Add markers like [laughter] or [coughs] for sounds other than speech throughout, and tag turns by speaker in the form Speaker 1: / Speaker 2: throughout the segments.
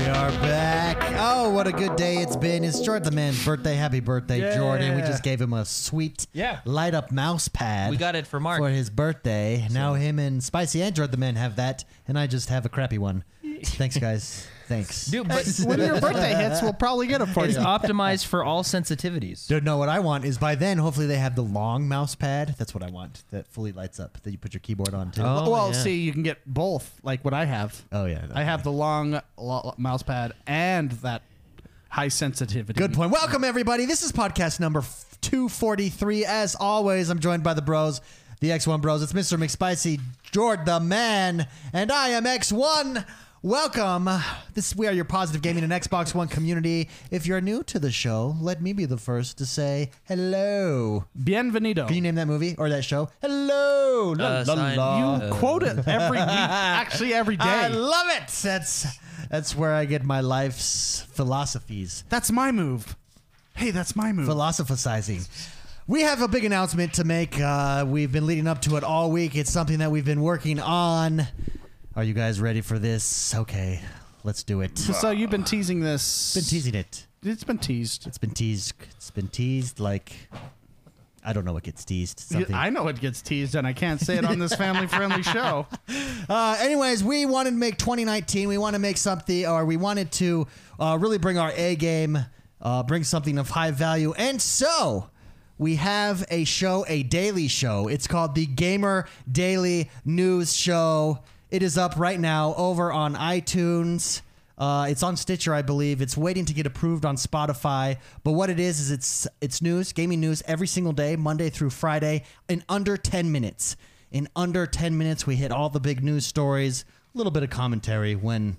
Speaker 1: back. Oh, what a good day it's been. It's Jordan the Man's birthday. Happy birthday, Jordan. We
Speaker 2: Yeah.
Speaker 1: just gave him a sweet
Speaker 2: Yeah.
Speaker 1: light up mouse pad.
Speaker 3: We got it for Mark.
Speaker 1: for his birthday. Now him and Spicy and Jordan the Man have that, and I just have a crappy one. Thanks, guys. Thanks.
Speaker 3: Dude, but
Speaker 4: when your birthday hits, we'll probably get it for
Speaker 3: it's
Speaker 4: you.
Speaker 3: optimized for all sensitivities.
Speaker 1: Dude, no, what I want is by then, hopefully they have the long mouse pad. That's what I want. That fully lights up. That you put your keyboard on too.
Speaker 3: Oh,
Speaker 4: well,
Speaker 3: yeah.
Speaker 4: see, you can get both, like what I have.
Speaker 1: Oh, yeah.
Speaker 4: I have the long lo- mouse pad and that high sensitivity.
Speaker 1: Good point. Welcome everybody. This is podcast number f- 243. As always, I'm joined by the bros, the X1 bros. It's Mr. McSpicy, Jord the man, and I am X1. Welcome. This we are your positive gaming and Xbox One community. If you're new to the show, let me be the first to say hello.
Speaker 4: Bienvenido.
Speaker 1: Can you name that movie or that show? Hello. La,
Speaker 3: Uh,
Speaker 1: la,
Speaker 3: sign-
Speaker 1: la.
Speaker 4: you quote
Speaker 1: [laughs]
Speaker 4: it every week, actually every day.
Speaker 1: I love it. That's that's where I get my life's philosophies.
Speaker 4: that's my move. Hey, that's my move.
Speaker 1: philosophizing. We have a big announcement to make. Uh, we've been leading up to it all week. It's something that we've been working on. Are you guys ready for this? Okay, let's do it.
Speaker 4: so you've been teasing this.
Speaker 1: Been teasing it.
Speaker 4: It's been teased.
Speaker 1: It's been teased. It's been teased like I don't know what gets teased. Something.
Speaker 4: I know it gets teased, and I can't say it on this
Speaker 1: [laughs]
Speaker 4: family-friendly show.
Speaker 1: Uh, anyways, we wanted to make 2019. We want to make something, or we wanted to uh, really bring our A game, uh, bring something of high value. And so we have a show, a daily show. It's called the Gamer Daily News Show. It is up right now over on iTunes. Uh, it's on Stitcher, I believe. It's waiting to get approved on Spotify. But what it is is it's it's news, gaming news every single day, Monday through Friday, in under ten minutes. In under ten minutes, we hit all the big news stories. A little bit of commentary when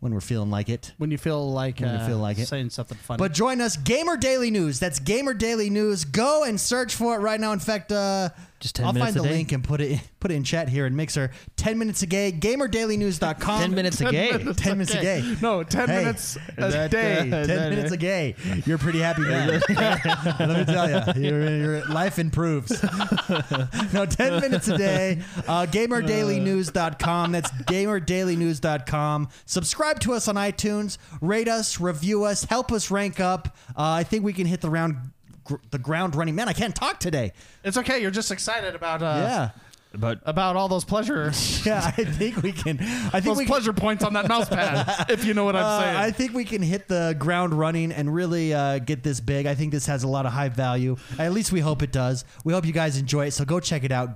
Speaker 1: when we're feeling like it.
Speaker 4: When you feel like
Speaker 1: you
Speaker 4: uh,
Speaker 1: feel like it.
Speaker 4: saying something funny.
Speaker 1: But join us, Gamer Daily News. That's Gamer Daily News. Go and search for it right now. In fact, uh,
Speaker 3: Just 10
Speaker 1: I'll
Speaker 3: minutes
Speaker 1: find
Speaker 3: a
Speaker 1: the
Speaker 3: day?
Speaker 1: link and put it put it in chat here in Mixer. Ten minutes a day. GamerDailyNews.com.
Speaker 3: 10 minutes a gay.
Speaker 1: 10 minutes a
Speaker 4: Okay.
Speaker 1: day.
Speaker 4: No, 10
Speaker 1: Hey,
Speaker 4: minutes a
Speaker 1: that, uh,
Speaker 4: day.
Speaker 1: 10 minutes a day. You're a pretty happy
Speaker 4: [laughs]
Speaker 1: man. Let me tell you, your, your life improves. [laughs] no, 10 minutes a day. Uh, GamerDailyNews.com. That's GamerDailyNews.com. Subscribe to us on iTunes. Rate us, review us, help us rank up. Uh, I think we can hit the round. gr- The ground running, man. I can't talk today.
Speaker 4: it's okay. You're just excited about uh,
Speaker 1: Yeah,
Speaker 3: But
Speaker 4: about all those [laughs] pleasure
Speaker 1: yeah. [laughs] I think we can. I think
Speaker 4: those
Speaker 1: we can,
Speaker 4: pleasure points on that mouse [laughs] pad. if you know what I'm
Speaker 1: Uh,
Speaker 4: saying.
Speaker 1: I think we can hit the ground running and really uh, get this big. I think this has a lot of high value. At least we hope it does. We hope you guys enjoy it. So go check it out,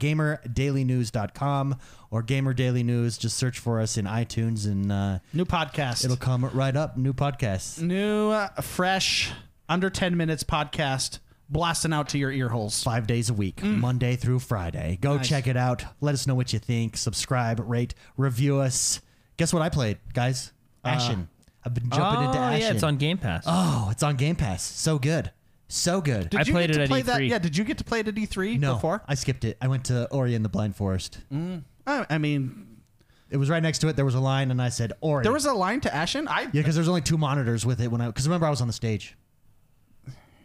Speaker 1: gamerdailynews.com or Gamer Daily News. Just search for us in iTunes and uh,
Speaker 4: New podcast.
Speaker 1: it'll come right up. New podcasts.
Speaker 4: New, uh, fresh, under 10 minutes podcast blasting out to your ear holes.
Speaker 1: Five days a week,
Speaker 3: Mm.
Speaker 1: Monday through Friday. Go
Speaker 4: Nice.
Speaker 1: check it out. Let us know what you think. Subscribe, rate, review us. Guess what I played, guys? Ashen. I've been jumping into
Speaker 3: Ah. Oh,
Speaker 1: Ashen.
Speaker 3: yeah, it's on Game Pass.
Speaker 1: oh, it's on Game Pass. So good. So good.
Speaker 4: Did
Speaker 3: I
Speaker 4: you
Speaker 3: played
Speaker 4: get
Speaker 3: it
Speaker 4: to
Speaker 3: at
Speaker 4: play That?
Speaker 3: E3.
Speaker 4: Yeah, did you get to play it at E3
Speaker 1: No,
Speaker 4: before?
Speaker 1: I skipped it. I went to Ori and the Blind Forest.
Speaker 4: I, I mean,
Speaker 1: It was right next to it. There was a line, and I said Ori.
Speaker 4: there was a line to Ashen. I
Speaker 1: yeah, because there's only two monitors with it when I because remember I was on the stage.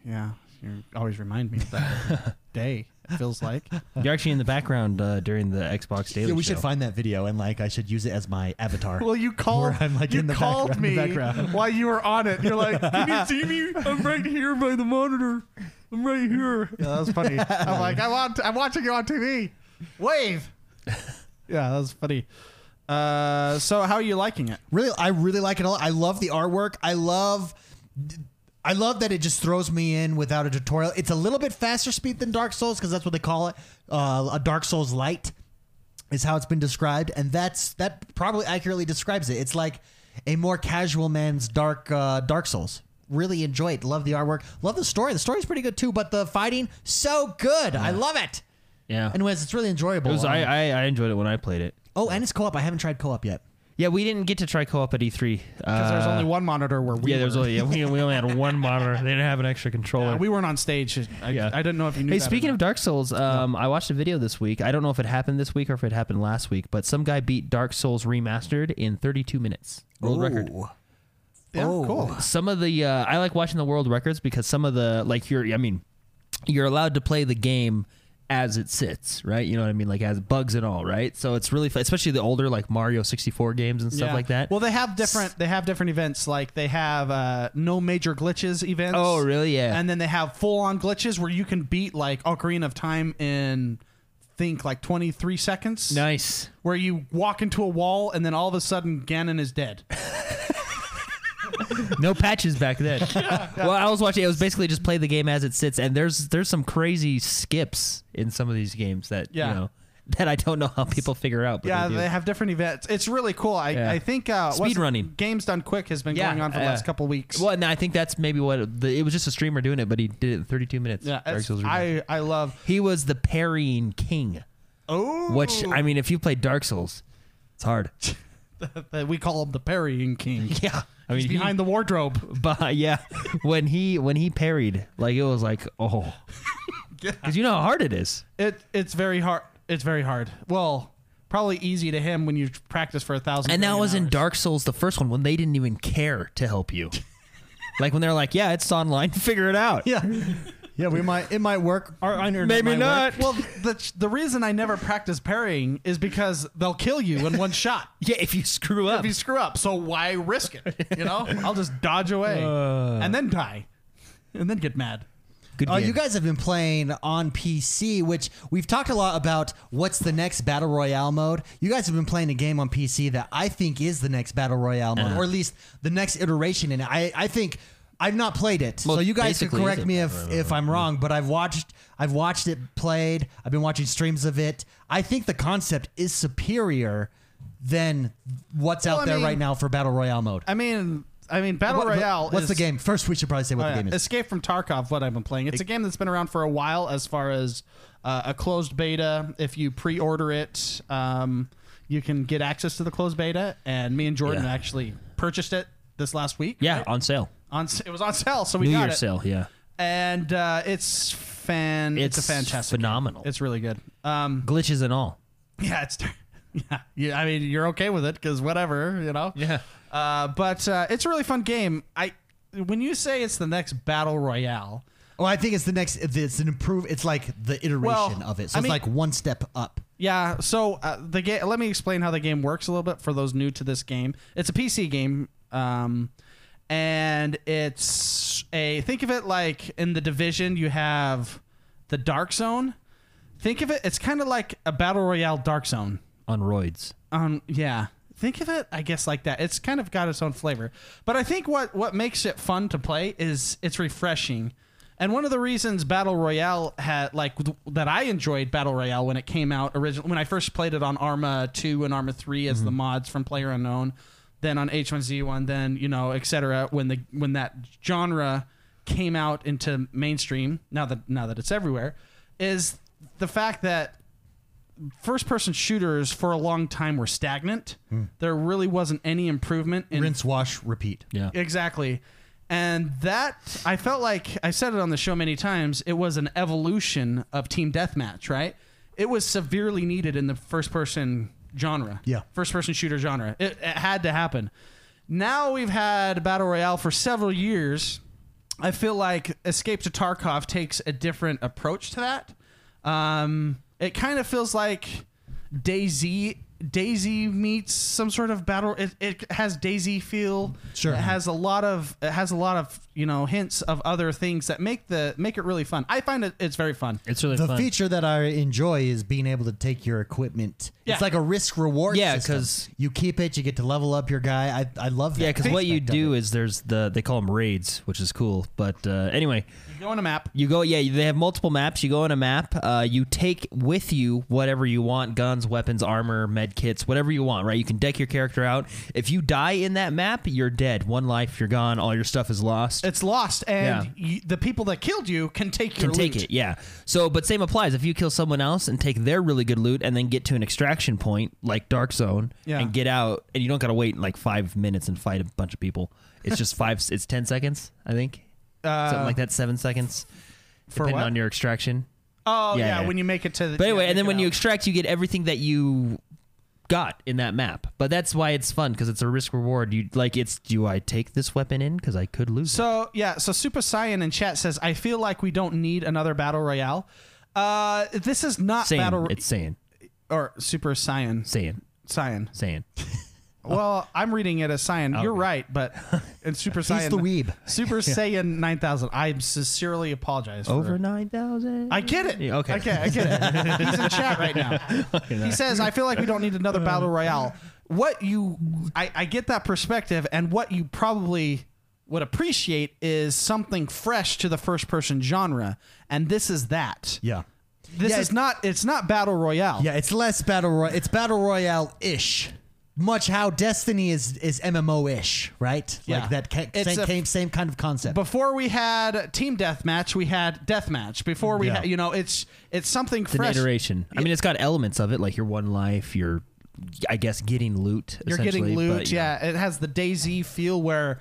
Speaker 4: yeah. You always remind me of that day. It feels like
Speaker 3: You're actually in the background uh, during the Xbox
Speaker 1: [laughs]
Speaker 3: Daily
Speaker 1: Yeah, we
Speaker 3: Show.
Speaker 1: should find that video and like I should use it as my avatar.
Speaker 4: Well, you called.
Speaker 1: Where I'm, like,
Speaker 4: you
Speaker 1: in the
Speaker 4: called
Speaker 1: background-
Speaker 4: me
Speaker 1: in the background.
Speaker 4: while you were on it.
Speaker 1: [laughs]
Speaker 4: You're like, "Can you see me? I'm right here by the monitor. I'm right here." Yeah, that was funny. [laughs] I'm like, "I want. I'm watching you on TV. Wave." [laughs] Yeah, that was funny. Uh, so, how are you liking it?
Speaker 1: really, I really like it a lot. I love the artwork. I love. I love that it just throws me in without a tutorial. It's a little bit faster speed than Dark Souls because that's what they call it. Uh, a Dark Souls light is how it's been described, and that's that probably accurately describes it. It's like a more casual man's Dark uh, Dark Souls. Really enjoy it. Love the artwork. Love the story. The story's pretty good too, but the fighting so good. I love it.
Speaker 3: yeah.
Speaker 1: Anyways, it's really enjoyable.
Speaker 3: it was, I,
Speaker 1: Um,
Speaker 3: I, I enjoyed it when I played it.
Speaker 1: oh, and it's co-op. I haven't tried co-op yet.
Speaker 3: Yeah, we didn't get to try co-op at E3.
Speaker 1: Uh,
Speaker 4: Because there's only one monitor where we
Speaker 3: yeah,
Speaker 4: were.
Speaker 3: there's only yeah, we, we only had one monitor. They didn't have an extra controller.
Speaker 4: Yeah, we weren't on stage. I,
Speaker 3: Yeah.
Speaker 4: I didn't know if you knew.
Speaker 3: Hey,
Speaker 4: that or
Speaker 3: speaking
Speaker 4: not.
Speaker 3: of Dark Souls, um, I watched a video this week. I don't know if it happened this week or if it happened last week, but some guy beat Dark Souls Remastered in 32 minutes. World
Speaker 4: Oh,
Speaker 3: record.
Speaker 1: Ooh.
Speaker 4: yeah,
Speaker 1: oh.
Speaker 4: cool.
Speaker 3: Some of the uh, I like watching the world records because some of the like you're I mean, you're allowed to play the game as it sits, right? You know what I mean? Like as bugs and all, right? So it's really fun, especially the older like Mario 64 games and stuff
Speaker 4: Yeah.
Speaker 3: like that.
Speaker 4: Well, they have different they have different events. Like they have uh, no major glitches events.
Speaker 3: Oh, really? Yeah.
Speaker 4: And then they have full on glitches where you can beat like Ocarina of Time in think like 23 seconds.
Speaker 3: nice.
Speaker 4: Where you walk into a wall and then all of a sudden Ganon is dead.
Speaker 3: No patches back then.
Speaker 4: [laughs]
Speaker 3: Well, I was watching. It was basically just play the game as it sits, and there's there's some crazy skips in some of these games that
Speaker 4: Yeah.
Speaker 3: you know that I don't know how people figure out. But
Speaker 4: yeah,
Speaker 3: they, do.
Speaker 4: they, have different events. It's really cool. I,
Speaker 3: Yeah.
Speaker 4: I think uh, what's-
Speaker 3: Speedrunning.
Speaker 4: Games Done Quick has been
Speaker 3: Yeah,
Speaker 4: going on for the
Speaker 3: yeah.
Speaker 4: last couple weeks.
Speaker 3: Well, and I think that's maybe what the, it was just a streamer doing it, but he did it in 32 minutes.
Speaker 4: Yeah,
Speaker 3: Dark
Speaker 4: it's-
Speaker 3: Souls Remake.
Speaker 4: I I love.
Speaker 3: he was the parrying king,
Speaker 4: Oh,
Speaker 3: which I mean, if you played Dark Souls, it's hard.
Speaker 4: we call him the parrying king.
Speaker 3: [laughs] Yeah, [laughs] I mean,
Speaker 4: He's
Speaker 3: he-
Speaker 4: behind the wardrobe.
Speaker 3: But yeah, when he when he parried, like it was like [laughs] oh, because you know how hard it is.
Speaker 4: It it's very hard. It's very hard. Well, probably easy to him when you practice for a thousand.
Speaker 3: And that
Speaker 4: million
Speaker 3: was in
Speaker 4: hours.
Speaker 3: Dark Souls, the first one, when they didn't even care to help [laughs] you. like when they're like, "Yeah, it's online, [laughs] figure
Speaker 4: [laughs]
Speaker 3: it out."
Speaker 1: Yeah, yeah. We might. It might work. Our internet
Speaker 3: Maybe
Speaker 1: might work.
Speaker 3: not.
Speaker 4: Well, the the reason I never practice parrying is because they'll kill you in one shot
Speaker 3: yeah, if you screw up.
Speaker 4: if you screw up. So why risk it? You know, I'll just dodge away and then die, and then get mad.
Speaker 3: Good
Speaker 1: Uh,
Speaker 3: game.
Speaker 1: you guys have been playing on PC, which we've talked a lot about what's the next battle royale mode. You guys have been playing a game on PC that I think is the next battle royale mode, or at least the next iteration in it. I, I think I've not played it,
Speaker 3: Well,
Speaker 1: so you guys can
Speaker 3: basically, is
Speaker 1: correct
Speaker 3: it
Speaker 1: me if
Speaker 3: battle royale?
Speaker 1: if I'm wrong. But I've watched I've watched it played. I've been watching streams of it. I think the concept is superior than what's
Speaker 4: Well,
Speaker 1: out
Speaker 4: I
Speaker 1: there
Speaker 4: mean-
Speaker 1: right now for battle royale mode.
Speaker 4: I mean, I mean, battle
Speaker 1: What-
Speaker 4: royale.
Speaker 1: What's
Speaker 4: is,
Speaker 1: the game? First, we should probably say what
Speaker 4: Oh,
Speaker 1: the
Speaker 4: yeah.
Speaker 1: game is.
Speaker 4: Escape from Tarkov, what I've been playing. It's a game that's been around for a while as far as uh, a closed beta. If you pre order it, um, you can get access to the closed beta. And me and Jordan
Speaker 3: Yeah.
Speaker 4: actually purchased it this last week.
Speaker 3: yeah,
Speaker 4: right?
Speaker 3: on sale.
Speaker 4: On, s- it was on sale, so we
Speaker 3: New
Speaker 4: got
Speaker 3: Year's
Speaker 4: it.
Speaker 3: sale. Yeah,
Speaker 4: And uh, it's fan. It's, a fantastic. game.
Speaker 3: phenomenal.
Speaker 4: It's really good. Um,
Speaker 3: glitches and all.
Speaker 4: [laughs] yeah, it's. [laughs] Yeah, yeah, I mean, you're okay with it because whatever, you know.
Speaker 3: Yeah.
Speaker 4: Uh, but uh, it's a really fun game. I when you say it's the next battle royale,
Speaker 1: Well, I think it's the next. It's an improve. It's like the iteration
Speaker 4: Well,
Speaker 1: of it.
Speaker 4: I
Speaker 1: So
Speaker 4: mean-
Speaker 1: it's like one step up.
Speaker 4: Yeah, so uh, the game. Let me explain how the game works a little bit for those new to this game. It's a PC game, um, and it's a think of it like in the division you have the Dark Zone. Think of it. It's kind of like a battle royale Dark Zone.
Speaker 3: On roids.
Speaker 4: Um, yeah. Think of it, I guess, like that. It's kind of got its own flavor, but I think what what makes it fun to play is it's refreshing. And one of the reasons battle royale had like th- that I enjoyed battle royale when it came out originally when I first played it on Arma two and Arma three as the mods from Player Unknown, then on H one Z one, then you know et cetera. When the when that genre came out into mainstream, now that now that it's everywhere, is the fact that first person shooters for a long time were stagnant. There really wasn't any improvement in
Speaker 1: Rinse, wash, repeat.
Speaker 3: Yeah.
Speaker 4: exactly. And that I felt like I said it on the show many times, it was an evolution of team deathmatch, right? It was severely needed in the first person genre.
Speaker 1: Yeah.
Speaker 4: First person shooter genre. It, it had to happen. Now we've had battle royale for several years. I feel like Escape to Tarkov takes a different approach to that. Um, it kind of feels like Daisy Daisy meets some sort of battle. It, it has Daisy feel.
Speaker 1: Sure.
Speaker 4: It has a lot of it has a lot of you know hints of other things that make the make it really fun. I find it it's very fun.
Speaker 3: It's really
Speaker 1: The
Speaker 3: fun.
Speaker 1: feature that I enjoy is being able to take your equipment.
Speaker 4: Yeah.
Speaker 1: It's like a risk reward.
Speaker 3: Yeah,
Speaker 1: system.
Speaker 3: 'cause-
Speaker 1: you keep it, you get to level up your guy. I, I love that.
Speaker 3: yeah, because what you
Speaker 1: aspect of
Speaker 3: do
Speaker 1: it.
Speaker 3: is there's the they call them raids, which is cool. But uh, anyway,
Speaker 4: You go on a map.
Speaker 3: You go, yeah. They have multiple maps. You go on a map. Uh, you take with you whatever you want: guns, weapons, armor, med kits, whatever you want. Right? You can deck your character out. If you die in that map, you're dead. One life, you're gone. All your stuff is lost.
Speaker 4: It's lost, and
Speaker 3: Yeah.
Speaker 4: you, the people that killed you can take your
Speaker 3: can take
Speaker 4: loot.
Speaker 3: it, yeah. So, but same applies. If you kill someone else and take their really good loot, and then get to an extraction point like Dark Zone,
Speaker 4: Yeah.
Speaker 3: and get out, and you don't gotta wait like five minutes and fight a bunch of people.
Speaker 4: [laughs]
Speaker 3: It's just five. It's ten seconds, I think,
Speaker 4: Uh,
Speaker 3: something like that. Seven seconds,
Speaker 4: for
Speaker 3: depending
Speaker 4: what?
Speaker 3: on your extraction.
Speaker 4: Oh yeah,
Speaker 3: Yeah, yeah.
Speaker 4: when you make it to. The,
Speaker 3: But anyway,
Speaker 4: yeah, make
Speaker 3: and then
Speaker 4: it
Speaker 3: when you
Speaker 4: out.
Speaker 3: extract, you get everything that you got in that map. But that's why it's fun because it's a risk reward. You like it's do I take this weapon in because I could lose. it.
Speaker 4: So yeah, so Super Saiyan in chat says, I feel like we don't need another battle royale. Uh, this is not
Speaker 3: Saiyan.
Speaker 4: battle
Speaker 3: it's Saiyan.
Speaker 4: or Super Saiyan.
Speaker 3: Saiyan.
Speaker 4: Saiyan.
Speaker 3: Saiyan.
Speaker 4: [laughs] Well, I'm reading it as Saiyan. You're
Speaker 3: Okay.
Speaker 4: right, but and
Speaker 3: [laughs]
Speaker 4: Super Saiyan.
Speaker 1: He's the weeb.
Speaker 4: Super Saiyan 9000. I sincerely apologize. For
Speaker 3: Over 9,000?
Speaker 4: I get it.
Speaker 3: Yeah, okay.
Speaker 4: I get, I get it. He's in chat right now. He says, I feel like we don't need another battle royale. What you, I, I get that perspective, and what you probably would appreciate is something fresh to the first person genre, and this is that.
Speaker 1: Yeah.
Speaker 4: This
Speaker 1: Yeah,
Speaker 4: is
Speaker 1: it-
Speaker 4: not, it's not battle royale.
Speaker 1: Yeah, it's less battle royale. It's battle royale ish. Much how Destiny is is MMO ish, right?
Speaker 4: Yeah.
Speaker 1: Like that ca-
Speaker 4: It's
Speaker 1: same,
Speaker 4: a-
Speaker 1: same same kind of concept.
Speaker 4: Before we had team deathmatch, we had deathmatch. Before we
Speaker 1: Yeah.
Speaker 4: had, you know, it's it's something
Speaker 3: It's an
Speaker 4: fresh.
Speaker 3: iteration. I mean, it's got elements of it, like your one life, your, I guess, getting loot.
Speaker 4: you're getting
Speaker 3: essentially,
Speaker 4: loot.
Speaker 3: but, you know.
Speaker 4: yeah, it has the Daisy feel
Speaker 3: [coughs]
Speaker 4: where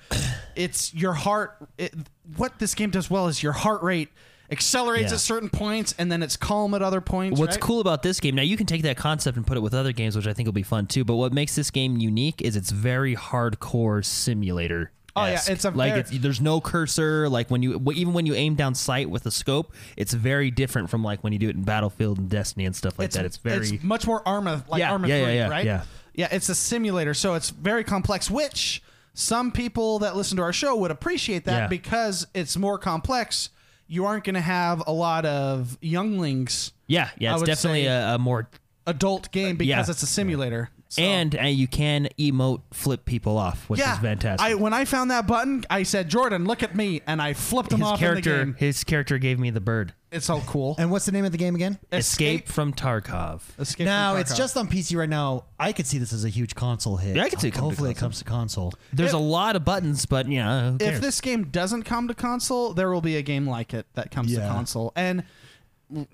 Speaker 4: it's your heart. It, what this game does well is your heart rate accelerates
Speaker 3: Yeah.
Speaker 4: at certain points and then it's calm at other points.
Speaker 3: What's
Speaker 4: right?
Speaker 3: cool about this game, now you can take that concept and put it with other games, which I think will be fun too. But what makes this game unique is it's very hardcore simulator.
Speaker 4: Oh, yeah, it's a
Speaker 3: like
Speaker 4: ver-
Speaker 3: it's, there's no cursor. Like when you even when you aim down sight with a scope, it's very different from like when you do it in Battlefield and Destiny and stuff like that. It's very
Speaker 4: much more Arma like
Speaker 3: Yeah,
Speaker 4: Arma
Speaker 3: yeah, yeah,
Speaker 4: three,
Speaker 3: yeah,
Speaker 4: right?
Speaker 3: yeah.
Speaker 4: yeah, it's a simulator, so it's very complex. Which some people that listen to our show would appreciate that
Speaker 3: Yeah.
Speaker 4: because it's more complex. You aren't going to have a lot of younglings
Speaker 3: yeah
Speaker 4: I
Speaker 3: yeah. It's
Speaker 4: would
Speaker 3: definitely
Speaker 4: say-
Speaker 3: a, a more
Speaker 4: adult game
Speaker 3: Uh, yeah.
Speaker 4: because it's a simulator. So-
Speaker 3: and and you can emote flip people off, which is fantastic.
Speaker 4: I, when I found that button, I said, "Jordan, look at me," and I flipped him
Speaker 3: his
Speaker 4: off in the
Speaker 3: character
Speaker 4: game.
Speaker 3: his character gave me the bird.
Speaker 4: It's so
Speaker 3: [laughs]
Speaker 4: cool.
Speaker 1: and what's the name of the game again?
Speaker 3: Escape, from Tarkov.
Speaker 4: Escape
Speaker 1: Now
Speaker 4: from
Speaker 1: it's
Speaker 4: Tarkov.
Speaker 1: just on PC right now. I could see this as a huge console hit.
Speaker 3: Yeah, I could see it coming to
Speaker 1: Hopefully, it
Speaker 3: console.
Speaker 1: comes to console.
Speaker 3: There's a lot of buttons, but you know, who
Speaker 4: if
Speaker 3: cares?
Speaker 4: this game doesn't come to console, there will be a game like it that comes to
Speaker 1: Yeah.
Speaker 4: console. And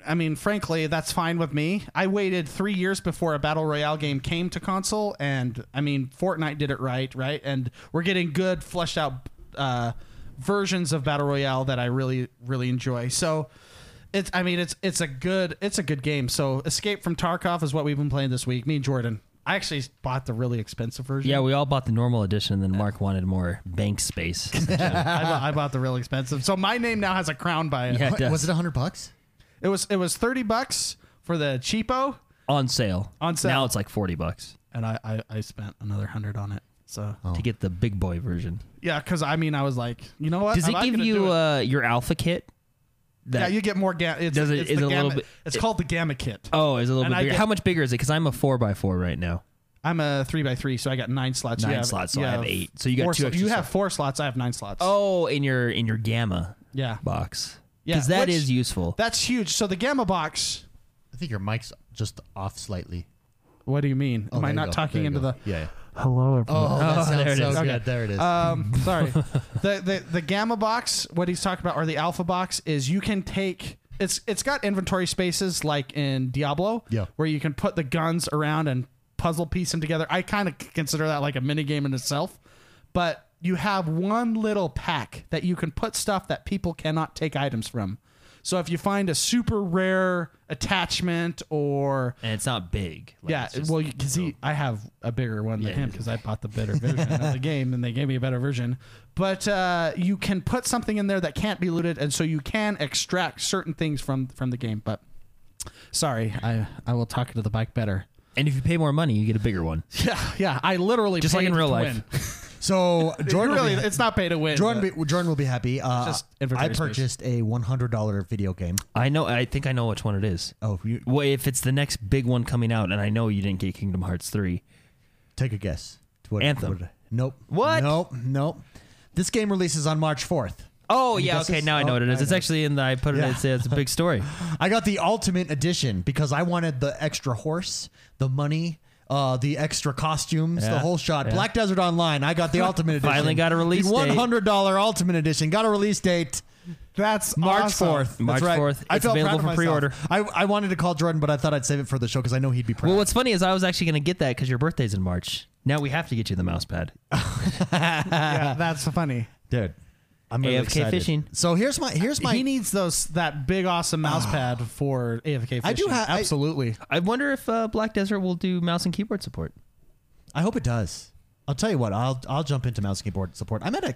Speaker 4: I mean, frankly, that's fine with me. I waited three years before a battle royale game came to console, and I mean, Fortnite did it right, right? And we're getting good, fleshed out uh, versions of battle royale that I really, really enjoy. So. It's. I mean, it's it's a good it's a good game. So, Escape from Tarkov is what we've been playing this week. Me and Jordan. I actually bought the really expensive version.
Speaker 3: Yeah, we all bought the normal edition, and then Mark wanted more bank space.
Speaker 4: [laughs] I, bought, I bought the real expensive. So my name now has a crown by it.
Speaker 3: Yeah, it
Speaker 1: What-
Speaker 3: does.
Speaker 1: was it hundred bucks?
Speaker 4: It was it was thirty bucks for the cheapo,
Speaker 3: [laughs] on sale.
Speaker 4: On sale.
Speaker 3: Now it's like forty bucks
Speaker 4: and I I, I spent another hundred on it. So
Speaker 3: to get the big boy version.
Speaker 4: yeah, because I mean I was like, you know what?
Speaker 3: Does
Speaker 4: I'm
Speaker 3: it
Speaker 4: not
Speaker 3: give
Speaker 4: gonna
Speaker 3: you
Speaker 4: do it.
Speaker 3: uh, your alpha kit?
Speaker 4: yeah,
Speaker 3: That,
Speaker 4: you get more gamma. It's,
Speaker 3: Does it-
Speaker 4: it's
Speaker 3: is
Speaker 4: the
Speaker 3: it a little
Speaker 4: gamma-
Speaker 3: bit-
Speaker 4: It's
Speaker 3: it-
Speaker 4: called the gamma kit.
Speaker 3: oh, is it a little
Speaker 4: and
Speaker 3: bit
Speaker 4: I
Speaker 3: bigger.
Speaker 4: get-
Speaker 3: How much bigger is it? Because I'm a four by four right now.
Speaker 4: I'm a three by three, so I got nine slots. You
Speaker 3: Nine
Speaker 4: have-
Speaker 3: slots, so
Speaker 4: you
Speaker 3: I have eight. So you got
Speaker 4: four
Speaker 3: two
Speaker 4: sl-
Speaker 3: extra
Speaker 4: You
Speaker 3: slots.
Speaker 4: have four slots. I have nine slots.
Speaker 3: Oh, in your in your gamma
Speaker 4: yeah,
Speaker 3: box.
Speaker 4: Yeah,
Speaker 3: Because that
Speaker 4: which-
Speaker 3: is useful.
Speaker 4: that's huge. So the gamma box.
Speaker 1: I think your mic's just off slightly. Oh,
Speaker 4: What do Oh, you mean? Am I not talking into the?
Speaker 1: yeah?
Speaker 4: Hello,
Speaker 1: Oh, that sounds
Speaker 3: there it
Speaker 1: so
Speaker 3: is. Uh,
Speaker 1: good.
Speaker 4: Okay.
Speaker 1: There it is. [laughs]
Speaker 4: Um, sorry. the, the the gamma box, what he's talking about, or the alpha box, is you can take it's it's got inventory spaces like in Diablo,
Speaker 1: Yeah.
Speaker 4: where you can put the guns around and puzzle piece them together. I kind of consider that like a mini game in itself, but you have one little pack that you can put stuff that people cannot take items from. So if you find a super rare attachment or
Speaker 3: and it's not big. Like,
Speaker 4: yeah,
Speaker 3: it's just-
Speaker 4: well, because he, I have a bigger one than
Speaker 3: Yeah.
Speaker 4: him because I bought the better version of the
Speaker 1: [laughs]
Speaker 4: game, and they gave me a better version. But uh, you can put something in there that can't be looted, and so you can extract certain things from from the game. But sorry, I I will talk to the
Speaker 1: [laughs]
Speaker 4: bike better.
Speaker 3: and if you pay more money, you get a bigger one.
Speaker 4: Yeah, yeah, I literally
Speaker 3: Just like
Speaker 4: paid
Speaker 3: in real
Speaker 4: to
Speaker 3: life.
Speaker 4: win.
Speaker 3: [laughs]
Speaker 1: so Jordan,
Speaker 4: [laughs] really,
Speaker 1: will be,
Speaker 4: it's not pay to
Speaker 1: [laughs]
Speaker 4: win.
Speaker 1: Jordan,
Speaker 4: but-
Speaker 1: be, Jordan will be happy. Uh,
Speaker 4: just
Speaker 1: I
Speaker 4: inventory space.
Speaker 1: purchased a one hundred dollar video game.
Speaker 3: I know. I think I know which one it is.
Speaker 1: Oh, you,
Speaker 3: Well, if it's the next big one coming out, and I know you didn't get Kingdom Hearts three.
Speaker 1: Take a guess. To what,
Speaker 3: Anthem.
Speaker 1: what- nope.
Speaker 3: What?
Speaker 1: Nope. Nope. This game releases on March 4th.
Speaker 3: Oh
Speaker 1: Any
Speaker 3: yeah,
Speaker 1: guesses?
Speaker 3: okay. Now I know
Speaker 1: Oh,
Speaker 3: what it is.
Speaker 1: I
Speaker 3: It's
Speaker 1: know.
Speaker 3: actually in the. I put it.
Speaker 1: Yeah.
Speaker 3: It's, it's a [laughs] big story.
Speaker 1: I got the ultimate edition because I wanted the extra horse, the money, uh, the extra costumes, the
Speaker 3: Yeah,
Speaker 1: whole shot.
Speaker 3: yeah.
Speaker 1: Black Desert Online. I
Speaker 3: [laughs]
Speaker 1: got the ultimate edition.
Speaker 3: Finally got a release
Speaker 1: the
Speaker 3: date.
Speaker 1: $100 ultimate edition. Got a release date.
Speaker 4: that's
Speaker 1: March
Speaker 4: awesome.
Speaker 1: 4th. That's
Speaker 3: March
Speaker 1: right.
Speaker 3: 4th.
Speaker 1: I
Speaker 3: It's
Speaker 1: felt
Speaker 3: available
Speaker 1: proud of
Speaker 3: for
Speaker 1: myself.
Speaker 3: pre-order.
Speaker 1: I, I wanted to call Jordan, but I thought I'd save it for the show because I know he'd be proud.
Speaker 3: Well, what's funny is I was actually going to get that because your birthday's in March. Now we have to get you the mouse pad.
Speaker 4: [laughs] Yeah, that's funny.
Speaker 1: Dude, I'm really
Speaker 3: AFK
Speaker 1: excited.
Speaker 3: fishing.
Speaker 1: So here's my here's my Ah.
Speaker 4: he needs those that big awesome mouse pad for AFK. Fishing.
Speaker 1: I do ha- I-
Speaker 4: absolutely.
Speaker 3: I wonder if uh, Black Desert will do mouse and keyboard support.
Speaker 1: I hope it does. I'll tell you what. I'll I'll jump into mouse keyboard support. I'm at a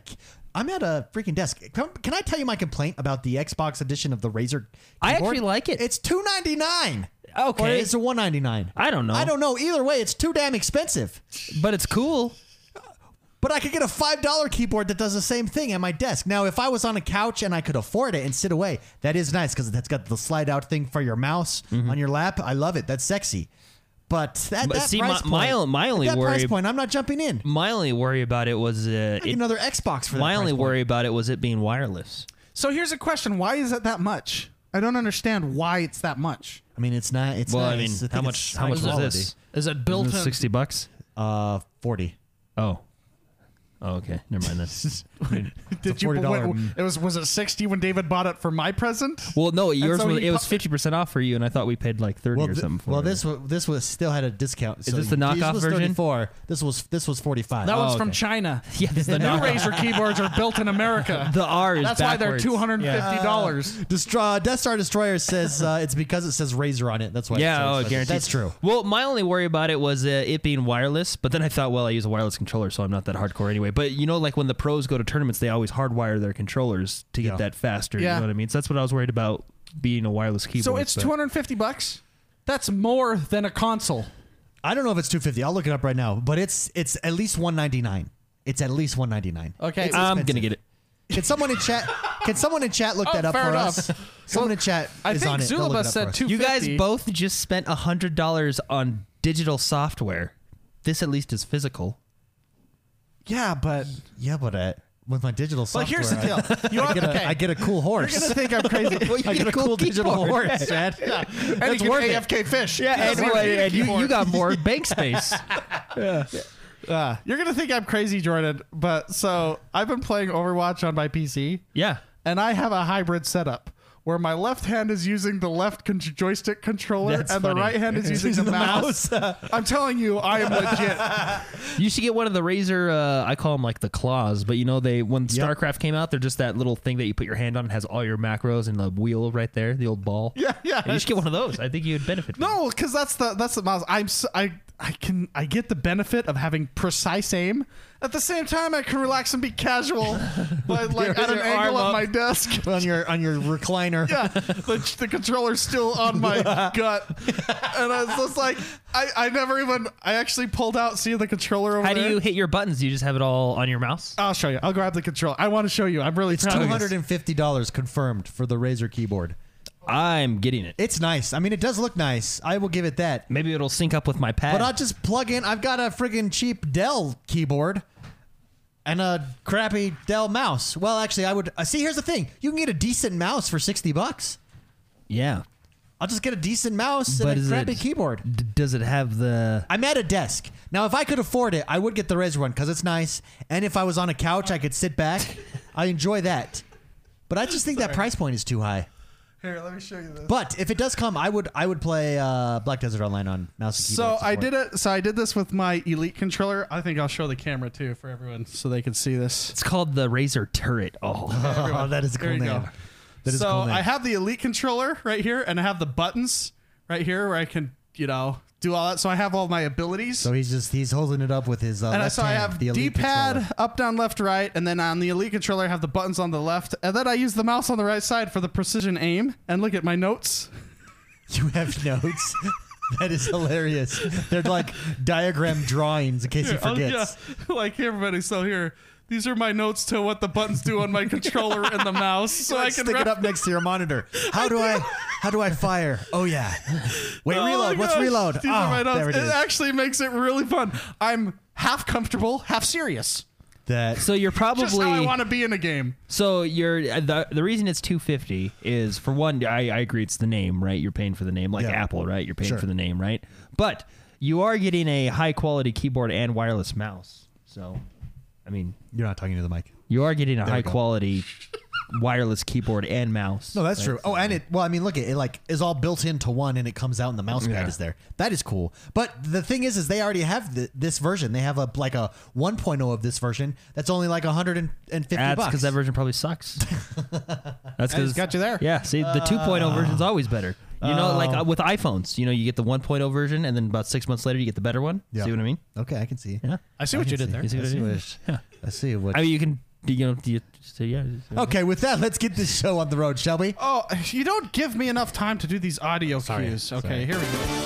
Speaker 1: I'm at a freaking desk. Can, can I tell you my complaint about the Xbox edition of the Razer?
Speaker 3: I
Speaker 1: keyboard?
Speaker 3: actually like it. Oh,
Speaker 1: It's two ninety nine. Or
Speaker 3: Okay.
Speaker 1: it's a one ninety nine.
Speaker 3: I don't know.
Speaker 1: I don't know. Either way, it's too damn expensive.
Speaker 3: But it's cool.
Speaker 1: But I could get a five dollar keyboard that does the same thing at my desk. Now, if I was on a couch and I could afford it and sit away, that is nice because that's got the slide out thing for your mouse on your lap. I love it. That's sexy. But that,
Speaker 3: Mm-hmm. But
Speaker 1: that
Speaker 3: see,
Speaker 1: price
Speaker 3: my- my
Speaker 1: point-
Speaker 3: o- my
Speaker 1: at
Speaker 3: only
Speaker 1: that price
Speaker 3: worry-
Speaker 1: point, I'm not jumping in.
Speaker 3: My only worry about it was uh,
Speaker 1: Like
Speaker 3: it,
Speaker 1: another Xbox for that.
Speaker 3: my
Speaker 1: price
Speaker 3: only
Speaker 1: point.
Speaker 3: worry about it was it being wireless.
Speaker 4: So here's a question: Why is it that much? I don't understand why it's that much.
Speaker 1: I mean, it's not. It's
Speaker 3: Well,
Speaker 1: nice.
Speaker 3: I mean,
Speaker 1: think
Speaker 3: how
Speaker 1: it's
Speaker 3: much- how
Speaker 1: high
Speaker 3: much was
Speaker 1: quality.
Speaker 3: this?
Speaker 2: Is it built in?
Speaker 3: Sixty bucks.
Speaker 1: Uh, forty.
Speaker 3: Oh. Oh, okay. Never mind [laughs] that.
Speaker 4: Did
Speaker 1: a $40
Speaker 4: what- It was was it sixty when David bought it for my present?
Speaker 3: Well, no, yours
Speaker 4: so
Speaker 3: was
Speaker 4: he
Speaker 3: it was
Speaker 4: pu-
Speaker 3: fifty percent off for you, and I thought we paid like thirty
Speaker 1: Well,
Speaker 3: or
Speaker 1: thi-
Speaker 3: something for
Speaker 1: well,
Speaker 3: it.
Speaker 1: this was this was still had a discount. Is
Speaker 3: this the knockoff
Speaker 1: was
Speaker 3: version?
Speaker 1: 34. This was this was forty five.
Speaker 4: That
Speaker 3: Oh,
Speaker 4: one's from
Speaker 3: okay.
Speaker 4: China.
Speaker 3: [laughs] yeah, this is the
Speaker 4: The new
Speaker 3: knockoff.
Speaker 4: Razer keyboards are built in America.
Speaker 3: [laughs] The R is
Speaker 4: That's
Speaker 3: backwards.
Speaker 4: why they're two hundred and fifty dollars.
Speaker 1: Destra- Oh. Death Star Destroyer says uh, it's because it says Razor on it. That's why.
Speaker 3: Yeah, oh,
Speaker 1: it's so expensive.
Speaker 3: guaranteed.
Speaker 1: That's true.
Speaker 3: Well, my only worry about it was uh, it being wireless, but then I thought, well, I use a wireless controller, so I'm not that hardcore anyway. But you know, like when the pros go to tournaments, they always hardwire their controllers to get
Speaker 1: Yeah.
Speaker 3: that faster.
Speaker 4: Yeah.
Speaker 3: You know what I mean? So that's what I was worried about being a wireless keyboard.
Speaker 4: So it's
Speaker 3: but-
Speaker 4: two hundred and fifty bucks. That's more than a console.
Speaker 1: I don't know if it's two fifty. I'll look it up right now. But it's it's at least one ninety nine. It's at least one ninety nine.
Speaker 4: Okay.
Speaker 1: It's
Speaker 3: I'm
Speaker 1: expensive.
Speaker 3: gonna get it.
Speaker 1: Can someone in chat? Can someone in chat look
Speaker 4: Oh,
Speaker 1: that up
Speaker 4: fair
Speaker 1: for
Speaker 4: enough.
Speaker 1: us? Someone in chat
Speaker 4: I
Speaker 1: is
Speaker 4: think
Speaker 1: on it. They'll look
Speaker 4: Zulaba
Speaker 1: it up
Speaker 4: said
Speaker 1: for us.
Speaker 4: two-
Speaker 3: You guys
Speaker 4: 50.
Speaker 3: both just spent hundred dollars on digital software. This at least is physical.
Speaker 4: Yeah, but
Speaker 1: Yeah, but uh, with my digital software,
Speaker 4: Like, here's the
Speaker 1: I-
Speaker 4: deal. You
Speaker 1: I,
Speaker 4: want-
Speaker 1: get a,
Speaker 4: okay.
Speaker 1: I get a cool
Speaker 4: You're
Speaker 1: horse.
Speaker 4: gonna
Speaker 1: [laughs]
Speaker 4: think I'm crazy.
Speaker 1: I get a cool digital
Speaker 3: keyboard.
Speaker 1: horse, man.
Speaker 4: yeah. And
Speaker 1: That's
Speaker 4: you
Speaker 1: worth it.
Speaker 4: can AFK fish.
Speaker 3: Yeah, and,
Speaker 4: That's worth it.
Speaker 3: and you, you got more bank space.
Speaker 4: Uh, you're gonna think I'm crazy, Jordan. But so I've been playing Overwatch on my PC,
Speaker 3: [laughs] Yeah.
Speaker 4: and I have a hybrid setup where my left hand is using the left con- joystick controller,
Speaker 3: That's
Speaker 4: and
Speaker 3: funny.
Speaker 4: the right hand
Speaker 3: [laughs]
Speaker 4: is using the, mouse.
Speaker 3: uh,
Speaker 4: I'm telling you, I am legit.
Speaker 3: You should get one of the Razer. Uh, I call them like the claws, but you know they when StarCraft came out, they're just that little thing that you put your hand on and has all your macros and the wheel right there, the old ball.
Speaker 4: Yeah, yeah.
Speaker 3: You should get one of those. I think you would benefit. from it.
Speaker 4: No, because Oh, that's the that's the mouse. I'm s I I can I get the benefit of having precise aim. At the same time, I can relax and be
Speaker 3: [laughs]
Speaker 4: casual, but like at an
Speaker 3: your
Speaker 4: angle
Speaker 3: arm
Speaker 4: of
Speaker 3: up.
Speaker 4: my desk. [laughs]
Speaker 1: on your on your recliner.
Speaker 4: Yeah, the, the controller's still on
Speaker 3: [laughs]
Speaker 4: my gut, and I was just like, I, I never even I actually pulled out seeing the controller over
Speaker 3: How do
Speaker 4: there.
Speaker 3: you hit your buttons? Do you just have it all on your mouse?
Speaker 4: I'll show you. I'll grab the controller. I want to show you. I'm really
Speaker 1: It's
Speaker 4: proud
Speaker 1: two
Speaker 4: of
Speaker 1: hundred
Speaker 4: this.
Speaker 1: and fifty dollars confirmed for the Razer keyboard.
Speaker 3: I'm getting it.
Speaker 1: It's nice. I mean, it does look nice. I will give it that.
Speaker 3: Maybe it'll sync up with my pad.
Speaker 1: But I'll just plug in. I've got a friggin' cheap Dell keyboard and a crappy Dell mouse. Well, actually, I would uh, see. Here's the thing: you can get a decent mouse for sixty bucks.
Speaker 3: yeah.
Speaker 1: I'll just get a decent mouse
Speaker 3: But
Speaker 1: and a
Speaker 3: is
Speaker 1: crappy
Speaker 3: it-
Speaker 1: keyboard.
Speaker 3: D- does it have the?
Speaker 1: I'm at a desk now. If I could afford it, I would get the Razer one because it's nice. And if I was on a couch, I could sit
Speaker 3: [laughs]
Speaker 1: back. I enjoy that. But I just think that price point is too high.
Speaker 4: Here, let me show you this.
Speaker 1: But if it does come, I would I would play uh, Black Desert Online on mouse and
Speaker 4: So
Speaker 1: keyboard
Speaker 4: I
Speaker 1: support.
Speaker 4: did it. So I did this with my Elite controller. I think I'll show the camera too for everyone, so they can see this.
Speaker 3: It's called the Razer Turret. Oh,
Speaker 1: [laughs] Oh, that is a cool
Speaker 4: There you
Speaker 1: name.
Speaker 4: go.
Speaker 1: That is
Speaker 4: so
Speaker 1: a cool name.
Speaker 4: I have the Elite controller right here, and I have the buttons right here where I can, you know, do all that. So I have all my abilities.
Speaker 1: So he's just he's holding it up with his uh,
Speaker 4: and I-
Speaker 1: left
Speaker 4: so I
Speaker 1: hand,
Speaker 4: have
Speaker 1: the elite
Speaker 4: D-pad,
Speaker 1: controller.
Speaker 4: up, down, left, right, and then on the Elite controller, I have the buttons on the left, and then I use the mouse on the right side for the precision aim. And look at my notes.
Speaker 1: [laughs] You have notes. that is hilarious. They're like diagram drawings in case he
Speaker 4: [laughs] Oh,
Speaker 1: forgets.
Speaker 4: yeah. like everybody, so here. These are my notes to what the buttons do on my controller and the
Speaker 1: [laughs]
Speaker 4: mouse, so I
Speaker 1: Like,
Speaker 4: can
Speaker 1: stick it
Speaker 4: ref-
Speaker 1: up next to your [laughs] monitor. How do I? How do I fire? Oh [laughs] yeah. Wait,
Speaker 4: Oh
Speaker 1: reload.
Speaker 4: my
Speaker 1: What's
Speaker 4: gosh.
Speaker 1: reload?
Speaker 4: These
Speaker 1: Ah,
Speaker 4: are my notes.
Speaker 1: there it is.
Speaker 4: actually makes it really fun. I'm half comfortable, half serious.
Speaker 1: That
Speaker 3: so you're probably
Speaker 4: Just how I want to be in a game.
Speaker 3: So you're uh, the the reason it's two fifty is for one, I, I agree it's the name, right? You're paying for the name, like
Speaker 1: Yeah.
Speaker 3: Apple, right? You're paying
Speaker 1: Sure.
Speaker 3: for the name, right? But you are getting a high quality keyboard and wireless mouse. So, I mean,
Speaker 1: you're not talking to the mic.
Speaker 3: you are getting a
Speaker 1: we
Speaker 3: high
Speaker 1: go.
Speaker 3: quality wireless keyboard and mouse.
Speaker 1: No, that's true. Oh, and it. Well, I mean, look, it, it like is all built into one, and it comes out, and the mouse pad
Speaker 3: Yeah.
Speaker 1: is there. That is cool. But the thing is, is they already have the, this version. They have a like a 1.0 of this version that's only like 150
Speaker 3: That's
Speaker 1: bucks. [laughs]
Speaker 3: because that version probably sucks. That's because
Speaker 4: got you there.
Speaker 1: Uh.
Speaker 3: Yeah, see, the 2.0 version's always better. You know, like uh, with iPhones, you know, you get the 1.0 version, and then about six months later, you get the better one.
Speaker 1: Yeah.
Speaker 3: See what I mean?
Speaker 1: Okay, I can see.
Speaker 3: Yeah.
Speaker 2: I see what you did there.
Speaker 3: You see
Speaker 1: I
Speaker 3: what I
Speaker 1: see
Speaker 3: did?
Speaker 1: what- I see what.
Speaker 3: I mean, you can, you know, you, so yeah. so-
Speaker 1: okay, with that, let's get this show on the road, shall we?
Speaker 4: Oh, you don't give me enough time to do these audio cues. Okay, here we go.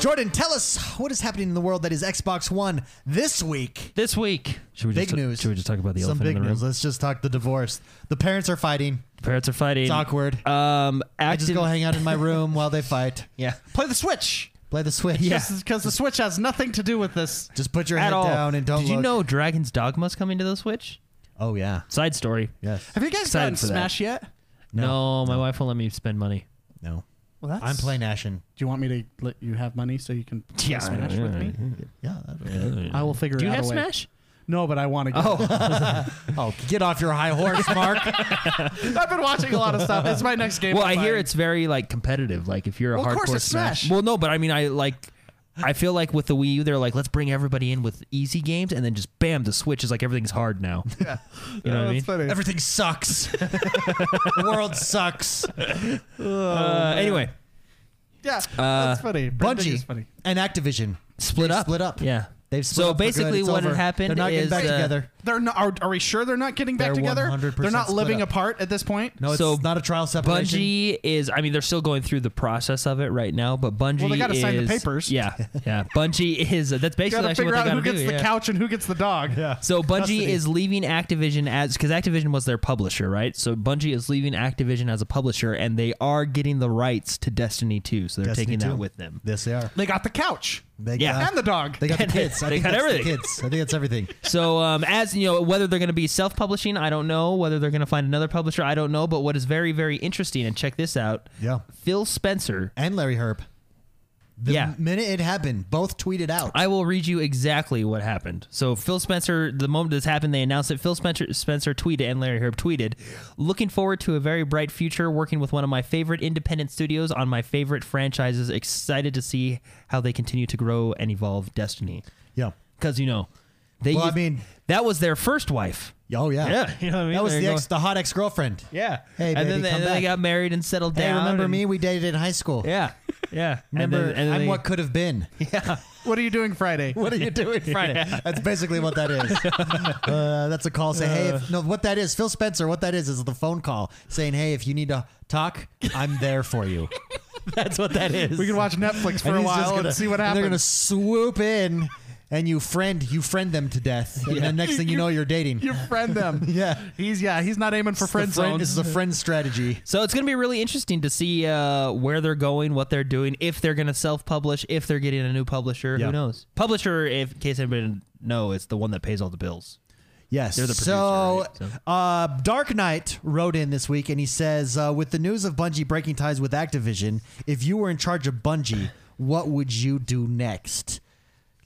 Speaker 1: Jordan, tell us what is happening in the world that is Xbox One this week.
Speaker 3: This week, should we
Speaker 1: Big
Speaker 3: just,
Speaker 1: news.
Speaker 3: Should we just talk about the
Speaker 1: Some
Speaker 3: elephant
Speaker 1: big
Speaker 3: in the room?
Speaker 1: news. Let's just talk the divorce. The parents are fighting.
Speaker 3: Parents are fighting.
Speaker 1: It's awkward.
Speaker 3: Um,
Speaker 1: I just
Speaker 3: active-
Speaker 1: go hang out [laughs] in my room while they fight.
Speaker 3: Yeah.
Speaker 4: Play the Switch.
Speaker 1: Play the Switch.
Speaker 4: Because the Switch has nothing to do with this.
Speaker 1: [laughs] Just put your
Speaker 3: At
Speaker 1: head
Speaker 3: all.
Speaker 1: down and don't
Speaker 3: Did you
Speaker 1: look.
Speaker 3: know Dragon's Dogma's coming to the Switch?
Speaker 1: Oh yeah.
Speaker 3: Side story.
Speaker 1: Yes.
Speaker 4: Have you guys
Speaker 3: Excited
Speaker 4: gotten
Speaker 3: for that.
Speaker 4: Smash yet?
Speaker 3: No, my wife won't let me spend money.
Speaker 1: No.
Speaker 4: Well, that's,
Speaker 1: I'm playing Ashen.
Speaker 4: Do you want me to let you have money so you can play
Speaker 3: Yeah,
Speaker 4: Smash
Speaker 3: yeah,
Speaker 4: with me?
Speaker 1: Yeah.
Speaker 4: I will figure
Speaker 3: Do you
Speaker 4: out
Speaker 3: have
Speaker 4: a way.
Speaker 3: Smash?
Speaker 4: No, but I want to get oh.
Speaker 1: Oh, [laughs] get off your high [laughs] horse, Mark.
Speaker 4: [laughs] I've been watching a lot of stuff. It's my next game.
Speaker 3: Well,
Speaker 4: I'm
Speaker 3: I hear
Speaker 4: buying.
Speaker 3: it's very like competitive. Like if you're a
Speaker 4: Well, of
Speaker 3: hardcore
Speaker 4: course it's
Speaker 3: Smash.
Speaker 4: Smash.
Speaker 3: Well, no, but I mean, I like. I feel like with the Wii U, they're like, let's bring everybody in with easy games, and then just bam, the Switch is like everything's hard now. Yeah, [laughs] you know what I mean.
Speaker 4: funny.
Speaker 1: Everything [laughs] sucks. the world [laughs] sucks.
Speaker 3: Uh, anyway,
Speaker 4: yeah,
Speaker 3: Uh,
Speaker 4: that's funny. Brendan is
Speaker 1: Bungie
Speaker 4: funny.
Speaker 1: and Activision
Speaker 3: split
Speaker 1: They've
Speaker 3: up.
Speaker 1: Split up.
Speaker 3: Yeah,
Speaker 1: They've split
Speaker 3: so
Speaker 1: up for good.
Speaker 3: basically
Speaker 1: It's
Speaker 3: what had
Speaker 1: over.
Speaker 3: happened
Speaker 1: They're not getting
Speaker 3: is,
Speaker 1: back
Speaker 3: uh,
Speaker 1: together.
Speaker 4: They're not, are, are we sure they're not getting back
Speaker 1: They're
Speaker 4: together?
Speaker 1: 100%
Speaker 4: They're not
Speaker 1: split
Speaker 4: living
Speaker 1: up.
Speaker 4: apart at this point.
Speaker 1: No, it's
Speaker 3: So,
Speaker 1: not a trial separation.
Speaker 3: Bungie is. I mean, they're still going through the process of it right now, but Bungie.
Speaker 4: Well, they gotta
Speaker 3: is,
Speaker 4: sign the papers. [laughs]
Speaker 3: Yeah, yeah. Bungie is. That's
Speaker 4: You
Speaker 3: basically
Speaker 4: gotta
Speaker 3: actually
Speaker 4: figure
Speaker 3: what
Speaker 4: out
Speaker 3: they
Speaker 4: who
Speaker 3: gotta
Speaker 4: gets
Speaker 3: do.
Speaker 4: the
Speaker 3: yeah.
Speaker 4: couch and who gets the dog.
Speaker 1: Yeah.
Speaker 3: So Bungie
Speaker 1: Custody.
Speaker 3: is leaving Activision as because Activision was their publisher, right? So Bungie is leaving Activision as a publisher, and they are getting the rights to Destiny 2, so they're
Speaker 1: Destiny
Speaker 3: taking
Speaker 1: 2.
Speaker 3: that with them.
Speaker 1: Yes, they are.
Speaker 4: They got the couch
Speaker 1: They
Speaker 3: Yeah.
Speaker 1: got,
Speaker 4: and the dog.
Speaker 1: They got the
Speaker 3: [laughs] They-
Speaker 1: kids. I
Speaker 3: they
Speaker 1: think
Speaker 3: got
Speaker 1: that's the
Speaker 3: everything.
Speaker 1: kids. I think that's everything.
Speaker 3: So um, as you know, whether they're going to be self-publishing, I don't know. Whether they're going to find another publisher, I don't know. But what is very, very interesting, and check this out:
Speaker 1: Yeah.
Speaker 3: Phil Spencer.
Speaker 1: And Larry Herb. The
Speaker 3: Yeah.
Speaker 1: minute it happened, both tweeted out.
Speaker 3: I will read you exactly what happened. So Phil Spencer, the moment this happened, they announced that Phil Spencer, Spencer tweeted and Larry Herb tweeted, "Looking forward to a very bright future working with one of my favorite independent studios on my favorite franchises. Excited to see how they continue to grow and evolve Destiny."
Speaker 1: yeah.
Speaker 3: Because you know, they.
Speaker 1: Well, I
Speaker 3: used-
Speaker 1: mean-
Speaker 3: that was their first wife.
Speaker 1: Oh yeah.
Speaker 3: Yeah, you know what I mean?
Speaker 1: That was
Speaker 3: They're
Speaker 1: the ex,
Speaker 3: going-
Speaker 1: the hot ex girlfriend.
Speaker 3: Yeah.
Speaker 1: Hey,
Speaker 3: and
Speaker 1: baby,
Speaker 3: then, they,
Speaker 1: come
Speaker 3: and then they
Speaker 1: back.
Speaker 3: got married and settled
Speaker 1: Hey,
Speaker 3: down.
Speaker 1: remember
Speaker 3: and- [laughs]
Speaker 1: me? We dated in high school.
Speaker 3: Yeah. Yeah.
Speaker 1: Remember,
Speaker 3: and then, and then
Speaker 1: I'm
Speaker 3: they-
Speaker 1: what could have been.
Speaker 4: What are you doing Friday?
Speaker 1: What are you doing Friday? [laughs] That's basically what that
Speaker 3: [laughs]
Speaker 1: is. uh, that's a call saying, "Hey, if, no, what that is, Phil Spencer. What that is is the phone call saying, "Hey, if you need to talk, I'm there for
Speaker 3: [laughs]
Speaker 1: you."
Speaker 3: [laughs] that's
Speaker 1: [laughs]
Speaker 3: what that is.
Speaker 4: We can watch Netflix for
Speaker 1: And
Speaker 4: a
Speaker 1: he's just
Speaker 4: while
Speaker 1: gonna-
Speaker 4: and see what
Speaker 1: and
Speaker 4: happens.
Speaker 1: They're gonna [laughs] swoop in, and you friend you friend them to death, and then next thing you know, you're dating.
Speaker 4: you friend them.
Speaker 1: [laughs] Yeah.
Speaker 4: He's yeah, he's not aiming for
Speaker 1: It's the
Speaker 4: friend
Speaker 1: friend-
Speaker 4: zone.
Speaker 1: This is a friend strategy.
Speaker 3: So it's going to be really interesting to see uh, where they're going, what they're doing, if they're going to self-publish, if they're getting a new publisher.
Speaker 1: Yeah.
Speaker 3: Who knows? Publisher, if, in case anybody didn't know, is the one that pays all the bills.
Speaker 1: Yes.
Speaker 3: They're the producer,
Speaker 1: so,
Speaker 3: right?
Speaker 1: Uh, Dark Knight wrote in this week and he says, uh, with the news of Bungie breaking ties with Activision, if you were in charge of Bungie, what would you do next?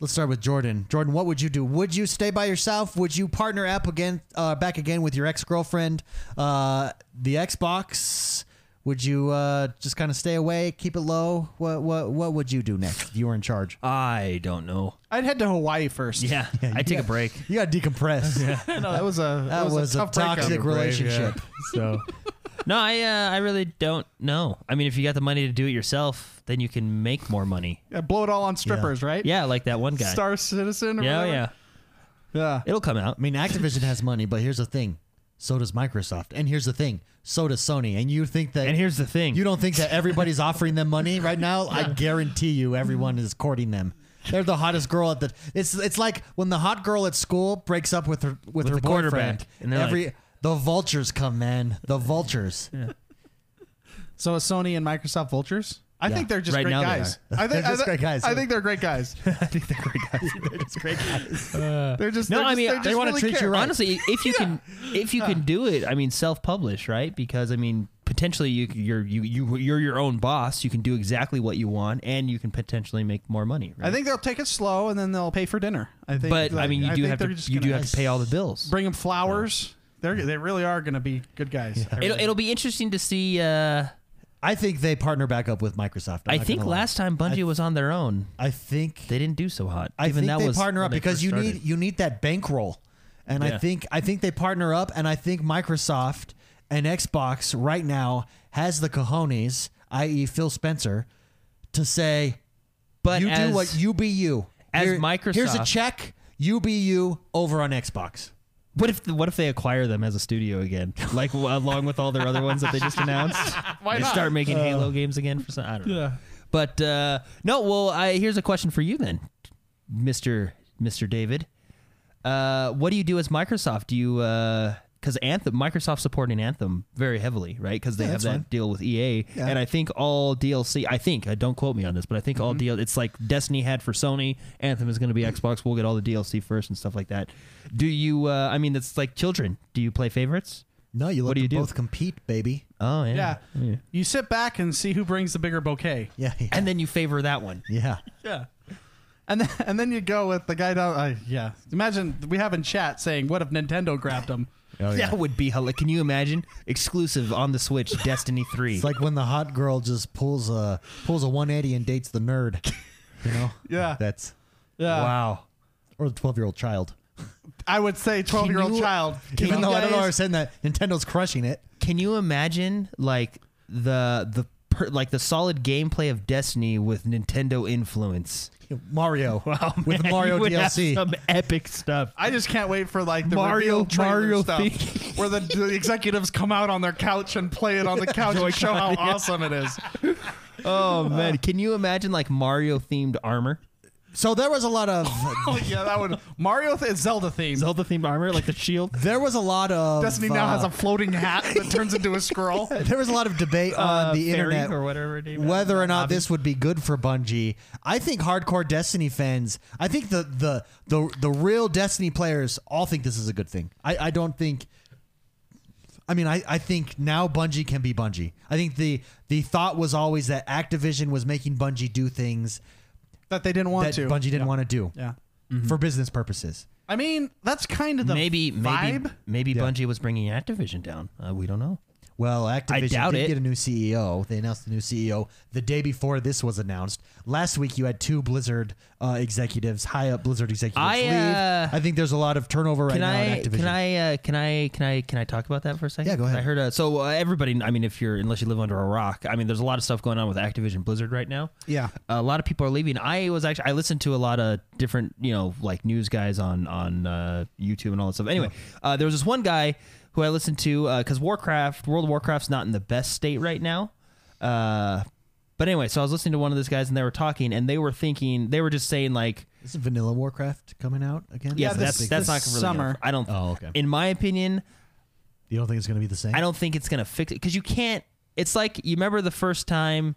Speaker 1: Let's start with Jordan. Jordan, what would you do? Would you stay by yourself? Would you partner up again, uh, back again with your ex girlfriend, uh, the Xbox? Would you uh, just kind of stay away, keep it low? What what what would you do next if you were in charge?
Speaker 3: I don't know.
Speaker 4: I'd head to Hawaii first.
Speaker 3: [laughs] Yeah, I take a break.
Speaker 1: You got to
Speaker 3: [laughs]
Speaker 1: decompress.
Speaker 4: no, [laughs] that was a
Speaker 1: That was a
Speaker 4: tough breakup.
Speaker 1: toxic relationship.
Speaker 2: So
Speaker 3: No, I uh, I really don't know. I mean, if you got the money to do it yourself, then you can make more money.
Speaker 4: Yeah, blow it all on strippers, right?
Speaker 3: Yeah, like that one guy.
Speaker 4: Star Citizen. Or
Speaker 3: yeah,
Speaker 4: whatever.
Speaker 3: yeah.
Speaker 4: yeah.
Speaker 3: It'll come out.
Speaker 1: I mean, Activision has money, but here's the thing: so does Microsoft, and here's the thing: so does Sony. And you think that?
Speaker 3: And here's the thing.
Speaker 1: you don't think that everybody's offering them money right now? I guarantee you, everyone is courting them. They're the hottest girl at the. It's it's like when the hot girl at school breaks up with her with,
Speaker 3: With
Speaker 1: her
Speaker 3: the quarterback,
Speaker 1: boyfriend.
Speaker 3: and they're
Speaker 1: every the vultures come, man. The vultures.
Speaker 4: So is Sony and Microsoft vultures? I
Speaker 1: Yeah.
Speaker 4: think they're just
Speaker 3: Right
Speaker 4: great
Speaker 3: now they
Speaker 4: guys. I
Speaker 3: [laughs]
Speaker 4: think
Speaker 1: They're
Speaker 4: I
Speaker 1: just
Speaker 4: thi-
Speaker 1: great guys,
Speaker 4: I
Speaker 1: yeah.
Speaker 4: think they're great guys.
Speaker 3: I think they're great
Speaker 4: [laughs]
Speaker 3: guys. they're just great [laughs] guys.
Speaker 4: They're just
Speaker 3: No,
Speaker 4: they're
Speaker 3: I
Speaker 4: just-
Speaker 3: mean,
Speaker 4: they
Speaker 3: they
Speaker 4: just
Speaker 1: wanna
Speaker 4: really
Speaker 1: treat you
Speaker 4: care.
Speaker 1: right.
Speaker 3: Honestly, if you can, if you can do it, I mean, self-publish, right? Because I mean, potentially you you're you, you you're your own boss. You can do exactly what you want, and you can potentially make more money. Right?
Speaker 4: I think they'll take it slow and then they'll pay for dinner. I think.
Speaker 3: but I
Speaker 4: like,
Speaker 3: mean, you do
Speaker 4: think
Speaker 3: have
Speaker 4: they're
Speaker 3: to
Speaker 4: just
Speaker 3: you do
Speaker 4: gonna
Speaker 3: have to pay all the bills.
Speaker 4: bring them flowers. They're they really are going to be good guys. I
Speaker 3: It'll,
Speaker 4: really-
Speaker 3: it'll be interesting to see. Uh,
Speaker 1: I think they partner back up with Microsoft. I'm
Speaker 3: I
Speaker 1: not
Speaker 3: think
Speaker 1: gonna lie.
Speaker 3: last time Bungie was on their own,
Speaker 1: I think
Speaker 3: they didn't do so hot.
Speaker 1: I
Speaker 3: given
Speaker 1: think
Speaker 3: that
Speaker 1: they
Speaker 3: was
Speaker 1: partner
Speaker 3: when
Speaker 1: up
Speaker 3: they
Speaker 1: because
Speaker 3: first
Speaker 1: you
Speaker 3: started.
Speaker 1: need you need that bankroll, and I
Speaker 3: Yeah.
Speaker 1: think I think they partner up, and I think Microsoft and Xbox right now has the cojones, i.e., Phil Spencer, to say,
Speaker 3: But
Speaker 1: you
Speaker 3: as-
Speaker 1: do what you be you.
Speaker 3: as
Speaker 1: here's a
Speaker 3: Microsoft-
Speaker 1: check. You be you over on Xbox.
Speaker 3: What if what if they acquire them as a studio again, like w- along with all their other ones that they just announced?
Speaker 4: [laughs] Why
Speaker 3: They
Speaker 4: not?
Speaker 3: start making Halo games again for some. I don't know. But uh, no, well, I, here's a question for you then, Mister Mister David. Uh, what do you do as Microsoft? Do you because Anthem, Microsoft supporting Anthem very heavily, right? Because they
Speaker 1: Yeah,
Speaker 3: have
Speaker 1: that's
Speaker 3: that
Speaker 1: fine.
Speaker 3: deal with EA, and I think all DLC. I think uh, don't quote me on this, but I think
Speaker 1: Mm-hmm.
Speaker 3: all deal. It's like Destiny had for Sony. Anthem is going to be Xbox. We'll get all the DLC first and stuff like that. Do you? Uh, I mean, it's like children. Do you play favorites?
Speaker 1: No, you let
Speaker 3: What do
Speaker 1: them
Speaker 3: you do?
Speaker 1: both compete, baby.
Speaker 3: Oh
Speaker 4: Yeah. You sit back and see who brings the bigger bouquet.
Speaker 1: Yeah, yeah.
Speaker 3: And then you favor that one.
Speaker 1: [laughs] yeah.
Speaker 4: Yeah. And then, [laughs] and then you go with the guy down. Uh, yeah. Imagine we have in chat saying, "What if Nintendo grabbed him?"
Speaker 3: That would be hell. Can you imagine? Exclusive on
Speaker 1: [laughs]
Speaker 3: the Switch, Destiny 3.
Speaker 1: It's like when the hot girl just pulls a pulls a 180 and dates the nerd. You [laughs] know?
Speaker 4: Yeah.
Speaker 1: That's
Speaker 4: Yeah.
Speaker 1: wow. Or the 12 year old child.
Speaker 4: I would say twelve year old
Speaker 3: you-
Speaker 4: child.
Speaker 3: Can
Speaker 1: Even
Speaker 3: you
Speaker 1: though I don't
Speaker 3: guys-
Speaker 1: understand that Nintendo's crushing it.
Speaker 3: Can you imagine like the the per, like the solid gameplay of Destiny with Nintendo [laughs] influence?
Speaker 4: [laughs]
Speaker 1: Mario
Speaker 3: Oh,
Speaker 1: with Mario DLC.
Speaker 3: some epic stuff.
Speaker 4: I just can't wait for like the
Speaker 3: Mario-
Speaker 4: reveal trailer
Speaker 3: Mario
Speaker 4: stuff where the, the executives come out on their couch and play it on the
Speaker 3: [laughs]
Speaker 4: couch and show how awesome it is.
Speaker 3: Oh man, can you imagine like Mario themed armor?
Speaker 1: So there was a lot of
Speaker 4: Oh yeah, that would Mario th- it's Zelda themed.
Speaker 3: Zelda themed armor like the shield?
Speaker 1: there was a lot of
Speaker 4: Destiny now
Speaker 1: uh,
Speaker 4: has a floating hat that turns into a
Speaker 3: [laughs]
Speaker 4: squirrel.
Speaker 1: there was a lot of debate
Speaker 4: Uh,
Speaker 1: on the internet
Speaker 3: or whatever it is.
Speaker 1: whether or not this would be good for Bungie. I think hardcore Destiny fans, I think the the the, the real Destiny players all think this is a good thing. I, I don't think I mean I, I think now Bungie can be Bungie. I think the the thought was always that Activision was making Bungie do things
Speaker 4: That they didn't want
Speaker 1: that
Speaker 4: to.
Speaker 1: Bungie didn't want to do
Speaker 4: yeah.
Speaker 1: for business purposes.
Speaker 4: I mean, that's kind of the
Speaker 3: [laughs] maybe
Speaker 4: vibe.
Speaker 3: maybe maybe Bungie was bringing Activision down. Uh, we don't know.
Speaker 1: Well, Activision
Speaker 3: doubt
Speaker 1: did
Speaker 3: it.
Speaker 1: get a new CEO. They announced the new CEO the day before this was announced. Last week, you had two Blizzard uh, executives, high up Blizzard executives,
Speaker 3: I, uh,
Speaker 1: leave. I think there's a lot of turnover right
Speaker 3: Can
Speaker 1: now
Speaker 3: I,
Speaker 1: at Activision.
Speaker 3: can I uh, can I can I can I talk about that for a second?
Speaker 1: Yeah, go ahead.
Speaker 3: I heard uh, so uh, everybody. I mean, if you're unless you live under a rock, I mean, there's a lot of stuff going on with Activision Blizzard right now.
Speaker 4: Yeah.
Speaker 3: a lot of people are leaving. I was actually I listened to a lot of different you know like news guys on on uh, YouTube and all that stuff. Anyway, uh, there was this one guy who I listened to because Warcraft World of Warcraft's not in the best state right now. Uh, but anyway, so I was listening to one of those guys and they were talking and they were thinking they were just saying like.
Speaker 1: Is Vanilla Warcraft coming out again?
Speaker 3: Yeah,
Speaker 4: Yeah,
Speaker 3: but
Speaker 4: this-
Speaker 3: that's that's not
Speaker 4: this
Speaker 3: really
Speaker 4: summer.
Speaker 3: I don't.
Speaker 1: Oh, okay.
Speaker 3: In my opinion,
Speaker 1: You don't think it's going to be the same?
Speaker 3: I don't think it's gonna fix it because you can't. It's like you remember the first time.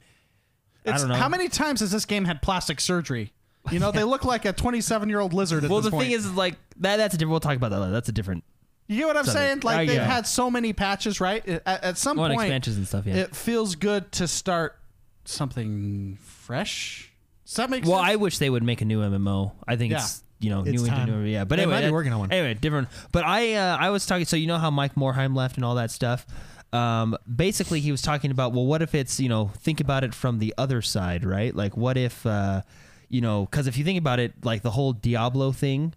Speaker 4: It's,
Speaker 3: I don't know
Speaker 4: How many times has this game had plastic surgery? You
Speaker 3: [laughs]
Speaker 4: know, they look like a 27 year old lizard at
Speaker 3: Well,
Speaker 4: this
Speaker 3: the
Speaker 4: point.
Speaker 3: thing is, is like that. That's a different. We'll talk about that. Later. That's a different
Speaker 4: you get what I'm
Speaker 3: Something.
Speaker 4: saying? Like
Speaker 3: I
Speaker 4: they've
Speaker 3: get it.
Speaker 4: had so many patches, right? At, at some
Speaker 3: one
Speaker 4: point,
Speaker 3: expansions and stuff. Yeah.
Speaker 4: it feels good to start something fresh. Does that make
Speaker 3: well,
Speaker 4: sense?
Speaker 3: I wish they would make a new MMO. I think
Speaker 4: Yeah.
Speaker 3: it's you know
Speaker 1: It's
Speaker 3: new
Speaker 1: time.
Speaker 3: into yeah. But
Speaker 1: They
Speaker 3: anyway,
Speaker 1: might be
Speaker 3: that-
Speaker 1: working on one.
Speaker 3: Anyway, different. But I uh, I was talking. So you know how Mike Morheim left and all that stuff. Um, basically, he was talking about well, what if it's you know think about it from the other side, right? Like what if uh, you know because if you think about it, like the whole Diablo thing.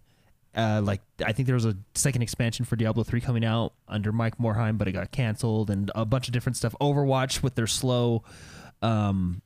Speaker 3: Uh, like I think there was a second expansion for Diablo 3 coming out under Mike Morheim, but it got canceled and a bunch of different stuff. Overwatch with their slow, um,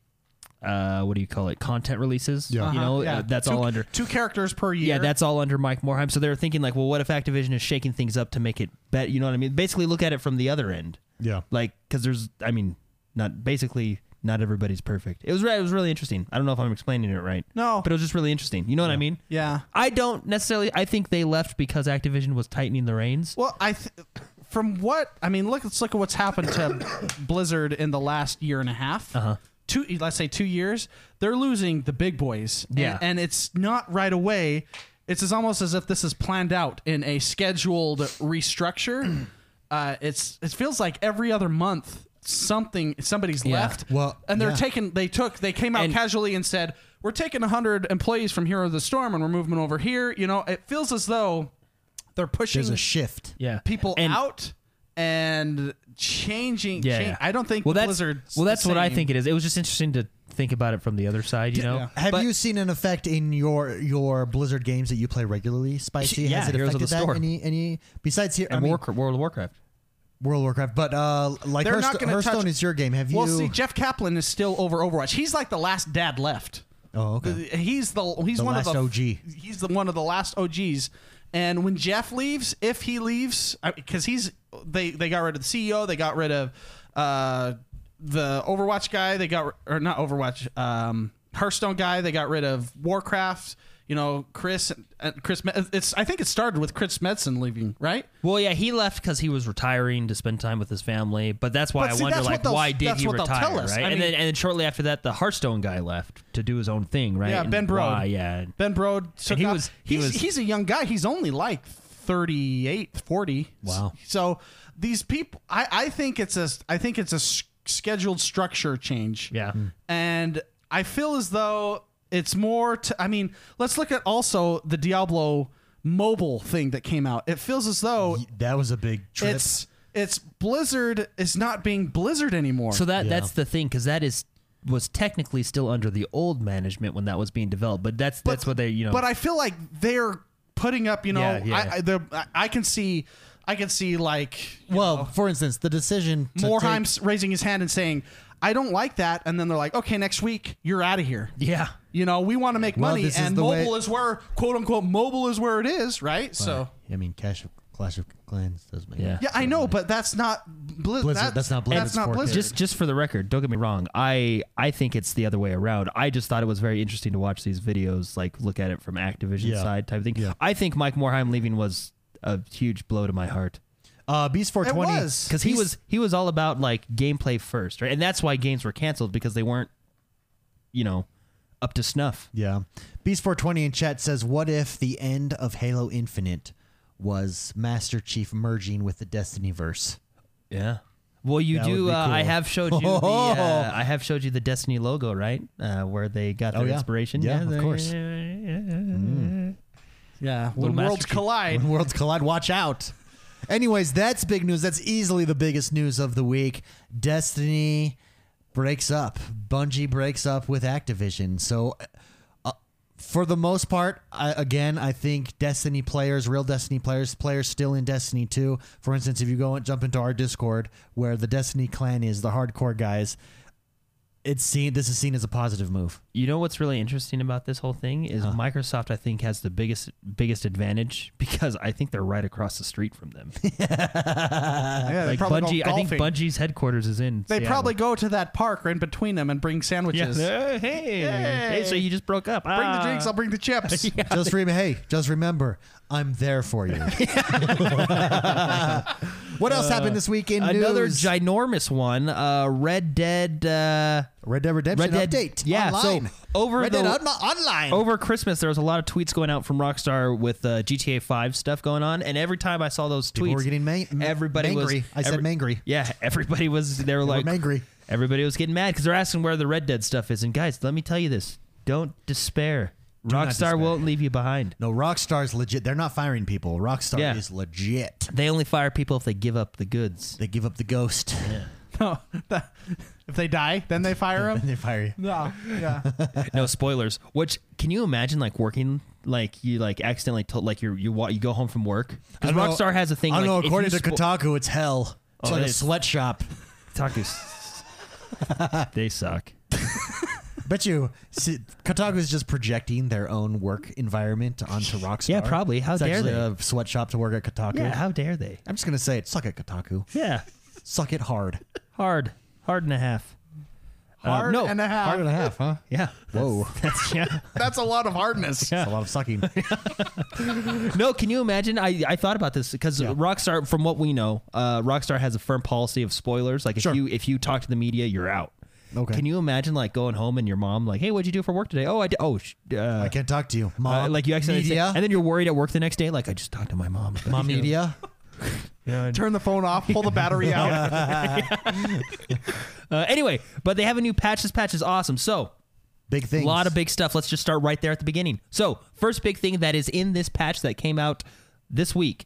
Speaker 3: uh, what do you call it? Content releases.
Speaker 1: Yeah.
Speaker 3: You
Speaker 4: Uh-huh,
Speaker 3: know,
Speaker 4: yeah.
Speaker 3: uh, that's
Speaker 4: two,
Speaker 3: all under.
Speaker 4: two characters per year.
Speaker 3: Yeah, that's all under Mike Morheim. So they were thinking like, well, what if Activision is shaking things up to make it bet? You know what I mean? Basically, look at it from the other end.
Speaker 1: Yeah.
Speaker 3: Like, because there's, I mean, not basically not everybody's perfect. It was re- it was really interesting. I don't know if I'm explaining it right.
Speaker 4: No.
Speaker 3: but it was just really interesting. You know what I mean?
Speaker 4: yeah.
Speaker 3: I don't necessarily. I think they left because Activision was tightening the reins.
Speaker 4: Well, I th- from what I mean, look let's look at what's happened to [coughs] Blizzard in the last year and a half. Uh-huh. Two, let's say two years. They're losing the big boys. And-
Speaker 3: Yeah.
Speaker 4: and, it's not right away. It's as almost as if this is planned out in a scheduled restructure. uh, it's it feels like every other month something somebody's
Speaker 3: Yeah.
Speaker 4: left.
Speaker 1: Well,
Speaker 4: and they're
Speaker 1: yeah.
Speaker 4: taking they took they came out
Speaker 3: And-
Speaker 4: casually and said we're taking 100 employees from Hero of the Storm and we're moving them over here. You know, it feels as though they're pushing
Speaker 1: There's a shift.
Speaker 3: yeah,
Speaker 4: people
Speaker 3: And-
Speaker 4: out and changing.
Speaker 3: Yeah,
Speaker 4: change-
Speaker 3: yeah.
Speaker 4: I don't think
Speaker 3: Well, that's
Speaker 4: Blizzard's
Speaker 3: well,
Speaker 4: the
Speaker 3: that's what I
Speaker 4: same.
Speaker 3: think it is. It was just interesting to think about it from the other side. You know,
Speaker 4: yeah.
Speaker 1: Have
Speaker 3: But-
Speaker 1: you seen an effect in your your Blizzard games that you play regularly, Spicy?
Speaker 3: Yeah,
Speaker 1: Has it
Speaker 3: Heroes of
Speaker 1: affected
Speaker 3: the
Speaker 1: that
Speaker 3: Storm.
Speaker 1: any any besides here? I
Speaker 3: and
Speaker 1: mean,
Speaker 3: Warcra- World of Warcraft.
Speaker 1: World of Warcraft, but uh, like
Speaker 4: They're not
Speaker 1: Hearthst-
Speaker 4: gonna touch-
Speaker 1: Hearthstone is your game. Have you?
Speaker 4: Well, see, Jeff Kaplan is still over Overwatch. He's like the last dad left.
Speaker 1: oh, okay.
Speaker 4: He's the he's
Speaker 1: The
Speaker 4: one
Speaker 1: last
Speaker 4: of the
Speaker 1: OG.
Speaker 4: He's the one of the last OGs. And when Jeff leaves, if he leaves, because he's they they got rid of the CEO, they got rid of uh, the Overwatch guy, they got or not Overwatch, um, Hearthstone guy, they got rid of Warcraft. You know, Chris, uh, Chris, Me- it's I think it started with Chris Metzen leaving, right?
Speaker 3: Well, yeah, he left because he was retiring to spend time with his family. But that's why
Speaker 4: But
Speaker 3: I
Speaker 4: see,
Speaker 3: wonder,
Speaker 4: that's what
Speaker 3: like,
Speaker 4: they'll-
Speaker 3: why did
Speaker 4: that's
Speaker 3: he
Speaker 4: what they'll
Speaker 3: retire,
Speaker 4: tell us.
Speaker 3: right?
Speaker 4: I
Speaker 3: and
Speaker 4: mean-
Speaker 3: then and then shortly after that, the Hearthstone guy left to do his own thing, right?
Speaker 4: Yeah,
Speaker 3: And
Speaker 4: Ben Brode.
Speaker 3: why, yeah,
Speaker 4: Ben Brode took
Speaker 3: he
Speaker 4: off.
Speaker 3: was- he
Speaker 4: he's,
Speaker 3: was-
Speaker 4: he's a young guy. He's only like 38, 40.
Speaker 3: Wow.
Speaker 4: So these people I, I think it's a I think it's a s- scheduled structure change.
Speaker 3: yeah. Hmm.
Speaker 4: And I feel as though it's more to, I mean, let's look at also the Diablo mobile thing that came out. It feels as though
Speaker 1: That was a big trip.
Speaker 4: it's it's Blizzard is not being Blizzard anymore.
Speaker 3: So that that's the thing because that is was technically still under the old management when that was being developed. But that's that's what they you know.
Speaker 4: But I feel like they're putting up. You know,
Speaker 3: Yeah, yeah.
Speaker 4: I, I, they're- I I can see, I can see like
Speaker 1: well, for instance, the decision to
Speaker 4: Moreheim s raising his hand and saying, "I don't like that," and then they're like, "Okay, next week you're out of here."
Speaker 3: yeah,
Speaker 4: You know, we want to make
Speaker 1: Well,
Speaker 4: money,
Speaker 1: this is
Speaker 4: and
Speaker 1: the way-
Speaker 4: mobile is where quote unquote mobile is where it is, right? So.
Speaker 1: Take, I mean, Clash of, Clash of Clans does make.
Speaker 3: Yeah.
Speaker 4: Yeah, I know, but that's not Bli-
Speaker 1: Blizzard-
Speaker 4: that-
Speaker 1: that's not Blizzard,
Speaker 4: That's not
Speaker 1: it's 4K.
Speaker 4: Blizzard.
Speaker 3: Just just for the record, don't get me wrong. I I think it's the other way around. I just thought it was very interesting to watch these videos, like look at it from Activision
Speaker 1: Yeah.
Speaker 3: side type thing.
Speaker 1: Yeah.
Speaker 3: I think Mike Morheim leaving was a huge blow to my heart
Speaker 1: Uh, Beast
Speaker 4: it
Speaker 1: 420.
Speaker 4: was
Speaker 3: because he
Speaker 1: He's-
Speaker 3: was he was all about like gameplay first, right? And that's why games were canceled because they weren't, you know, up to snuff.
Speaker 1: Yeah. Beast 420 in chat says, "What if the end of Halo Infinite was Master Chief merging with the Destiny verse?"
Speaker 3: Yeah. Well, you
Speaker 1: That would
Speaker 3: do.
Speaker 1: be
Speaker 3: Uh, I
Speaker 1: cool.
Speaker 3: have showed you.
Speaker 1: [laughs]
Speaker 3: The, uh, I have showed you the Destiny logo, right? Uh, where they got their
Speaker 1: Oh, yeah.
Speaker 3: inspiration.
Speaker 1: Yeah, of
Speaker 3: they-
Speaker 1: course.
Speaker 4: yeah, when
Speaker 3: Little Master
Speaker 4: worlds
Speaker 3: Chief.
Speaker 4: collide.
Speaker 1: When worlds collide, watch out. Anyways, that's big news. That's easily the biggest news of the week. Destiny breaks up. Bungie breaks up with Activision. So, uh, for the most part, I, again, I think Destiny players, real Destiny players, players still in Destiny 2. For instance, if you go and jump into our Discord where the Destiny clan is, the hardcore guys, it's seen. This is seen as a positive move.
Speaker 3: You know what's really interesting about this whole thing is
Speaker 4: Uh-huh.
Speaker 3: Microsoft. I think has the biggest biggest advantage [laughs] because I think they're right across the street
Speaker 4: [laughs]
Speaker 3: from them.
Speaker 4: Yeah, they
Speaker 3: like
Speaker 4: probably go
Speaker 3: Bungie, I think
Speaker 4: golfing.
Speaker 3: Bungie's headquarters is in.
Speaker 4: They
Speaker 3: Seattle.
Speaker 4: probably go to that park right in between them and bring
Speaker 3: Yeah.
Speaker 4: sandwiches.
Speaker 3: Hey, [laughs] hey. So you just broke up. Ah.
Speaker 4: Bring the drinks, I'll bring the
Speaker 3: [laughs]
Speaker 4: chips.
Speaker 1: Just remember, hey, just remember, I'm there for
Speaker 3: [laughs]
Speaker 1: you. what else happened this week in
Speaker 3: Uh, Another
Speaker 1: news?
Speaker 3: ginormous one. Uh, Red Dead. Uh,
Speaker 1: Red Dead Redemption
Speaker 3: Red Dead.
Speaker 1: update.
Speaker 3: Yeah.
Speaker 1: online.
Speaker 3: So over
Speaker 1: Red
Speaker 3: the
Speaker 1: Dead on- online.
Speaker 3: over Christmas, there was a lot of tweets going out from Rockstar with uh, GTA Five stuff going on, and every time I saw those
Speaker 1: People
Speaker 3: tweets,
Speaker 1: were getting ma- m-
Speaker 3: everybody
Speaker 1: mangry.
Speaker 3: was.
Speaker 1: I said mangry.
Speaker 3: Yeah, [laughs] everybody was. They were like
Speaker 1: mangry.
Speaker 3: Everybody was getting mad because they're asking where the Red Dead stuff is. And guys, let me tell you this: don't despair. Rockstar
Speaker 1: not despair.
Speaker 3: won't leave you behind.
Speaker 1: No, Rockstar's legit. They're not firing people. Rockstar
Speaker 3: Yeah.
Speaker 1: is legit.
Speaker 3: They only fire people if they give up the goods.
Speaker 1: They give up the ghost. [laughs]
Speaker 4: [laughs] No, that- if they die, then they fire
Speaker 1: and
Speaker 4: [laughs] him. Uh,
Speaker 1: they fire you.
Speaker 4: No, yeah,
Speaker 3: [laughs] no spoilers. Which can you imagine? Like working, like you like accidentally told, like you you wa- you go home from work
Speaker 1: I don't
Speaker 3: because Rockstar
Speaker 1: know-
Speaker 3: has a thing.
Speaker 1: I don't
Speaker 3: like,
Speaker 1: know.
Speaker 3: if you
Speaker 1: According to
Speaker 3: spo-
Speaker 1: Kotaku, it's hell. It's
Speaker 3: Oh,
Speaker 1: like
Speaker 3: it
Speaker 1: a
Speaker 3: is. [laughs]
Speaker 1: sweatshop.
Speaker 3: Kotaku's- [laughs] they suck.
Speaker 1: Bet you see, Kotaku's just projecting their own work environment onto Rockstar.
Speaker 3: Yeah, probably. How
Speaker 1: it's
Speaker 3: dare
Speaker 1: actually
Speaker 3: they?
Speaker 1: a sweatshop to work at Kotaku.
Speaker 3: Yeah, how dare they?
Speaker 1: I'm just gonna say it. Suck it, Kotaku.
Speaker 3: Yeah,
Speaker 1: Suck it [laughs] hard.
Speaker 3: hard, hard and a half. Uh,
Speaker 4: hard
Speaker 3: no.
Speaker 4: and a half.
Speaker 1: a half, huh?
Speaker 3: yeah.
Speaker 1: Whoa,
Speaker 3: [laughs] That's, yeah.
Speaker 4: That's a lot of [laughs] hardness.
Speaker 1: that's a lot of sucking.
Speaker 3: No, can you imagine? I, I thought about this because Rockstar, from what we know, uh, Rockstar has a firm policy of spoilers. Like if
Speaker 1: Sure.
Speaker 3: you if you talk to the media, you're out.
Speaker 1: Okay.
Speaker 3: Can you imagine like going home and your mom like, hey, what'd you do for work today? Oh, I did, oh, sh- uh,
Speaker 1: I can't talk to you,
Speaker 3: uh,
Speaker 1: mom.
Speaker 3: like you accidentally say-
Speaker 1: media,
Speaker 3: and then you're worried at work the next day. Like I just talked to my mom. about
Speaker 1: mom
Speaker 3: you." [laughs] Uh,
Speaker 1: media.
Speaker 3: Yeah,
Speaker 4: Turn the phone off. Pull the battery [laughs] out.
Speaker 3: Uh, anyway, but they have a new patch. This patch is awesome. So
Speaker 1: Big
Speaker 3: a
Speaker 1: things.
Speaker 3: lot of big stuff. Let's just start right there at the beginning. So first big thing that is in this patch that came out this week.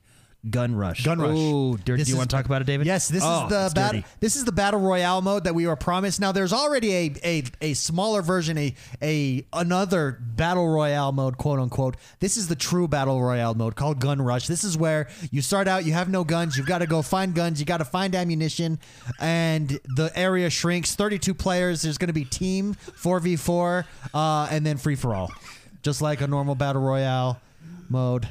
Speaker 3: Gun Rush.
Speaker 1: Gun Rush.
Speaker 3: Ooh, dir-
Speaker 1: This
Speaker 3: do you
Speaker 1: is-
Speaker 3: want to talk about it, David?
Speaker 1: Yes, this
Speaker 3: Oh,
Speaker 1: is the
Speaker 3: it's
Speaker 1: battle.
Speaker 3: dirty.
Speaker 1: This is the battle royale mode that we were promised. Now, there's already a a, a smaller version, a a another battle royale mode, quote unquote. This is the true battle royale mode called Gun Rush. This is where you start out, you have no guns, you've got to go find guns, you got to find ammunition, and the area shrinks. 32 players. There's going to be team 4v4, uh, and then free for all, just like a normal battle royale mode.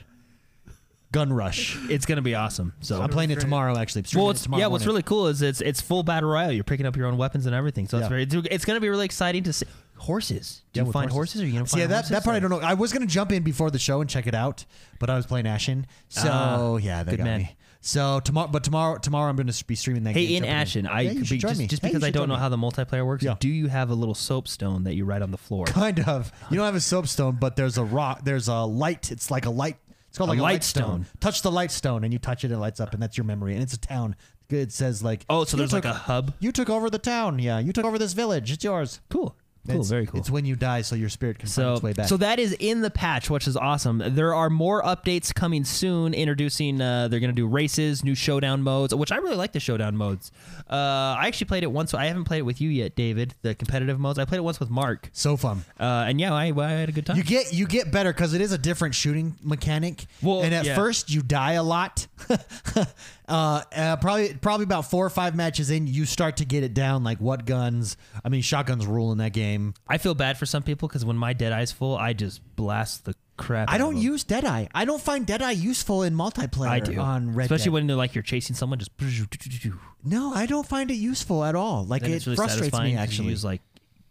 Speaker 1: Gun Rush.
Speaker 3: It's gonna be awesome. So
Speaker 1: I'm playing it tomorrow. Actually, Streaming
Speaker 3: Well,
Speaker 1: it
Speaker 3: it's,
Speaker 1: tomorrow
Speaker 3: yeah. What's
Speaker 1: morning.
Speaker 3: really cool is it's it's full battle royale. You're picking up your own weapons and everything. So
Speaker 1: Yeah.
Speaker 3: it's very it's, it's going to be really exciting to see horses. Do
Speaker 1: Yeah,
Speaker 3: you
Speaker 1: with
Speaker 3: find horses? or you going to
Speaker 1: See,
Speaker 3: find
Speaker 1: yeah, that,
Speaker 3: horses?
Speaker 1: that part I don't know. I was gonna jump in before the show and check it out, but I was playing Ashen, so
Speaker 3: Ah,
Speaker 1: yeah, that
Speaker 3: good
Speaker 1: got
Speaker 3: man.
Speaker 1: me. So tomorrow, but tomorrow, tomorrow I'm gonna be streaming that.
Speaker 3: Hey,
Speaker 1: game,
Speaker 3: in
Speaker 1: jumping
Speaker 3: Ashen, I
Speaker 1: Yeah, you
Speaker 3: could
Speaker 1: should
Speaker 3: be
Speaker 1: join
Speaker 3: just,
Speaker 1: me.
Speaker 3: just
Speaker 1: Hey, you
Speaker 3: because I
Speaker 1: should
Speaker 3: don't
Speaker 1: join
Speaker 3: know
Speaker 1: me.
Speaker 3: how the multiplayer works.
Speaker 1: Yeah.
Speaker 3: Do you have a little soapstone that you write on the floor?
Speaker 1: Kind of. You don't have a soapstone, but there's a rock. There's a light. It's like a light. It's called
Speaker 3: A
Speaker 1: like a
Speaker 3: light
Speaker 1: light stone.
Speaker 3: stone.
Speaker 1: Touch the light stone, and you touch it, and it lights up, and that's your memory. And it's a town. It says like.
Speaker 3: Oh, so
Speaker 1: you
Speaker 3: there's
Speaker 1: took-
Speaker 3: like a hub.
Speaker 1: You took over the town. Yeah, you took over this village. It's yours.
Speaker 3: Cool, cool,
Speaker 1: It's-
Speaker 3: very cool.
Speaker 1: It's when you die, so your spirit can find
Speaker 3: So,
Speaker 1: its way back.
Speaker 3: so that is in the patch, which is awesome. There are more updates coming soon, introducing. Uh, they're going to do races, new showdown modes, which I really like the showdown modes. Uh, I actually played it once. I haven't played it with you yet, David. The competitive modes. I played it once with Mark,
Speaker 1: so fun.
Speaker 3: uh, and yeah, I, I had a good time.
Speaker 1: You get you get better because it is a different shooting mechanic.
Speaker 3: Well,
Speaker 1: and at
Speaker 3: yeah.
Speaker 1: first you die a lot. [laughs] uh, uh, probably probably about four or five matches in, you start to get it down. Like what guns? I mean, shotguns rule in that game.
Speaker 3: I feel bad for some people because when my dead eye's full, I just blast the crap.
Speaker 1: I
Speaker 3: out
Speaker 1: don't
Speaker 3: of 'em.
Speaker 1: use Deadeye. I don't find Deadeye useful in multiplayer.
Speaker 3: I do
Speaker 1: on Red
Speaker 3: especially
Speaker 1: Dead.
Speaker 3: when they're like you're chasing someone. Just [laughs] and
Speaker 1: no, I don't find it useful at all. Like it
Speaker 3: it's really
Speaker 1: frustrates
Speaker 3: satisfying
Speaker 1: me
Speaker 3: 'cause you
Speaker 1: actually.
Speaker 3: use, like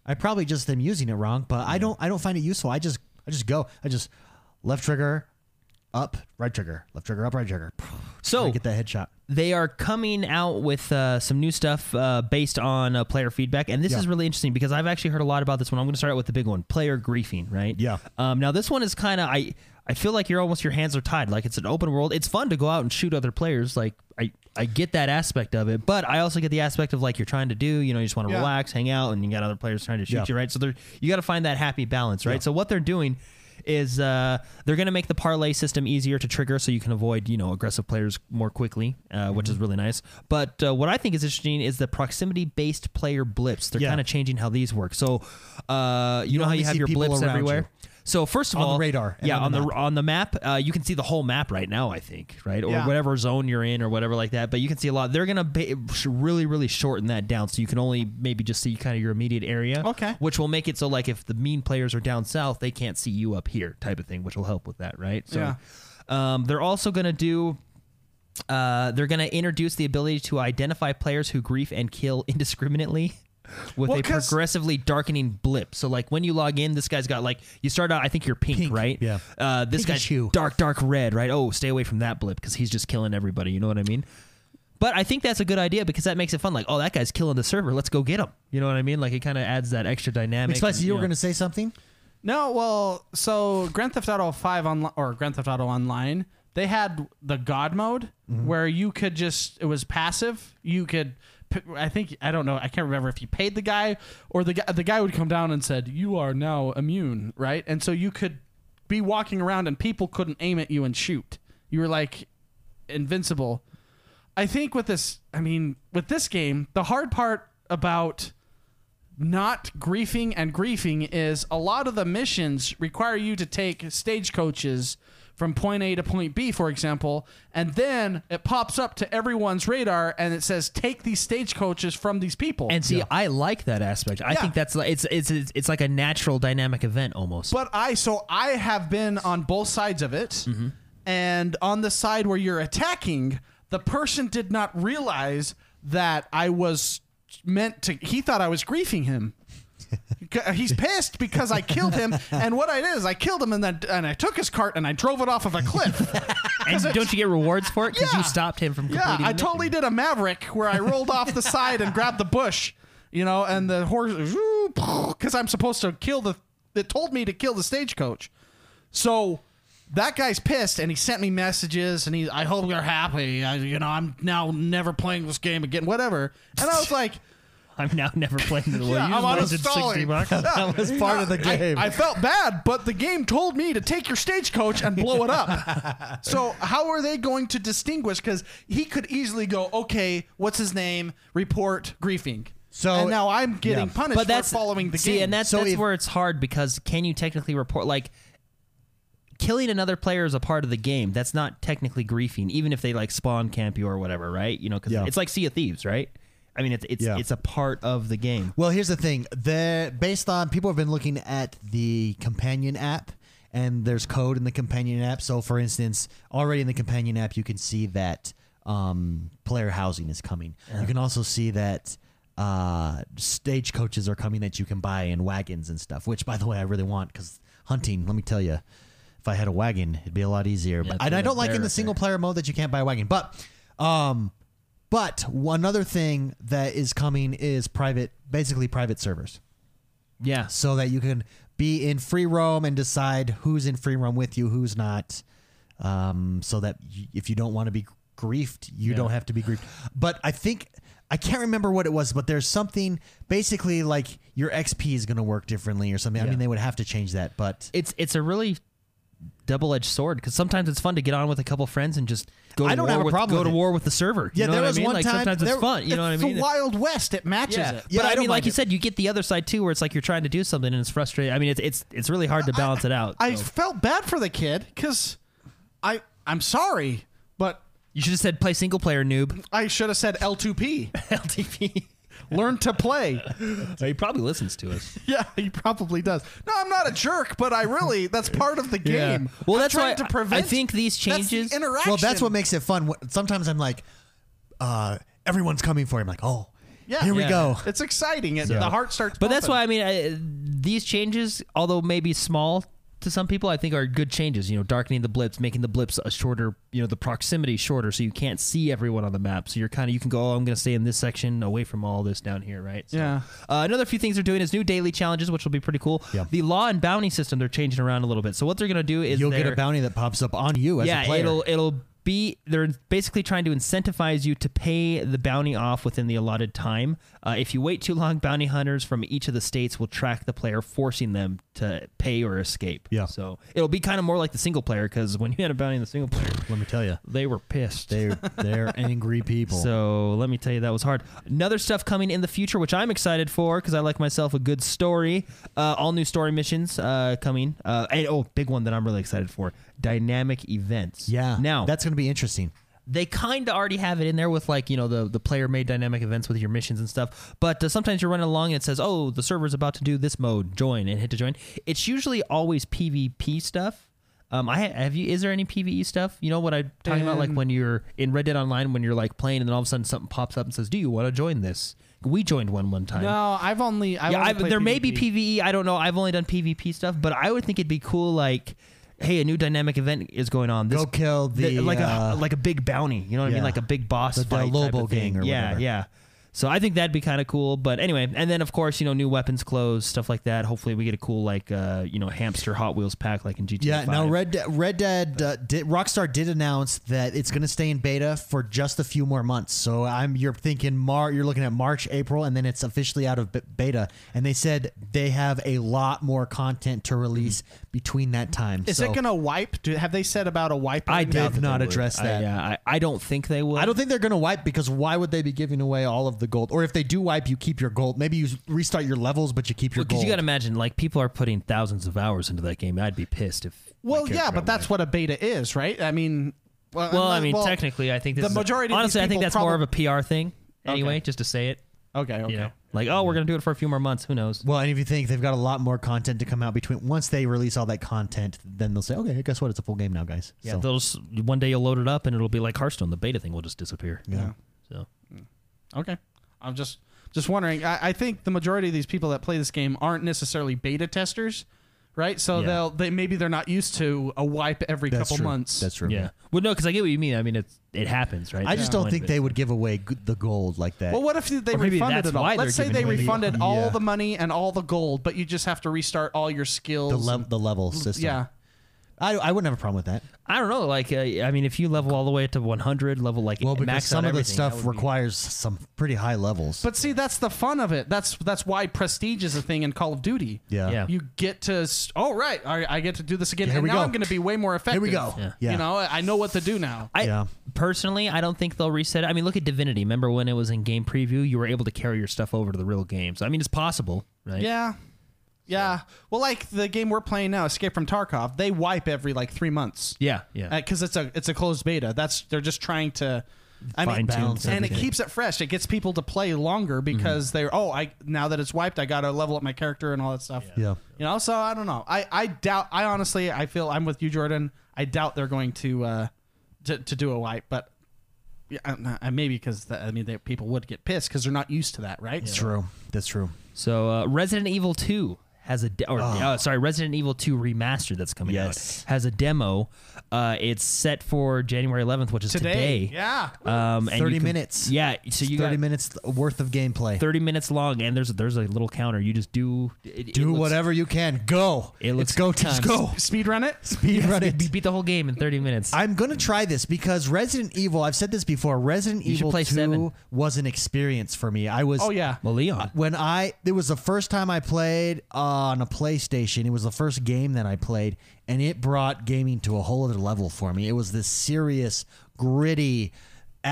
Speaker 1: I probably just am using it wrong, but I don't I don't find it useful. I just I just go. I just left trigger, up, right trigger, left trigger, up, right trigger.
Speaker 3: so.
Speaker 1: I get that headshot.
Speaker 3: they are coming out with uh, some new stuff uh, based on uh, player feedback, and this
Speaker 1: Yeah.
Speaker 3: is really interesting because I've actually heard a lot about this one. I'm going to start out with the big one: player griefing, right?
Speaker 1: Yeah.
Speaker 3: Um, now this one is kind of I. I feel like you're almost your hands are tied. Like it's an open world. It's fun to go out and shoot other players. Like I, I get that aspect of it, but I also get the aspect of like you're trying to do. You know, you just want to
Speaker 4: Yeah.
Speaker 3: relax, hang out, and you got other players trying to shoot
Speaker 1: Yeah.
Speaker 3: you, right? So there, you got to find that happy balance, right? So what they're doing is uh, they're going to make the parlay system easier to trigger, so you can avoid you know aggressive players more quickly, uh, which
Speaker 1: Mm-hmm.
Speaker 3: is really nice. But uh, what I think is interesting is the proximity based player blips. They're
Speaker 1: Yeah.
Speaker 3: kind of changing how these work. So uh, you, know how
Speaker 1: only
Speaker 3: you have
Speaker 1: see
Speaker 3: your
Speaker 1: people
Speaker 3: blips
Speaker 1: around
Speaker 3: everywhere. So first of
Speaker 1: On the
Speaker 3: all,
Speaker 1: radar and
Speaker 3: yeah,
Speaker 1: on
Speaker 3: on
Speaker 1: the
Speaker 3: the on the map, uh, you can see the whole map right now. I think right or
Speaker 4: Yeah.
Speaker 3: whatever zone you're in or whatever like that. But you can see a lot. They're gonna ba- sh- really really shorten that down, so you can only maybe just see kind of your immediate area.
Speaker 4: Okay.
Speaker 3: which will make it so like if the mean players are down south, they can't see you up here type of thing, which will help with that, right? So,
Speaker 4: Yeah.
Speaker 3: um, they're also gonna do. Uh, they're gonna introduce the ability to identify players who grief and kill [laughs] indiscriminately. With
Speaker 4: Well,
Speaker 3: a
Speaker 4: 'cause-
Speaker 3: progressively darkening blip, so like when you log in, this guy's got like you start out. I think you're pink,
Speaker 1: Pink,
Speaker 3: right?
Speaker 1: yeah.
Speaker 3: Uh, this
Speaker 1: Pink
Speaker 3: guy's
Speaker 1: as you.
Speaker 3: dark, dark red, right? Oh, stay away from that blip because he's just killing everybody. You know what I mean? But I think that's a good idea because that makes it fun. Like, oh, that guy's killing the server. Let's go get him. You know what I mean? Like, it kind of adds that extra dynamic.
Speaker 1: Spicy, you were
Speaker 3: know.
Speaker 1: going to say something?
Speaker 4: No, well, so Grand Theft Auto 5 online or Grand Theft Auto Online, they had the God mode where you could just it was passive. You could p- I think I don't know, I can't remember if you paid the guy or the guy the guy would come down and said, "You are now immune," right? And so you could be walking around and people couldn't aim at you and shoot. You were like invincible. I think with this, I mean, with this game, the hard part about not griefing and griefing is a lot of the missions require you to take stagecoaches from point A to point B, for example, and then it pops up to everyone's radar and it says, take these stagecoaches from these people.
Speaker 3: And see, I like that aspect. I
Speaker 4: Yeah.
Speaker 3: think that's like it's, it's it's it's like a natural dynamic event almost.
Speaker 4: But I so I have been on both sides of it, and on the side where you're attacking, the person did not realize that I was meant to. He thought I was griefing him. He's pissed because I killed him, and what I did is I killed him and then and I took his cart and I drove it off of a cliff.
Speaker 3: and don't you get rewards for it because
Speaker 4: Yeah.
Speaker 3: you stopped him from
Speaker 4: yeah,
Speaker 3: completing?
Speaker 4: I
Speaker 3: the
Speaker 4: totally
Speaker 3: mission.
Speaker 4: did a Maverick where I rolled off
Speaker 3: [laughs]
Speaker 4: the side and grabbed the bush, you know, and the horse because I'm supposed to kill the. It told me to kill the stagecoach. So that guy's pissed, and he sent me messages, and he, I
Speaker 3: [laughs]
Speaker 4: hope you're happy. I, you know, I'm now never playing this game again, whatever. And I was like,
Speaker 3: I'm now never playing the Will.
Speaker 4: Yeah,
Speaker 3: you just
Speaker 4: I'm on a
Speaker 3: wasted sixty
Speaker 4: stalling. [laughs]
Speaker 3: bucks.
Speaker 1: that was part of the
Speaker 4: I-
Speaker 1: game.
Speaker 4: I, felt bad, but the game told me to take your stagecoach and blow it
Speaker 3: [laughs]
Speaker 4: up. so how are they going to distinguish? Because he could easily go, okay, what's his name? Report griefing.
Speaker 1: So-
Speaker 4: and now I'm getting
Speaker 1: yeah.
Speaker 4: punished
Speaker 3: but that's
Speaker 4: for following the
Speaker 3: see,
Speaker 4: game.
Speaker 3: and that's
Speaker 1: So
Speaker 3: that's
Speaker 1: if-
Speaker 3: where it's hard because can you technically report like killing another player is a part of the game. That's not technically griefing, even if they like spawn camp you or whatever, right? You know, because
Speaker 1: Yeah.
Speaker 3: it's like Sea of Thieves, right? I mean, it's it's
Speaker 1: Yeah.
Speaker 3: it's a part of the game.
Speaker 1: Well, here's the thing. The based on people have been looking at the companion app and there's code in the companion app. So for instance, already in the companion app you can see that um, player housing is coming. You can also see that uh, stage coaches are coming that you can buy and wagons and stuff, which by the way I really want cuz hunting, let me tell you, if I had a wagon, it'd be a lot easier. but, and I
Speaker 3: they're
Speaker 1: don't like in
Speaker 3: there,
Speaker 1: the
Speaker 3: they're-
Speaker 1: single player mode that you can't buy a wagon. But um but another thing that is coming is private, basically private servers,
Speaker 3: Yeah.
Speaker 1: so that you can be in free roam and decide who's in free roam with you, who's not. Um, so that y- if you don't want to be griefed, you don't have to be griefed. But I think I can't remember what it was, but there's something basically like your XP is going to work differently or something. I mean, they would have to change that, but
Speaker 3: It's it's a really double-edged sword because sometimes it's fun to get on with a couple friends and just go. To
Speaker 1: I don't
Speaker 3: war
Speaker 1: have a
Speaker 3: with,
Speaker 1: problem
Speaker 3: Go
Speaker 1: with
Speaker 3: to
Speaker 1: it.
Speaker 3: war with the server.
Speaker 1: Yeah,
Speaker 3: you know
Speaker 1: there
Speaker 3: what
Speaker 1: was
Speaker 3: I mean?
Speaker 1: one
Speaker 3: like
Speaker 1: time-
Speaker 3: sometimes
Speaker 1: there-
Speaker 3: it's fun. You know what I
Speaker 4: it's
Speaker 3: mean?
Speaker 4: the Wild West. It matches
Speaker 3: Yeah.
Speaker 4: it.
Speaker 1: Yeah,
Speaker 3: but I mean, like
Speaker 1: like
Speaker 3: you
Speaker 1: it.
Speaker 3: said, you get the other side too, where it's like you're trying to do something and it's frustrating. I mean, it's it's it's really hard to balance it out.
Speaker 4: I
Speaker 3: so.
Speaker 4: felt bad for the kid because I I'm sorry, but
Speaker 3: you should have said play single player noob [laughs]
Speaker 4: I should have said L2P.
Speaker 3: LTP.
Speaker 4: Learn to play.
Speaker 3: he probably listens to us.
Speaker 4: [laughs] Yeah, he probably does. No, I'm not a jerk, but I really that's part of the
Speaker 3: Yeah.
Speaker 4: game.
Speaker 3: Well,
Speaker 4: I'm
Speaker 3: that's
Speaker 4: trying
Speaker 3: why I-
Speaker 4: to
Speaker 3: I
Speaker 4: prevent
Speaker 3: think these
Speaker 4: that's the
Speaker 3: changes-
Speaker 4: interaction.
Speaker 1: Well, that's what makes it fun. Wh- Sometimes I'm like, uh, everyone's coming for him. Like, oh,
Speaker 4: Yeah.
Speaker 1: here we
Speaker 3: Yeah.
Speaker 1: go.
Speaker 4: it's exciting. It, The heart starts.
Speaker 3: But that's why I
Speaker 4: pumping.
Speaker 3: mean, I, these changes, although maybe small to some people, I think are good changes. You know, darkening the blips, making the blips a shorter, you know, the proximity shorter, so you can't see everyone on the map. So you're kind of you can go, oh, I'm going to stay in this section, away from all this down here, right? So,
Speaker 4: Yeah.
Speaker 3: Uh, another few things they're doing is new daily challenges, which will be pretty cool.
Speaker 1: Yeah.
Speaker 3: The law and bounty system they're changing around a little bit. So what they're going to do is
Speaker 1: You'll get
Speaker 3: they're-
Speaker 1: a bounty that pops up on you as
Speaker 3: yeah,
Speaker 1: a player.
Speaker 3: it'll it'll be they're basically trying to incentivize you to pay the bounty off within the allotted time. Uh, if you wait too long, bounty hunters from each of the states will track the player, forcing them to pay or escape.
Speaker 1: Yeah.
Speaker 3: So it'll be kind of more like the single player because when you had a bounty in the single player,
Speaker 1: Let me tell you,
Speaker 3: they were pissed.
Speaker 1: they're
Speaker 3: [laughs]
Speaker 1: they're angry people.
Speaker 3: So let me tell you, that was hard. Another stuff coming in the future, which I'm excited for because I like myself a good story. Uh, all new story missions uh, coming. Uh, and, oh, big one that I'm really excited for: dynamic events.
Speaker 1: yeah,
Speaker 3: Now
Speaker 1: that's gonna be interesting.
Speaker 3: they kind of already have it in there with like you know the the player made dynamic events with your missions and stuff but uh, sometimes you're running along and it says oh the server's about to do this mode join and hit to join it's usually always pvp stuff um, I ha- have you. Is there any PVE stuff? You know what I'm talking about, like
Speaker 4: Um,
Speaker 3: when you're in Red Dead Online, when you're like playing, and then all of a sudden something pops up and says, "Do you want to join this?" We joined one one time.
Speaker 4: No, I've only. I've
Speaker 3: yeah,
Speaker 4: only
Speaker 3: I've,
Speaker 4: played
Speaker 3: there may be
Speaker 4: PvP.
Speaker 3: PVE. I don't know. I've only done PvP stuff, but I would think it'd be cool. Like, hey, a new dynamic event is going on. This
Speaker 1: Go kill the,
Speaker 3: th- like
Speaker 1: uh,
Speaker 3: a like a big bounty. You know what I
Speaker 1: yeah.
Speaker 3: mean? Like a big boss
Speaker 1: The
Speaker 3: fight
Speaker 1: Del
Speaker 3: type
Speaker 1: Lobo
Speaker 3: of thing.
Speaker 1: gang or
Speaker 3: yeah,
Speaker 1: whatever.
Speaker 3: yeah. So I think that'd be kind of cool. But anyway, and then of course you know new weapons, clothes, stuff like that. Hopefully we get a cool like uh you know hamster Hot Wheels pack like in GTA.
Speaker 1: Yeah, no.
Speaker 3: 5.
Speaker 1: Red De- Red Dead uh, did, Rockstar did announce that it's gonna stay in beta for just a few more months. So I'm you're thinking Mar you're looking at March, April, and then it's officially out of b- beta. And they said they have a lot more content to release
Speaker 3: Mm.
Speaker 1: between that time.
Speaker 4: Is
Speaker 1: so
Speaker 4: it gonna wipe? Do, have they said about a wipe?
Speaker 3: I
Speaker 4: window?
Speaker 3: doubt
Speaker 1: did
Speaker 3: that
Speaker 1: not
Speaker 3: they would.
Speaker 1: address
Speaker 3: I-
Speaker 1: that.
Speaker 3: yeah, I, I don't think they will.
Speaker 1: I don't think they're going to wipe because why would they be giving away all of the gold? Or if they do wipe, you keep your gold. Maybe you restart your levels, but you keep your
Speaker 3: because
Speaker 1: gold.
Speaker 3: you got to imagine like people are putting thousands of hours into that game. I'd be pissed if. my
Speaker 4: Well, yeah,
Speaker 3: character
Speaker 4: but
Speaker 3: got wiped.
Speaker 4: that's what a beta is, right? I mean, well,
Speaker 3: Well,
Speaker 4: unless-
Speaker 3: I mean,
Speaker 4: well,
Speaker 3: technically, I think this
Speaker 4: the
Speaker 3: is a-
Speaker 4: majority of these
Speaker 3: honestly, I think
Speaker 4: people
Speaker 3: that's more of a PR thing. Anyway, just to say it,
Speaker 4: Okay, okay.
Speaker 3: you know, like oh, we're gonna do it for a few more months. Who knows?
Speaker 1: well, and if you think they've got a lot more content to come out between once they release all that content, then they'll say, okay, guess what? It's a full game now, guys.
Speaker 3: Yeah,
Speaker 1: So-
Speaker 3: they'll just, one day you'll load it up and it'll be like Hearthstone. The beta thing will just disappear.
Speaker 1: Yeah.
Speaker 3: So
Speaker 4: Okay. I'm just just wondering. I, I think the majority of these people that play this game aren't necessarily beta testers, right? So
Speaker 3: Yeah.
Speaker 4: they'll they maybe they're not used to a wipe every
Speaker 1: That's
Speaker 4: couple
Speaker 1: true.
Speaker 4: months.
Speaker 1: That's true.
Speaker 3: yeah, well, no, because I get what you mean. I mean, it's it happens, right?
Speaker 1: I just don't think they would give away g- the gold like that.
Speaker 4: well, what if they
Speaker 3: Or maybe
Speaker 4: refunded
Speaker 3: that's
Speaker 4: it all?
Speaker 3: why they're
Speaker 4: Let's say
Speaker 3: giving
Speaker 4: they
Speaker 3: away the-
Speaker 4: refunded all
Speaker 1: Yeah.
Speaker 4: the money and all the gold, but you just have to restart all your skills.
Speaker 1: the,
Speaker 4: and-
Speaker 1: le- the level system.
Speaker 4: yeah.
Speaker 1: I, I wouldn't have a problem with that.
Speaker 3: I don't know. Like, uh, I mean, if you level all the way up to 100, level like
Speaker 1: Well, because
Speaker 3: max
Speaker 1: some
Speaker 3: on
Speaker 1: of the
Speaker 3: everything, that
Speaker 1: stuff
Speaker 3: would be-
Speaker 1: requires some pretty high levels.
Speaker 4: But see, that's the fun of it. That's that's why prestige is a thing in Call of Duty.
Speaker 1: yeah.
Speaker 3: Yeah.
Speaker 4: You get to s- oh right, all right, I get to do this again,
Speaker 1: Yeah, here
Speaker 4: and
Speaker 1: we
Speaker 4: now
Speaker 1: go.
Speaker 4: I'm going to be way more effective.
Speaker 1: Here we go. Yeah. Yeah.
Speaker 4: You know, I I know what to do now.
Speaker 3: I
Speaker 1: Yeah.
Speaker 3: personally, I don't think they'll reset it. I mean, look at Divinity. Remember when it was in game preview, you were able to carry your stuff over to the real game. So I mean, it's possible, right?
Speaker 4: Yeah. Yeah. Well, like the game we're playing now, Escape from Tarkov, they wipe every like three months.
Speaker 3: yeah, yeah.
Speaker 4: Because it's a it's a closed beta. That's they're just trying to. I mean,
Speaker 3: Fine-tune
Speaker 4: balance and it
Speaker 3: everything.
Speaker 4: keeps it fresh. It gets people to play longer because they're oh I now that it's wiped, I got to level up my character and all that stuff.
Speaker 1: Yeah.
Speaker 4: You know, so I don't know. I I doubt. I honestly, I feel I'm with you, Jordan. I doubt they're going to uh to, to do a wipe, but. Yeah, I- I- maybe because I mean, they, people would get pissed because they're not used to that, right?
Speaker 1: That's true. That's true.
Speaker 3: So uh, Resident Evil 2 has a de- or uh, sorry Resident Evil 2 remastered that's coming
Speaker 1: Oh. Yes.
Speaker 3: out has a demo. Uh, it's set for January 11th, which is
Speaker 4: Today,
Speaker 3: today.
Speaker 4: yeah.
Speaker 3: Um, and you
Speaker 1: 30
Speaker 3: can-
Speaker 1: minutes.
Speaker 3: Yeah. So
Speaker 1: 30
Speaker 3: you got
Speaker 1: minutes worth of gameplay.
Speaker 3: 30 minutes long, and there's there's a little counter. You just do it, it
Speaker 1: Do
Speaker 3: looks-
Speaker 1: whatever you can. Go.
Speaker 3: It looks
Speaker 1: it's go time.
Speaker 3: times. [laughs]
Speaker 1: Go. [laughs]
Speaker 4: Speed run Oh, it.
Speaker 1: Speed run
Speaker 3: You
Speaker 1: it.
Speaker 3: beat the whole game in 30 minutes.
Speaker 1: I'm gonna try this because Resident Evil. I've said this before. Resident
Speaker 3: You should
Speaker 1: Evil
Speaker 3: play
Speaker 1: Two
Speaker 3: seven.
Speaker 1: was an experience for me. I was.
Speaker 4: Oh yeah.
Speaker 3: well, Leon.
Speaker 1: When I it was the first time I played on a PlayStation. It was the first game that I played, and it brought gaming to a whole other level for me. It was this serious, gritty,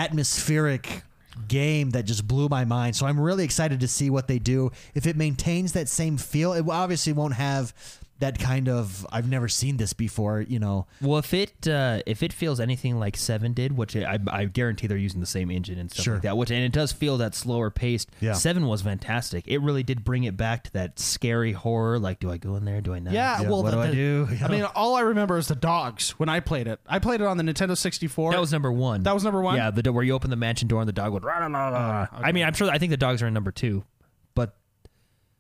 Speaker 1: atmospheric game that just blew my mind. So I'm really excited to see what they do. If it maintains that same feel, it obviously won't have that kind of I've never seen this before. You know,
Speaker 3: Well, if it uh, if it feels anything like Seven did, which I, I guarantee they're using the same engine and stuff
Speaker 1: Sure.
Speaker 3: like that, which and it does feel that slower paced.
Speaker 1: Yeah.
Speaker 3: Seven was fantastic. It really did bring it back to that scary horror. Like, do I go in there? Do I not?
Speaker 4: Yeah, well,
Speaker 3: what
Speaker 4: the-
Speaker 3: do I
Speaker 4: the-
Speaker 3: do?
Speaker 4: [laughs] I mean, all I remember is the dogs when I played it. I played it on the Nintendo 64.
Speaker 3: that was number one.
Speaker 4: That was number one?
Speaker 3: Yeah, the do- where you open the mansion door and the dog would. Rah, rah, rah, rah. I mean, I'm sure. I think the dogs are in number two, but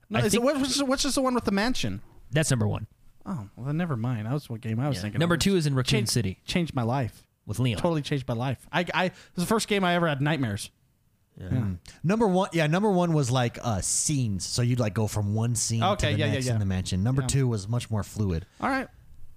Speaker 4: no,
Speaker 3: I
Speaker 4: is it,
Speaker 3: think-
Speaker 4: what- what's, what's just the one with the mansion?
Speaker 3: that's number one.
Speaker 4: Oh, well, then never mind. That was what game I was thinking.
Speaker 3: Number
Speaker 4: of.
Speaker 3: two is in Raccoon
Speaker 4: Change-
Speaker 3: City
Speaker 4: Changed my life.
Speaker 3: with Leon.
Speaker 4: Totally changed my life. I, I it was the first game I ever had nightmares.
Speaker 1: Number one, yeah. Number one was like uh, scenes, so you'd like go from one scene
Speaker 4: Okay,
Speaker 1: to the
Speaker 4: yeah, yeah,
Speaker 1: next
Speaker 4: yeah.
Speaker 1: in the mansion. Number
Speaker 4: Yeah.
Speaker 1: two was much more fluid.
Speaker 4: All right.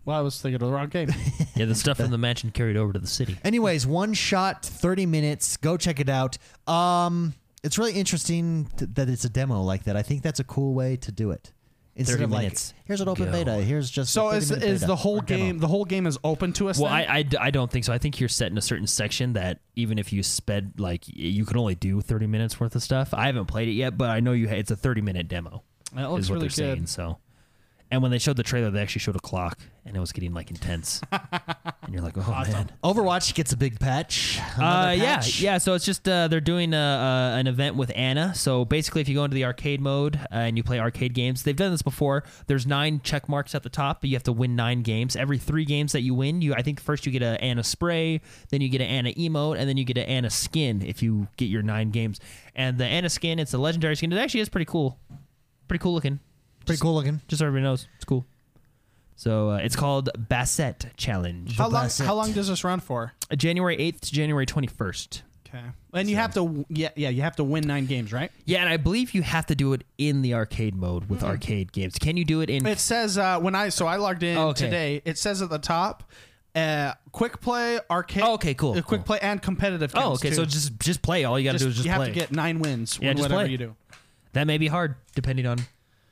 Speaker 4: Well, I was thinking of the wrong game.
Speaker 3: Yeah, the stuff from the mansion carried over to the city.
Speaker 1: Anyways, one shot, thirty minutes. Go check it out. Um, it's really interesting t- that it's a demo like that. I think that's a cool way to do it. Instead
Speaker 3: 30
Speaker 1: of like,
Speaker 3: minutes.
Speaker 1: here's an open
Speaker 3: Go.
Speaker 1: beta. Here's just a
Speaker 4: so
Speaker 1: 30
Speaker 4: is
Speaker 1: minute
Speaker 4: is
Speaker 1: beta
Speaker 4: the
Speaker 1: or
Speaker 4: whole
Speaker 1: demo.
Speaker 4: game the whole game is open to us?
Speaker 3: Well, I,
Speaker 4: then?
Speaker 3: I d- I don't think so. I think you're set in a certain section that even if you sped, like, y- you can only do 30 minutes worth of stuff. I haven't played it yet, but I know you. Ha- it's a 30 minute demo.
Speaker 4: That looks
Speaker 3: is
Speaker 4: Oh,
Speaker 3: what
Speaker 4: really
Speaker 3: they're saying.
Speaker 4: good.
Speaker 3: So, and when they showed the trailer, they actually showed a clock, and it was getting like intense. [laughs] and you're like, oh man.
Speaker 1: Overwatch gets a big patch. Another
Speaker 3: Uh, yeah,
Speaker 1: patch.
Speaker 3: yeah. So it's just uh, they're doing uh, uh, an event with Anna. So basically, if you go into the arcade mode uh, and you play arcade games, they've done this before. There's nine check marks at the top, but you have to win nine games. Every three games that you win, you I think first you get an Anna spray, then you get an Anna emote, and then you get an Anna skin if you get your nine games. And the Anna skin, it's a legendary skin. It actually is pretty cool, pretty cool looking.
Speaker 1: Pretty cool looking.
Speaker 3: Just so everybody knows, it's cool. So uh, it's called Bassett Challenge,
Speaker 4: how long
Speaker 1: Blast it.
Speaker 4: how long does this run for?
Speaker 3: January eighth to January twenty first.
Speaker 4: Okay. And you have to yeah yeah you have to win nine games right?
Speaker 3: Yeah, and I believe you have to do it in the arcade mode
Speaker 4: Mm-hmm.
Speaker 3: with arcade games. Can you do it in?
Speaker 4: It says uh, when I so I logged in
Speaker 3: Oh, okay.
Speaker 4: today. It says at the top, uh, quick play arcade.
Speaker 3: Oh, okay, cool,
Speaker 4: uh, quick
Speaker 3: cool.
Speaker 4: play and competitive.
Speaker 3: oh,
Speaker 4: counts,
Speaker 3: okay.
Speaker 4: too.
Speaker 3: So just just play. All you got to do is just
Speaker 4: you have
Speaker 3: play.
Speaker 4: to get nine wins.
Speaker 3: Yeah,
Speaker 4: with
Speaker 3: just
Speaker 4: whatever
Speaker 3: play.
Speaker 4: you do.
Speaker 3: that may be hard depending on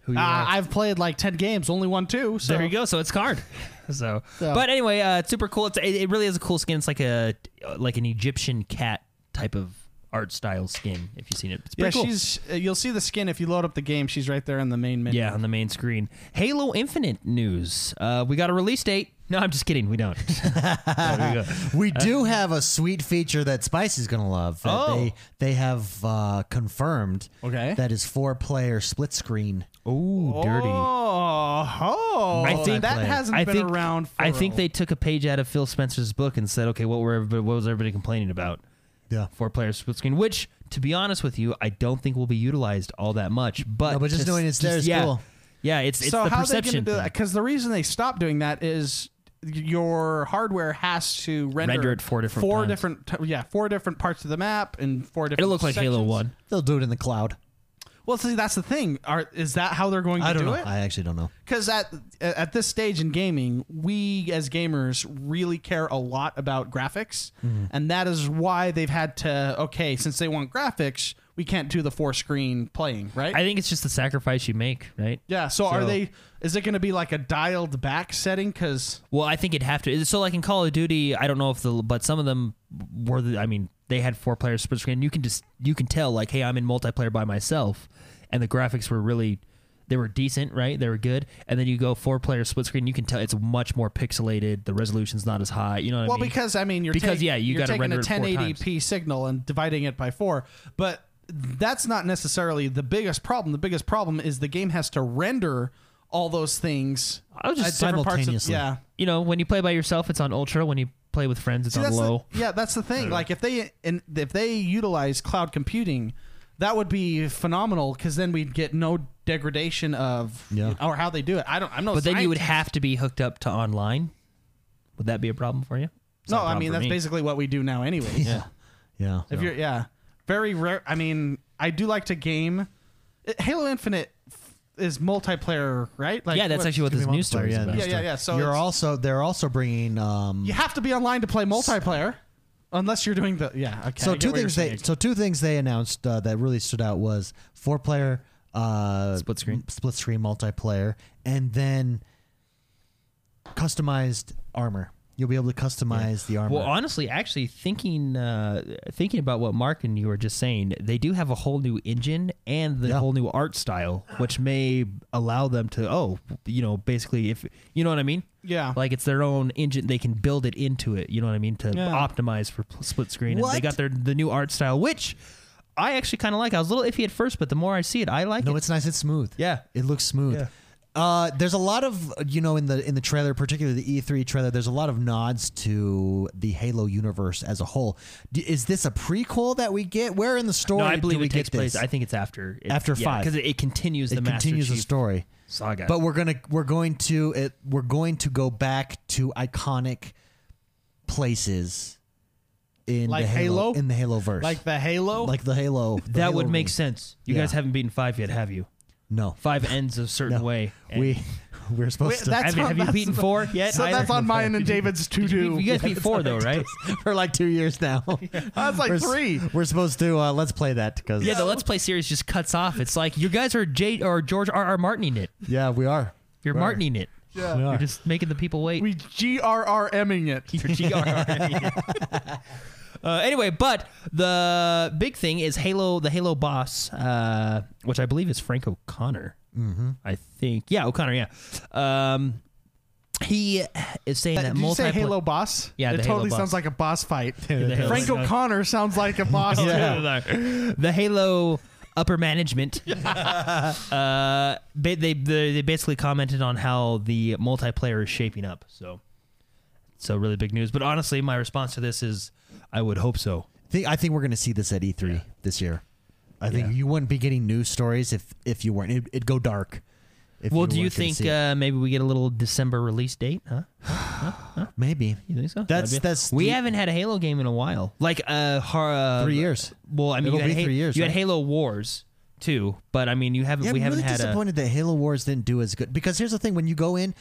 Speaker 3: who you
Speaker 4: Uh,
Speaker 3: are.
Speaker 4: I've played like ten games, only won two. So
Speaker 3: There you go. So it's hard. [laughs] so,
Speaker 4: So-
Speaker 3: but anyway, uh, it's super cool. It's it, it really is a cool skin. It's like a like an Egyptian cat type of art style skin. If you've seen it, it's
Speaker 4: Yeah,
Speaker 3: pretty cool.
Speaker 4: she's. uh, You'll see the skin if you load up the game. She's right there in the main menu.
Speaker 3: Yeah, on the main screen. Halo Infinite news. Uh, we got a release date. No, I'm just kidding. We don't. [laughs] There we go.
Speaker 1: We do have a sweet feature that Spicy's gonna love. That
Speaker 3: Oh.
Speaker 1: they they have uh, confirmed.
Speaker 4: Okay.
Speaker 1: That is four player split screen.
Speaker 3: Ooh,
Speaker 4: Oh, oh
Speaker 3: I think-
Speaker 4: that hasn't
Speaker 3: I
Speaker 4: been
Speaker 3: think,
Speaker 4: around. For
Speaker 3: I think they took a page out of Phil Spencer's book and said, okay, what were everybody, what was everybody complaining about?
Speaker 1: Yeah.
Speaker 3: Four player split screen, which, to be honest with you, I don't think will be utilized all that much. But
Speaker 1: No, but just knowing it's there is
Speaker 3: yeah,
Speaker 1: cool.
Speaker 3: Yeah, it's it's
Speaker 4: so
Speaker 3: the
Speaker 4: how
Speaker 3: perception.
Speaker 4: are they going to do
Speaker 3: thing.
Speaker 4: that? Because the reason they stopped doing that is your hardware has to render,
Speaker 3: Render it four different
Speaker 4: four
Speaker 3: times.
Speaker 4: different t- yeah four different parts of the map and four different.
Speaker 3: It'll look like Halo
Speaker 4: sections.
Speaker 3: One.
Speaker 1: They'll do it in the cloud.
Speaker 4: Well, see, that's the thing. Are is that how they're going to
Speaker 1: I don't
Speaker 4: do
Speaker 1: know.
Speaker 4: it?
Speaker 1: I actually don't know.
Speaker 4: because at at this stage in gaming, we as gamers really care a lot about graphics,
Speaker 3: Mm-hmm.
Speaker 4: and that is why they've had to okay, since they want graphics, we can't do the four screen playing, right?
Speaker 3: I think it's just the sacrifice you make, right?
Speaker 4: yeah. So, are
Speaker 3: So-
Speaker 4: they? Is it going to be like a dialed back setting? Because
Speaker 3: Well, I think it'd have to. So, like in Call of Duty, I don't know if the but some of them were. The, I mean, they had four players split screen. You can just you can tell like, hey, I'm in multiplayer by myself, and the graphics were really they were decent, right? They were good. And then you go four player split screen, you can tell it's much more pixelated. The resolution's not as high. You know what
Speaker 4: well,
Speaker 3: I mean?
Speaker 4: because I mean, you're
Speaker 3: Because,
Speaker 4: take-
Speaker 3: yeah, you
Speaker 4: you're
Speaker 3: gotta
Speaker 4: taking a
Speaker 3: render it four
Speaker 4: 1080p signal and dividing it by four, but that's not necessarily the biggest problem. The biggest problem is the game has to render all those things.
Speaker 3: I was just
Speaker 4: at different parts of-
Speaker 1: simultaneously.
Speaker 4: yeah.
Speaker 3: you know when you play by yourself, it's on ultra. When you play with friends, it's
Speaker 4: See,
Speaker 3: on
Speaker 4: that's the-
Speaker 3: low.
Speaker 4: yeah, that's the thing. Like if they and if they utilize cloud computing, that would be phenomenal because then we'd get no degradation of
Speaker 1: Yeah.
Speaker 4: or how they do it. I don't. I'm no.
Speaker 3: but then you would
Speaker 4: scientist.
Speaker 3: have to be hooked up to online. Would that be a problem for you? It's not
Speaker 4: No, I
Speaker 3: a problem
Speaker 4: mean
Speaker 3: for
Speaker 4: that's
Speaker 3: me.
Speaker 4: basically what we do now, anyways.
Speaker 1: Yeah. Yeah.
Speaker 4: If you're yeah, very rare. I mean, I do like to game. It- Halo Infinite f- is multiplayer, right? Like
Speaker 3: yeah, that's
Speaker 4: what-
Speaker 3: actually what
Speaker 1: It's
Speaker 3: this
Speaker 1: gonna be
Speaker 3: news story
Speaker 1: multiplayer,
Speaker 3: is about.
Speaker 4: Yeah, yeah, yeah, so
Speaker 1: you're
Speaker 4: it's-
Speaker 1: also they're also bringing um,
Speaker 4: You have to be online to play multiplayer, unless you're doing the yeah. Okay.
Speaker 1: so
Speaker 4: I get
Speaker 1: two
Speaker 4: what you're
Speaker 1: things they
Speaker 4: saying.
Speaker 1: so two things they announced uh, that really stood out was four player uh,
Speaker 3: Split screen.
Speaker 1: split screen multiplayer, and then customized armor. You'll be able to customize the armor.
Speaker 3: Well, honestly, actually thinking uh, thinking about what Mark and you were just saying, they do have a whole new engine and the
Speaker 1: Yeah.
Speaker 3: whole new art style, which may allow them to oh, you know, basically if you know what I mean.
Speaker 4: Yeah.
Speaker 3: like it's their own engine. They can build it into it. You know what I mean to
Speaker 4: Yeah.
Speaker 3: optimize for pl- split screen. And they
Speaker 1: What?
Speaker 3: got their the new art style, which I actually kind of like. I was a little iffy at first, but the more I see it, I like
Speaker 1: no,
Speaker 3: it.
Speaker 1: it's nice. It's smooth.
Speaker 3: Yeah.
Speaker 1: it looks smooth.
Speaker 3: Yeah.
Speaker 1: Uh, there's a lot of uh, you know in the in the trailer, particularly the E3 trailer. There's a lot of nods to the Halo universe as a whole. D- is this a prequel that we get? Where in the story
Speaker 3: no, I believe
Speaker 1: do we
Speaker 3: it takes
Speaker 1: get
Speaker 3: place.
Speaker 1: this?
Speaker 3: I think it's after it's,
Speaker 1: After five.
Speaker 3: because it, it continues the
Speaker 1: it
Speaker 3: Master
Speaker 1: continues the
Speaker 3: Chief
Speaker 1: story.
Speaker 3: saga.
Speaker 1: But we're gonna we're going to it we're going to go back to iconic places in
Speaker 4: Like
Speaker 1: the Halo,
Speaker 4: Halo?
Speaker 1: in the Halo verse.
Speaker 4: like the Halo.
Speaker 1: like the Halo. the
Speaker 3: that
Speaker 1: Halo
Speaker 3: would make
Speaker 1: movie.
Speaker 3: sense. You
Speaker 1: Yeah.
Speaker 3: guys haven't beaten five yet, have you?
Speaker 1: No.
Speaker 3: Five ends a certain
Speaker 1: No.
Speaker 3: way. and-
Speaker 1: We [laughs] we're supposed
Speaker 4: Wait,
Speaker 1: to
Speaker 4: that's
Speaker 3: have, you-
Speaker 4: on-
Speaker 3: have you
Speaker 4: that's
Speaker 3: beaten
Speaker 4: on- [laughs]
Speaker 3: four yet?
Speaker 4: so
Speaker 3: I
Speaker 4: that's
Speaker 3: don't
Speaker 4: on
Speaker 3: know.
Speaker 4: mine and David's to
Speaker 3: [laughs] Did You,
Speaker 4: do.
Speaker 1: [laughs]
Speaker 3: beat- you guys beat four
Speaker 4: [laughs]
Speaker 3: though, right?
Speaker 1: for like two years
Speaker 3: [laughs]
Speaker 1: now.
Speaker 4: That's like
Speaker 1: we're, s-
Speaker 4: three.
Speaker 1: We're supposed to uh, let's play that because
Speaker 3: Yeah,
Speaker 1: yeah.
Speaker 3: the Let's Play series just cuts off. It's like you guys are J or George R R Martining it.
Speaker 1: we are.
Speaker 3: You're
Speaker 1: Right.
Speaker 3: Martining it.
Speaker 4: Yeah.
Speaker 1: We
Speaker 3: You're
Speaker 1: are.
Speaker 3: just making the people wait.
Speaker 4: We GRRMing it.
Speaker 3: You're
Speaker 4: [laughs]
Speaker 3: GRRing it. Uh, anyway, but the big thing is Halo, the Halo boss, uh, which I believe is Frank O'Connor. Mm-hmm. I think, yeah, O'Connor, yeah. Um, he is saying that
Speaker 4: Did you say
Speaker 3: multiplayer-
Speaker 4: Halo boss?
Speaker 3: Yeah,
Speaker 4: it
Speaker 3: the Halo
Speaker 4: totally
Speaker 3: boss.
Speaker 4: sounds like a boss
Speaker 3: [laughs]
Speaker 4: fight.
Speaker 3: The Halo-
Speaker 4: Frank O'Connor sounds like a boss.
Speaker 3: [laughs]
Speaker 1: [laughs] Yeah.
Speaker 4: too.
Speaker 3: the Halo
Speaker 1: [laughs]
Speaker 3: upper management. uh, ba- they, they they basically commented on how the multiplayer is shaping up. So, so really big news. But honestly, my response to this is, I would hope so.
Speaker 1: Think, I think we're gonna see this at E3 this year. I think
Speaker 3: Yeah.
Speaker 1: you wouldn't be getting news stories if if you weren't. It, it'd go dark. if
Speaker 3: well, do you
Speaker 1: weren't gonna
Speaker 3: think
Speaker 1: see it.
Speaker 3: uh, maybe we get a little December release date? Huh? uh,
Speaker 1: maybe
Speaker 3: You think so?
Speaker 1: That's-
Speaker 3: That'd be-
Speaker 1: that's
Speaker 3: we
Speaker 1: the-
Speaker 3: haven't had a Halo game in a while. Like uh, har, uh
Speaker 1: three years?
Speaker 3: Well, I mean,
Speaker 1: It'll
Speaker 3: you had
Speaker 1: be
Speaker 3: Ha-
Speaker 1: three years,
Speaker 3: You
Speaker 1: right?
Speaker 3: had Halo Wars too, but I mean, you haven't.
Speaker 1: Yeah,
Speaker 3: we
Speaker 1: I'm
Speaker 3: haven't
Speaker 1: really
Speaker 3: had a.
Speaker 1: disappointed that Halo Wars didn't do as good. Because here's the thing: when you go in,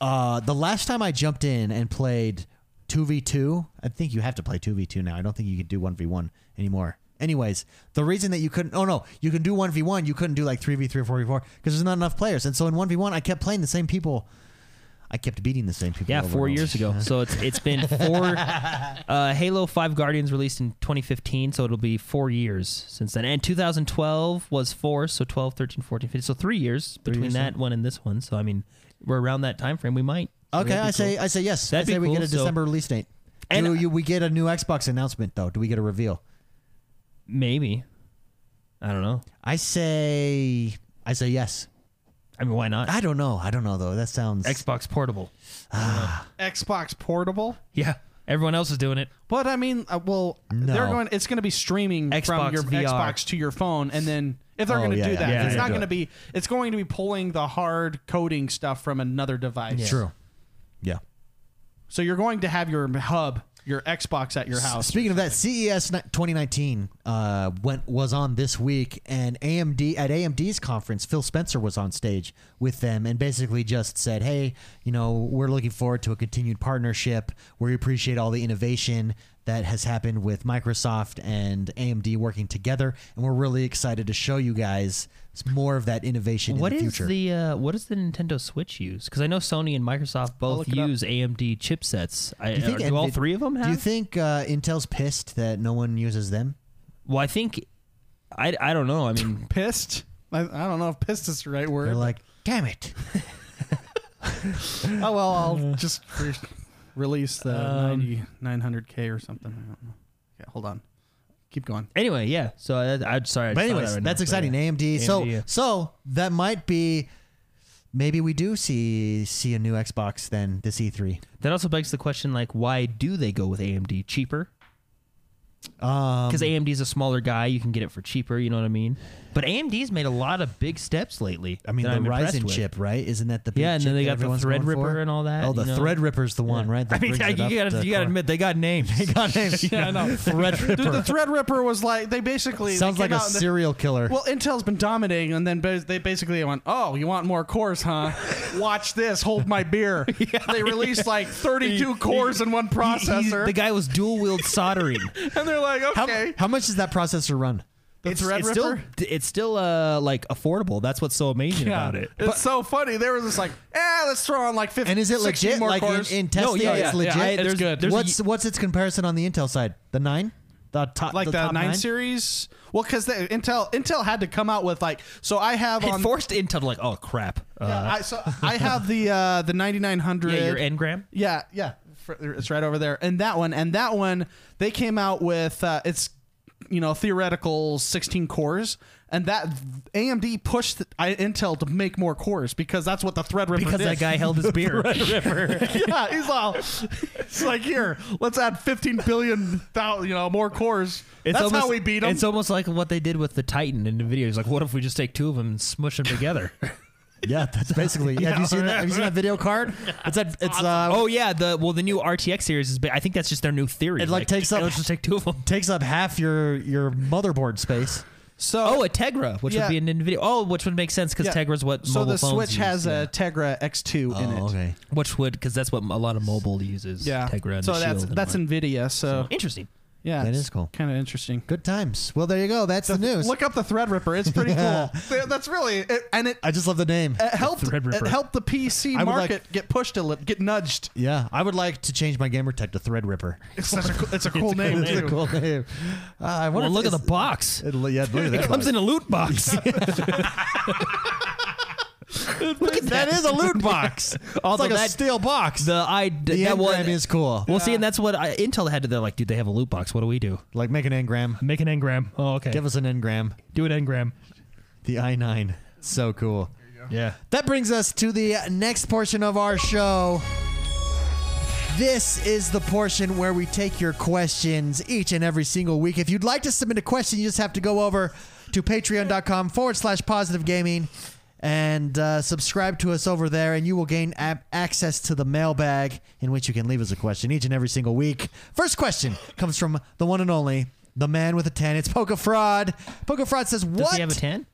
Speaker 1: uh, the last time I jumped in and played two v two, I think you have to play two v two now. I don't think you could do one v one anymore. Anyways, the reason that you couldn't, oh no, you can do one v one, you couldn't do like three v three or four v four because there's not enough players. And so in one v one, I kept playing the same people. I kept beating the same people.
Speaker 3: Yeah,
Speaker 1: over
Speaker 3: four
Speaker 1: and over.
Speaker 3: years ago. So it's it's been
Speaker 1: [laughs]
Speaker 3: four. Uh, Halo Five Guardians released in 2015, so it'll be four years since then. And 2012 was four, so 12, 13, 14, 15. So three years between
Speaker 1: years,
Speaker 3: that one and this one. So I mean, we're around that time frame. We might. So
Speaker 1: Okay,
Speaker 3: that'd be
Speaker 1: I say
Speaker 3: cool.
Speaker 1: I say yes.
Speaker 3: That'd
Speaker 1: I
Speaker 3: be
Speaker 1: say we
Speaker 3: cool,
Speaker 1: get a
Speaker 3: so-
Speaker 1: December release date.
Speaker 3: And-
Speaker 1: do you, we get a new Xbox announcement though? Do we get a reveal?
Speaker 3: maybe. I don't know.
Speaker 1: I say I say yes.
Speaker 3: I mean, why not?
Speaker 1: I don't know. I don't know though. That sounds
Speaker 3: Xbox Portable.
Speaker 4: Xbox Portable.
Speaker 3: Yeah, everyone else is doing it.
Speaker 4: But I mean, uh, well,
Speaker 1: No.
Speaker 4: they're going. It's going to be streaming
Speaker 3: Xbox
Speaker 4: from your
Speaker 3: VR.
Speaker 4: Xbox to your phone, and then if they're
Speaker 1: Oh,
Speaker 4: going to
Speaker 1: yeah,
Speaker 4: do
Speaker 1: yeah,
Speaker 4: that,
Speaker 3: yeah,
Speaker 4: it's
Speaker 3: yeah,
Speaker 4: not
Speaker 1: do
Speaker 4: going to
Speaker 1: it.
Speaker 4: be. It's going to be pulling the hard coding stuff from another device.
Speaker 1: true. Yeah.
Speaker 4: So you're going to have your hub your Xbox at your house.
Speaker 1: Speaking of that, CES ni- 2019 uh, went was on this week, and AMD at AMD's conference, Phil Spencer was on stage with them, and basically just said, "Hey, you know, we're looking forward to a continued partnership. We appreciate all the innovation that has happened with Microsoft and AMD working together, and we're really excited to show you guys more of that innovation
Speaker 3: What
Speaker 1: in the
Speaker 3: is
Speaker 1: future."
Speaker 3: the uh, what does the Nintendo Switch use? Because I know Sony and Microsoft both
Speaker 4: look it up.
Speaker 3: use AMD chipsets. I,
Speaker 1: Do you
Speaker 3: uh, do all
Speaker 1: Nvid-
Speaker 3: three of them have?
Speaker 1: Do you think uh, Intel's pissed that no one uses them?
Speaker 3: well, I think I, I don't know. I mean,
Speaker 4: pissed. I, I don't know if pissed is the right word.
Speaker 1: They're like, "Damn it."
Speaker 4: oh well,
Speaker 1: [laughs]
Speaker 4: I'll just re- release the
Speaker 1: Um,
Speaker 4: 90 900k or something. I don't know. Okay, hold on. Keep going.
Speaker 3: anyway, yeah. So I, I'm sorry. I
Speaker 1: But
Speaker 3: just thought
Speaker 1: anyways,
Speaker 3: that right now,
Speaker 1: that's
Speaker 3: so
Speaker 1: exciting.
Speaker 3: yeah.
Speaker 1: AMD. So
Speaker 3: AMD, yeah.
Speaker 1: so that might be maybe we do see see a new Xbox then this E E3.
Speaker 3: That also begs the question, like, why do they go with AMD cheaper?
Speaker 1: Um,
Speaker 3: Because AMD's a smaller guy, you can get it for cheaper. You know what I mean? But AMD's made a lot of big steps lately.
Speaker 1: I mean
Speaker 3: that
Speaker 1: the
Speaker 3: I'm impressed
Speaker 1: Ryzen
Speaker 3: with.
Speaker 1: chip, right? Isn't that the big
Speaker 3: Yeah, and
Speaker 1: chip
Speaker 3: then they
Speaker 1: that
Speaker 3: got the
Speaker 1: everyone's going
Speaker 3: Threadripper
Speaker 1: for?
Speaker 3: and all that,
Speaker 1: Oh, the
Speaker 3: you know?
Speaker 1: Threadripper's the one, right?
Speaker 3: [laughs] [laughs] I
Speaker 1: that
Speaker 3: mean,
Speaker 1: brings
Speaker 3: yeah,
Speaker 1: it up
Speaker 3: you gotta
Speaker 1: the
Speaker 3: you gotta
Speaker 1: core.
Speaker 3: admit they got names. They [laughs] got names.
Speaker 4: Yeah, I know.
Speaker 1: [laughs]
Speaker 4: Dude, the
Speaker 1: Threadripper
Speaker 4: Threadripper was like they basically they
Speaker 1: sounds like
Speaker 4: came
Speaker 1: a
Speaker 4: out and they-
Speaker 1: serial killer.
Speaker 4: Well, Intel's been dominating, and then bas- they basically went, "Oh, you want more
Speaker 1: [laughs]
Speaker 4: cores, huh? Watch this. Hold my beer." they released like 32 cores in one
Speaker 3: [laughs]
Speaker 4: processor,
Speaker 3: the guy was dual wield
Speaker 1: [laughs]
Speaker 3: soldering.
Speaker 4: and they're like,
Speaker 1: how,
Speaker 4: "Okay,
Speaker 1: how much does that processor run?
Speaker 4: the
Speaker 3: it's, it's still it's still uh like affordable. That's what's so amazing
Speaker 4: Yeah.
Speaker 3: about it.
Speaker 4: It's so funny. They were just like, "Eh, let's throw on like 50
Speaker 1: And is it
Speaker 4: 60
Speaker 1: legit?
Speaker 4: More
Speaker 1: Like in,
Speaker 4: cores.
Speaker 1: in testing,
Speaker 3: yeah,
Speaker 1: it's
Speaker 3: yeah,
Speaker 1: legit.
Speaker 3: yeah, I- It's there's- good. there's a-
Speaker 1: What's what's its comparison on the Intel side? The nine, the top,
Speaker 4: like
Speaker 1: the,
Speaker 4: the,
Speaker 1: top
Speaker 4: 9
Speaker 1: nine
Speaker 4: series. Well, because Intel Intel had to come out with like so. I have
Speaker 3: It
Speaker 4: on
Speaker 3: forced Intel to like, oh crap. Uh,
Speaker 4: I, so I have the uh, the ninety
Speaker 1: [laughs]
Speaker 4: nine hundred.
Speaker 3: yeah, your Ngram.
Speaker 4: yeah, yeah, fr- it's right over there. And that one and that one they came out with uh, it's you know theoretical sixteen cores. And that AMD pushed the, I, Intel to make more cores because that's what the Threadripper
Speaker 3: Because
Speaker 4: did. [laughs]
Speaker 3: that guy held his beer.
Speaker 4: yeah, he's all. It's like here, let's add fifteen billion thousand, you know, more cores. That's
Speaker 3: almost,
Speaker 4: how we beat them.
Speaker 3: [laughs] It's almost like what they did with the Titan in the video. It's like, what if we just take two of them and smush
Speaker 4: [laughs]
Speaker 3: them together?
Speaker 1: Yeah,
Speaker 3: [laughs]
Speaker 1: that's basically. have you seen that? Have you seen that video card? It's a, it's uh,
Speaker 3: oh yeah, the well the new RTX series is. ba- I think that's just their new theory.
Speaker 1: It, like, takes
Speaker 3: just-
Speaker 1: up-
Speaker 3: Let's just take two of them.
Speaker 1: takes up half your your motherboard space.
Speaker 4: so
Speaker 3: Oh, a Tegra, which
Speaker 4: Yeah.
Speaker 3: would be an NVIDIA. Oh, which would make sense because
Speaker 4: yeah.
Speaker 3: Tegra's what
Speaker 4: So
Speaker 3: mobile
Speaker 4: the
Speaker 3: phones
Speaker 4: Switch
Speaker 3: use,
Speaker 4: has
Speaker 3: yeah.
Speaker 4: a Tegra X2
Speaker 3: Oh,
Speaker 4: in it.
Speaker 1: okay.
Speaker 3: which would because that's what a lot of mobile uses.
Speaker 4: Yeah.
Speaker 3: Tegra. And
Speaker 4: so
Speaker 3: the
Speaker 4: that's
Speaker 3: Shield and
Speaker 4: that's
Speaker 3: what-
Speaker 4: Nvidia. So,
Speaker 3: interesting.
Speaker 4: yeah,
Speaker 1: That is cool.
Speaker 4: Kind of interesting.
Speaker 1: Good times. Well, there you go. That's the, news.
Speaker 4: Look up the Threadripper. It's pretty cool. Th- That's really it, and it,
Speaker 1: I just love the name.
Speaker 3: Uh,
Speaker 4: it helped it
Speaker 3: Threadripper.
Speaker 4: helped the PC
Speaker 1: I would like-
Speaker 4: market get pushed a little, get nudged.
Speaker 1: yeah, I would like to change my gamer tech to
Speaker 3: [laughs]
Speaker 1: Threadripper.
Speaker 4: [laughs] It's such a cool, [laughs] it's a cool name
Speaker 1: It's a
Speaker 4: too.
Speaker 1: cool name. Uh, I wonder
Speaker 3: Well,
Speaker 1: if
Speaker 3: look at the
Speaker 1: it's- [laughs]
Speaker 3: box.
Speaker 1: It'll, yeah, look at
Speaker 3: It
Speaker 1: that.
Speaker 3: comes in a loot
Speaker 1: [laughs]
Speaker 3: box. [laughs]
Speaker 1: look at that is a loot box.
Speaker 3: [laughs] Although
Speaker 1: it's like a
Speaker 3: that-
Speaker 1: steel box.
Speaker 3: the I the
Speaker 1: The
Speaker 3: that
Speaker 1: engram
Speaker 3: one
Speaker 1: is cool.
Speaker 3: Well, see, and that's what I, Intel had. They're like, dude, they have a loot box. What do we do?
Speaker 1: Like make an engram.
Speaker 3: Make an engram. Oh, okay.
Speaker 1: Give us an engram.
Speaker 3: do an engram.
Speaker 1: The i9. So cool.
Speaker 3: Yeah.
Speaker 1: That brings us to the next portion of our show. This is the portion where we take your questions each and every single week. If you'd like to submit a question, you just have to go over to patreon.com forward slash positive gaming and uh, subscribe to us over there, and you will gain ab- access to the mailbag in which you can leave us a question each and every single week. First question comes from the one and only, the man with a 10. It's Poca Fraud. Poca Fraud says, What?
Speaker 3: Does he have a ten?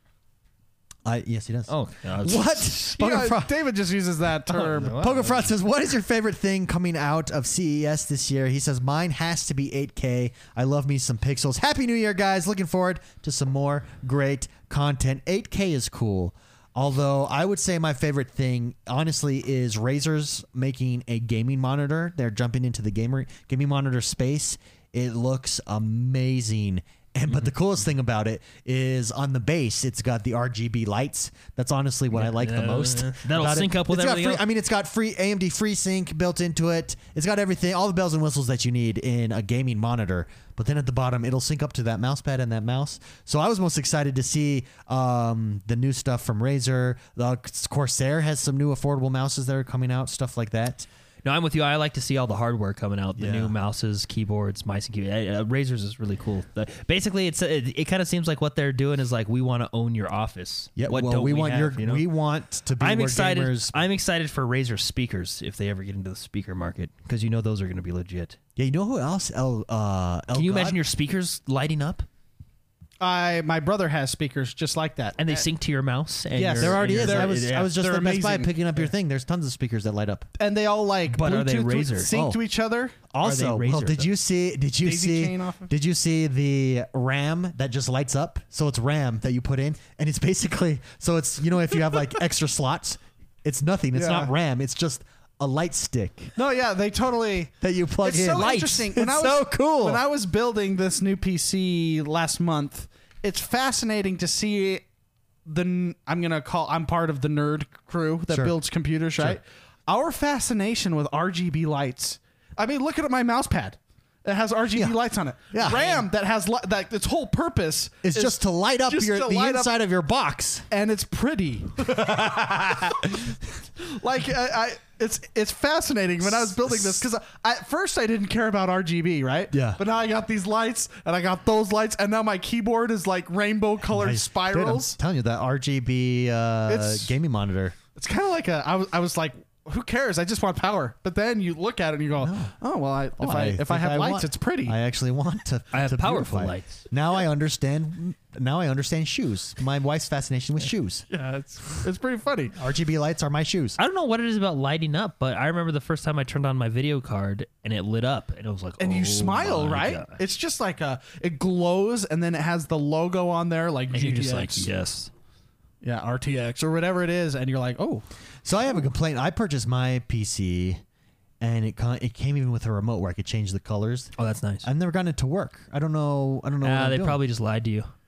Speaker 1: I- yes, he does.
Speaker 3: Oh,
Speaker 4: [laughs]
Speaker 3: uh,
Speaker 1: What? Oh,
Speaker 4: You
Speaker 1: Poker
Speaker 4: know,
Speaker 1: Fro-
Speaker 4: David just uses that term.
Speaker 1: Poker Fraud says, "What is your favorite thing coming out of CES this year?" He says, "Mine has to be 8K. I love me some pixels. Happy New Year, guys! Looking forward to some more great content. 8K is cool. Although I would say my favorite thing, honestly, is Razer's making a gaming monitor. They're jumping into the gamer gaming monitor space. It looks amazing." And but the
Speaker 3: Mm-hmm.
Speaker 1: coolest thing about it is on the base, it's got the RGB lights. That's honestly what I like the most.
Speaker 3: That'll
Speaker 1: about it.
Speaker 3: sync up with
Speaker 1: It's got
Speaker 3: everything
Speaker 1: free-
Speaker 3: else.
Speaker 1: I mean, it's got free AMD FreeSync built into it. It's got everything, all the bells and whistles that you need in a gaming monitor. But then at the bottom, it'll sync up to that mouse pad and that mouse. So I was most excited to see um, the new stuff from Razer. The Corsair has some new affordable mouses that are coming out, stuff like that.
Speaker 3: No, I'm with you. I like to see all the hardware coming out. The
Speaker 1: Yeah.
Speaker 3: new mouses, keyboards, mice, and keyboards. Uh, Razors is really cool. The- basically, it's it, it kind of seems like what they're doing is like we want to own your office.
Speaker 1: Yeah,
Speaker 3: what
Speaker 1: well,
Speaker 3: don't
Speaker 1: we, want
Speaker 3: have,
Speaker 1: your
Speaker 3: you know?
Speaker 1: we want to be
Speaker 3: I'm
Speaker 1: where
Speaker 3: excited.
Speaker 1: gamers.
Speaker 3: I'm excited for Razer speakers if they ever get into the speaker market because you know those are going to be legit.
Speaker 1: yeah, you know who else? El, uh, El
Speaker 3: Can you
Speaker 1: God?
Speaker 3: imagine your speakers lighting up
Speaker 4: I my brother has speakers just like that.
Speaker 3: and they sync to your mouse? And
Speaker 4: Yes.
Speaker 3: your,
Speaker 1: There already
Speaker 3: and
Speaker 1: is.
Speaker 3: your-
Speaker 1: I was
Speaker 3: yeah.
Speaker 1: I was just
Speaker 4: They're
Speaker 1: at Best Buy
Speaker 4: amazing.
Speaker 1: picking up your thing. There's tons of speakers that light up.
Speaker 4: and they all like
Speaker 3: But are they
Speaker 4: Bluetooth
Speaker 3: Razer?
Speaker 4: sync to
Speaker 1: Oh.
Speaker 4: each other.
Speaker 1: Also,
Speaker 3: they
Speaker 1: well,
Speaker 3: Razer,
Speaker 1: did
Speaker 3: though?
Speaker 1: you see? Did you
Speaker 4: Daisy
Speaker 1: see?
Speaker 4: chain off of-
Speaker 1: Did you see the RAM that just lights up? So it's RAM that you put in, and it's basically so it's you know if you have
Speaker 4: [laughs]
Speaker 1: like extra slots, it's nothing. It's
Speaker 4: Yeah.
Speaker 1: not RAM. It's just a light stick
Speaker 4: No, yeah, they totally.
Speaker 1: that you plug
Speaker 4: it's
Speaker 1: in.
Speaker 4: so
Speaker 1: Lights. [laughs]
Speaker 4: interesting.
Speaker 1: It's so cool.
Speaker 4: When I was building this new PC last month, it's fascinating to see the. n- I'm gonna call. I'm part of the nerd crew that
Speaker 1: Sure.
Speaker 4: builds computers, right? Our fascination with RGB lights. I mean, look at my mouse pad. It has RGB
Speaker 1: Yeah.
Speaker 4: lights on it.
Speaker 1: Yeah.
Speaker 4: RAM that has li- that its whole purpose
Speaker 1: it's
Speaker 4: is-
Speaker 1: just to light up
Speaker 4: just
Speaker 1: your
Speaker 4: to
Speaker 1: the
Speaker 4: light up-
Speaker 1: inside of your box.
Speaker 4: and it's pretty. like I, I, it's it's fascinating when I was building this because at first I didn't care about RGB, right?
Speaker 1: Yeah.
Speaker 4: But now I got these lights and I got those lights and now my keyboard is like rainbow colored
Speaker 1: Nice. Dude, I'm
Speaker 4: spirals.
Speaker 1: telling you that RGB uh,
Speaker 4: It's-
Speaker 1: gaming monitor.
Speaker 4: It's kind of like a I was I was like. Who cares? I just want power. But then you look at it and you go, "Oh well, I, if I, if I
Speaker 1: think
Speaker 4: have lights,
Speaker 1: want-
Speaker 4: it's pretty."
Speaker 1: I actually want to.
Speaker 3: I have
Speaker 1: to
Speaker 3: powerful
Speaker 1: beautify it.
Speaker 3: lights.
Speaker 1: Now I understand. Now I understand shoes. My wife's fascination with shoes.
Speaker 4: [laughs] yeah, it's it's pretty funny.
Speaker 1: RGB lights are my shoes.
Speaker 3: I don't know what it is about lighting up, but I remember the first time I turned on my video card and it lit up, and it was like,
Speaker 4: and
Speaker 3: "Oh
Speaker 4: you smile,
Speaker 3: my
Speaker 4: right?
Speaker 3: God."
Speaker 4: It's just like a it glows, and then it has the logo on there, like
Speaker 3: And
Speaker 4: GTX,
Speaker 3: you're just like, yes.
Speaker 4: yeah, RTX or whatever it is, and you're like, oh,
Speaker 1: So I have a complaint. I purchased my PC, and it con- it came even with a remote where I could change the colors.
Speaker 3: Oh, that's nice.
Speaker 1: I've never gotten it to work. I don't know. I don't know. what
Speaker 3: Ah,
Speaker 1: I'm
Speaker 3: they
Speaker 1: doing.
Speaker 3: probably just lied to you.
Speaker 1: [laughs]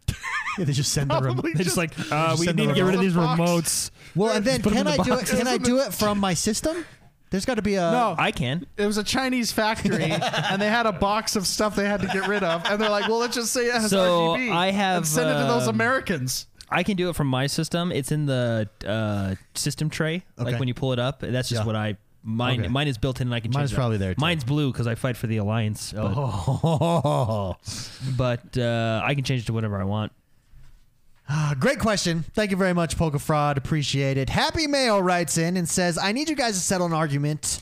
Speaker 1: Yeah, they just send the remote.
Speaker 4: [laughs] Probably
Speaker 3: They're just like, uh,
Speaker 1: just
Speaker 3: we
Speaker 1: send
Speaker 3: need
Speaker 1: the
Speaker 3: to get rid of
Speaker 4: remote.
Speaker 3: these
Speaker 4: Box.
Speaker 3: remotes.
Speaker 1: Well, and then
Speaker 3: Put 'em
Speaker 1: can
Speaker 3: in
Speaker 1: I
Speaker 3: the
Speaker 1: do it?
Speaker 3: box.
Speaker 1: Can I do it from my system? There's got to be a
Speaker 4: No.
Speaker 3: I can.
Speaker 4: it was a Chinese factory, [laughs] and they had a box of stuff they had to get rid of, and they're like, well, let's just say it has
Speaker 3: So,
Speaker 4: RGB.
Speaker 3: I have,
Speaker 4: and send it to those
Speaker 3: um,
Speaker 4: Americans.
Speaker 3: I can do it from my system. It's in the uh, system tray,
Speaker 1: Okay.
Speaker 3: like when you pull it up. That's just
Speaker 1: Yeah.
Speaker 3: what I mine.
Speaker 1: Okay.
Speaker 3: Mine is built in, and I can.
Speaker 1: Mine's
Speaker 3: change it.
Speaker 1: probably there, too.
Speaker 3: Mine's blue because I fight for the alliance. But,
Speaker 1: [laughs] Oh.
Speaker 3: but uh, I can change it to whatever I want.
Speaker 1: Ah, Great question. Thank you very much, Polka Fraud. Appreciate it. Happy Mayo writes in and says, I need you guys to settle an argument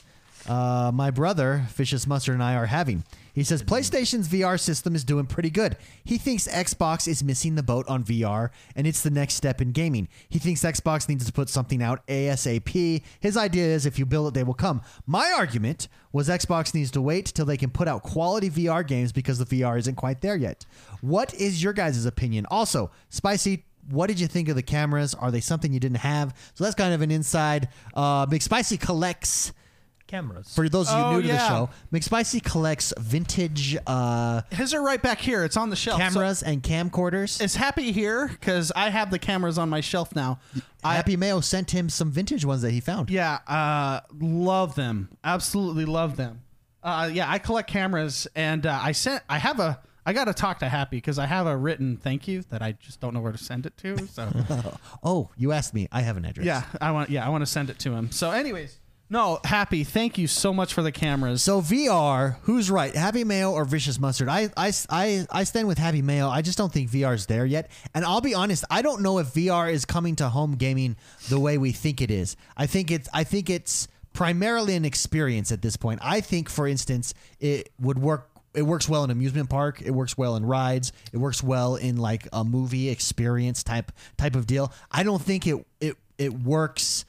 Speaker 1: uh, my brother, Vicious Mustard, and I are having. He says, PlayStation's VR system is doing pretty good. He thinks Xbox is missing the boat on VR, and it's the next step in gaming. He thinks Xbox needs to put something out ASAP. His idea is if you build it, they will come. My argument was Xbox needs to wait till they can put out quality VR games because the VR isn't quite there yet. What is your guys' opinion? Also, Spicy, what did you think of the cameras? Are they something you didn't have? So that's kind of an inside. Uh, McSpicy collects,
Speaker 3: Cameras.
Speaker 1: for those of you
Speaker 4: Oh,
Speaker 1: new to the
Speaker 4: yeah.
Speaker 1: show, McSpicy collects vintage uh,
Speaker 4: His are right back here. It's on the shelf.
Speaker 1: cameras and
Speaker 4: So
Speaker 1: camcorders.
Speaker 4: it's happy here because I have the cameras on my shelf now. I
Speaker 1: Happy Mayo sent him some vintage ones that he found.
Speaker 4: Yeah, uh, love them. Absolutely love them. Uh, yeah, I collect cameras, and uh, I sent. I have a. I gotta talk to Happy because I have a written thank you that I just don't know where to send it to. So
Speaker 1: [laughs] Oh, you asked me. I have an address.
Speaker 4: yeah, I want. Yeah, I want to send it to him. So, anyways, no, Happy, thank you so much for the cameras.
Speaker 1: So VR, who's right, Happy Mayo or Vicious Mustard? I, I, I, I stand with Happy Mayo. I just don't think VR is there yet. And I'll be honest, I don't know if VR is coming to home gaming the way we think it is. I think it's I think it's primarily an experience at this point. I think, for instance, it would work. It works well in amusement park. It works well in rides. It works well in like a movie experience type type of deal. I don't think it it it works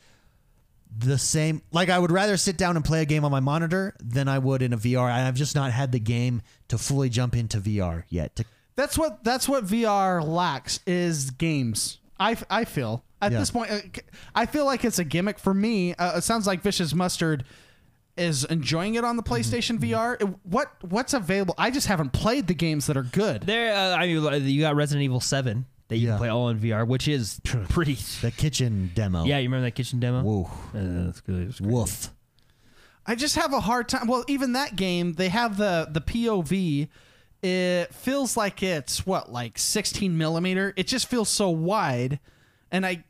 Speaker 1: the same. Like I would rather sit down and play a game on my monitor than I would in a VR. And I've just not had the game to fully jump into VR yet. To,
Speaker 4: That's what that's what VR lacks is games. I, f- I feel at
Speaker 1: Yeah.
Speaker 4: this point, uh, c- I feel like it's a gimmick for me. Uh, it sounds like Vicious Mustard is enjoying it on the PlayStation VR. It- what what's available? I just haven't played the games that are good.
Speaker 3: There, uh, I mean, like, you got Resident Evil Seven that you
Speaker 1: Yeah.
Speaker 3: can play all in VR,
Speaker 1: [laughs]
Speaker 3: which is pretty.
Speaker 1: the kitchen demo.
Speaker 3: Yeah, you remember that kitchen demo?
Speaker 1: Whoa.
Speaker 3: Uh, that's good. It was great.
Speaker 1: Woof.
Speaker 4: I just have a hard time. Well, even that game, they have the the POV. It feels like it's what like 16 millimeter. It just feels so wide, and I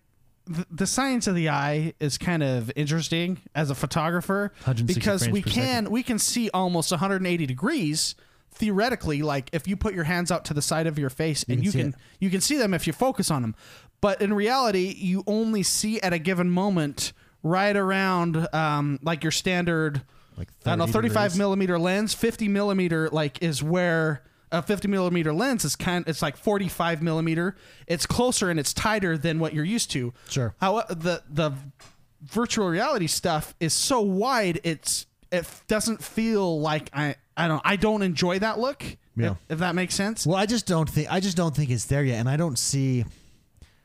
Speaker 4: th- the science of the eye is kind of interesting as a photographer
Speaker 3: 160
Speaker 4: because
Speaker 3: frames
Speaker 4: we
Speaker 3: per
Speaker 4: can we can see almost 180 degrees theoretically like if you put your hands out to the side of your face and
Speaker 3: can
Speaker 4: you
Speaker 3: see
Speaker 4: can
Speaker 3: it.
Speaker 4: you can see them if you focus on them but in reality you only see at a given moment right around um, like your standard
Speaker 1: Like
Speaker 4: I don't know,
Speaker 1: 30
Speaker 4: 35
Speaker 1: degrees.
Speaker 4: millimeter lens, 50 millimeter like is where a 50 millimeter lens is kind. It's like 45 millimeter. It's closer and it's tighter than what you're used to.
Speaker 1: Sure.
Speaker 4: How the the virtual reality stuff is so wide, it's it don't feel like I I don't I don't enjoy that look.
Speaker 1: Yeah.
Speaker 4: If, if that makes sense.
Speaker 1: Well, I just don't think I just don't think it's there yet, and I don't see.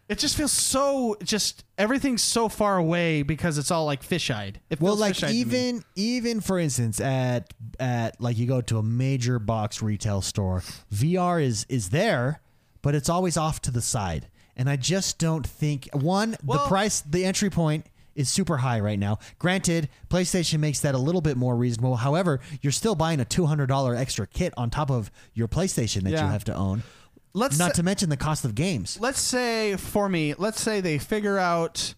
Speaker 4: It just feels so just everything's so far away because it's all like fisheyed. It
Speaker 1: Well,
Speaker 4: feels
Speaker 1: like
Speaker 4: fisheyed to me.
Speaker 1: even even for instance, at at like you go to a major box retail store, VR is is there, but it's always off to the side, and I just don't think one the
Speaker 4: Well-
Speaker 1: price the entry point is super high right now. Granted, PlayStation makes that a little bit more reasonable. However, you're still buying a two hundred dollar extra kit on top of your PlayStation that you
Speaker 4: Yeah.
Speaker 1: have to own.
Speaker 4: let's
Speaker 1: Not to mention the cost of games.
Speaker 4: let's say for me, let's say they figure out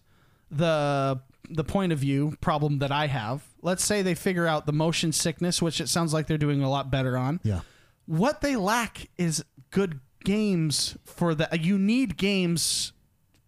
Speaker 4: the the point of view problem that I have. Let's say they figure out the motion sickness, which it sounds like they're doing a lot better on.
Speaker 1: Yeah.
Speaker 4: What they lack is good games for the you need games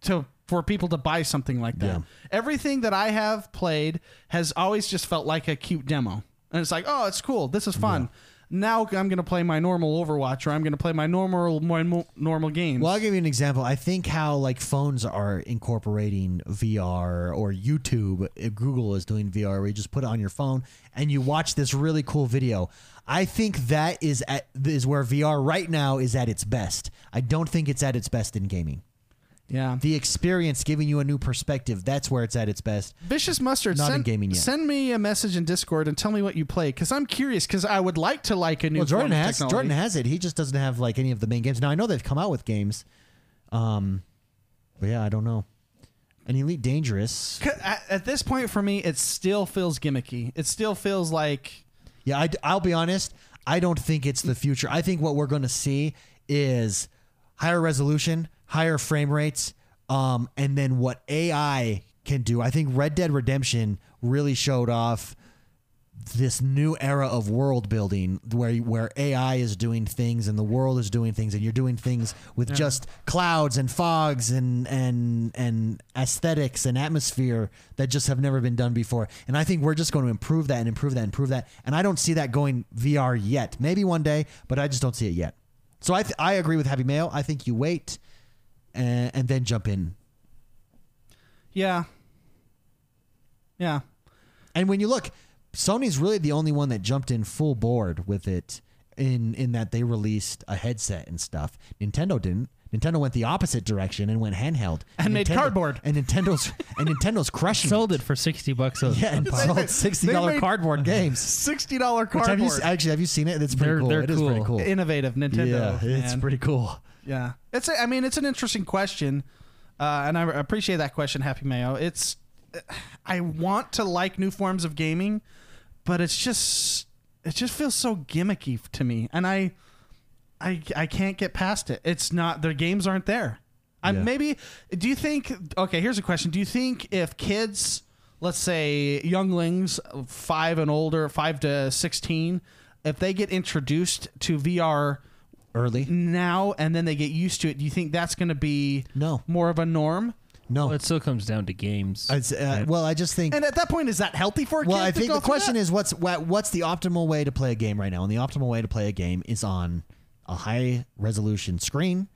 Speaker 4: to for people to buy something like that.
Speaker 1: Yeah.
Speaker 4: Everything that I have played has always just felt like a cute demo. And it's like, "Oh, it's cool. This is fun." Now I'm going to play my normal Overwatch or I'm going to play my normal my mo- normal games.
Speaker 1: Well, I'll give you an example. I think how like phones are incorporating VR or YouTube, if Google is doing VR, where you just put it on your phone and you watch this really cool video. I think that is at is where VR right now is at its best. I don't think it's at its best in gaming.
Speaker 4: yeah.
Speaker 1: The experience giving you a new perspective, that's where it's at its best.
Speaker 4: Vicious Mustard.
Speaker 1: Not in
Speaker 4: send,
Speaker 1: gaming yet.
Speaker 4: Send me a message in Discord and tell me what you play because I'm curious because I would like to like a new.
Speaker 1: Well, Jordan
Speaker 4: form of
Speaker 1: has
Speaker 4: technology.
Speaker 1: Jordan has it. He just doesn't have like any of the main games. Now I know they've come out with games. Um but yeah, I don't know. An Elite Dangerous
Speaker 4: C- At, at this point, for me, it still feels gimmicky. It still feels like
Speaker 1: Yeah, I, will be honest. I don't think it's the future. I think what we're going to see is higher resolution, higher frame rates, um, and then what AI can do. I think Red Dead Redemption really showed off this new era of world building where where AI is doing things and the world is doing things and you're doing things with just clouds and fogs and and and aesthetics and atmosphere that just have never been done before. And I think we're just going to improve that and improve that and improve that. And I don't see that going VR yet. Maybe one day, but I just don't see it yet. So I th- I agree with Happy Mail. I think you wait and, and then jump in.
Speaker 4: yeah, yeah.
Speaker 1: And when you look, Sony's really the only one that jumped in full board with it in in that they released a headset and stuff. Nintendo didn't. Nintendo went the opposite direction and went handheld
Speaker 4: And made
Speaker 1: Nintendo-
Speaker 4: cardboard.
Speaker 1: And Nintendo's and Nintendo's crushing.
Speaker 2: Sold it for 60 bucks. A,
Speaker 1: Yeah, and
Speaker 4: They
Speaker 1: [laughs] sold
Speaker 4: made-
Speaker 1: sixty
Speaker 4: they
Speaker 1: dollar
Speaker 4: made-
Speaker 1: cardboard games.
Speaker 4: Sixty dollar
Speaker 1: Which have
Speaker 4: cardboard.
Speaker 1: you s- actually have you seen it? It's pretty
Speaker 2: They're-
Speaker 1: cool.
Speaker 2: they're
Speaker 1: It is pretty
Speaker 2: cool.
Speaker 1: cool.
Speaker 4: Innovative Nintendo.
Speaker 1: yeah, it's
Speaker 4: man.
Speaker 1: pretty cool.
Speaker 4: Yeah, it's. A, I mean, it's an interesting question, uh, and I appreciate that question, Happy Mayo. It's. I want to like new forms of gaming, but it's just it just feels so gimmicky to me, and I, I, I can't get past it. It's not the games aren't there. I
Speaker 1: Yeah.
Speaker 4: maybe. Do you think? Okay, here's a question. Do you think if kids, let's say younglings, five and older, five to sixteen, if they get introduced to VR
Speaker 1: Early?
Speaker 4: now and then they get used to it, do you think that's going to be
Speaker 1: No,
Speaker 4: more of a norm?
Speaker 1: no.
Speaker 2: Well, it still comes down to games.
Speaker 1: It's, uh, well, I just think
Speaker 4: And at that point, is that healthy for a
Speaker 1: well,
Speaker 4: kid?
Speaker 1: I think the question
Speaker 4: is
Speaker 1: is what's what, what's the optimal way to play a game right now, and the optimal way to play a game is on a high resolution screen.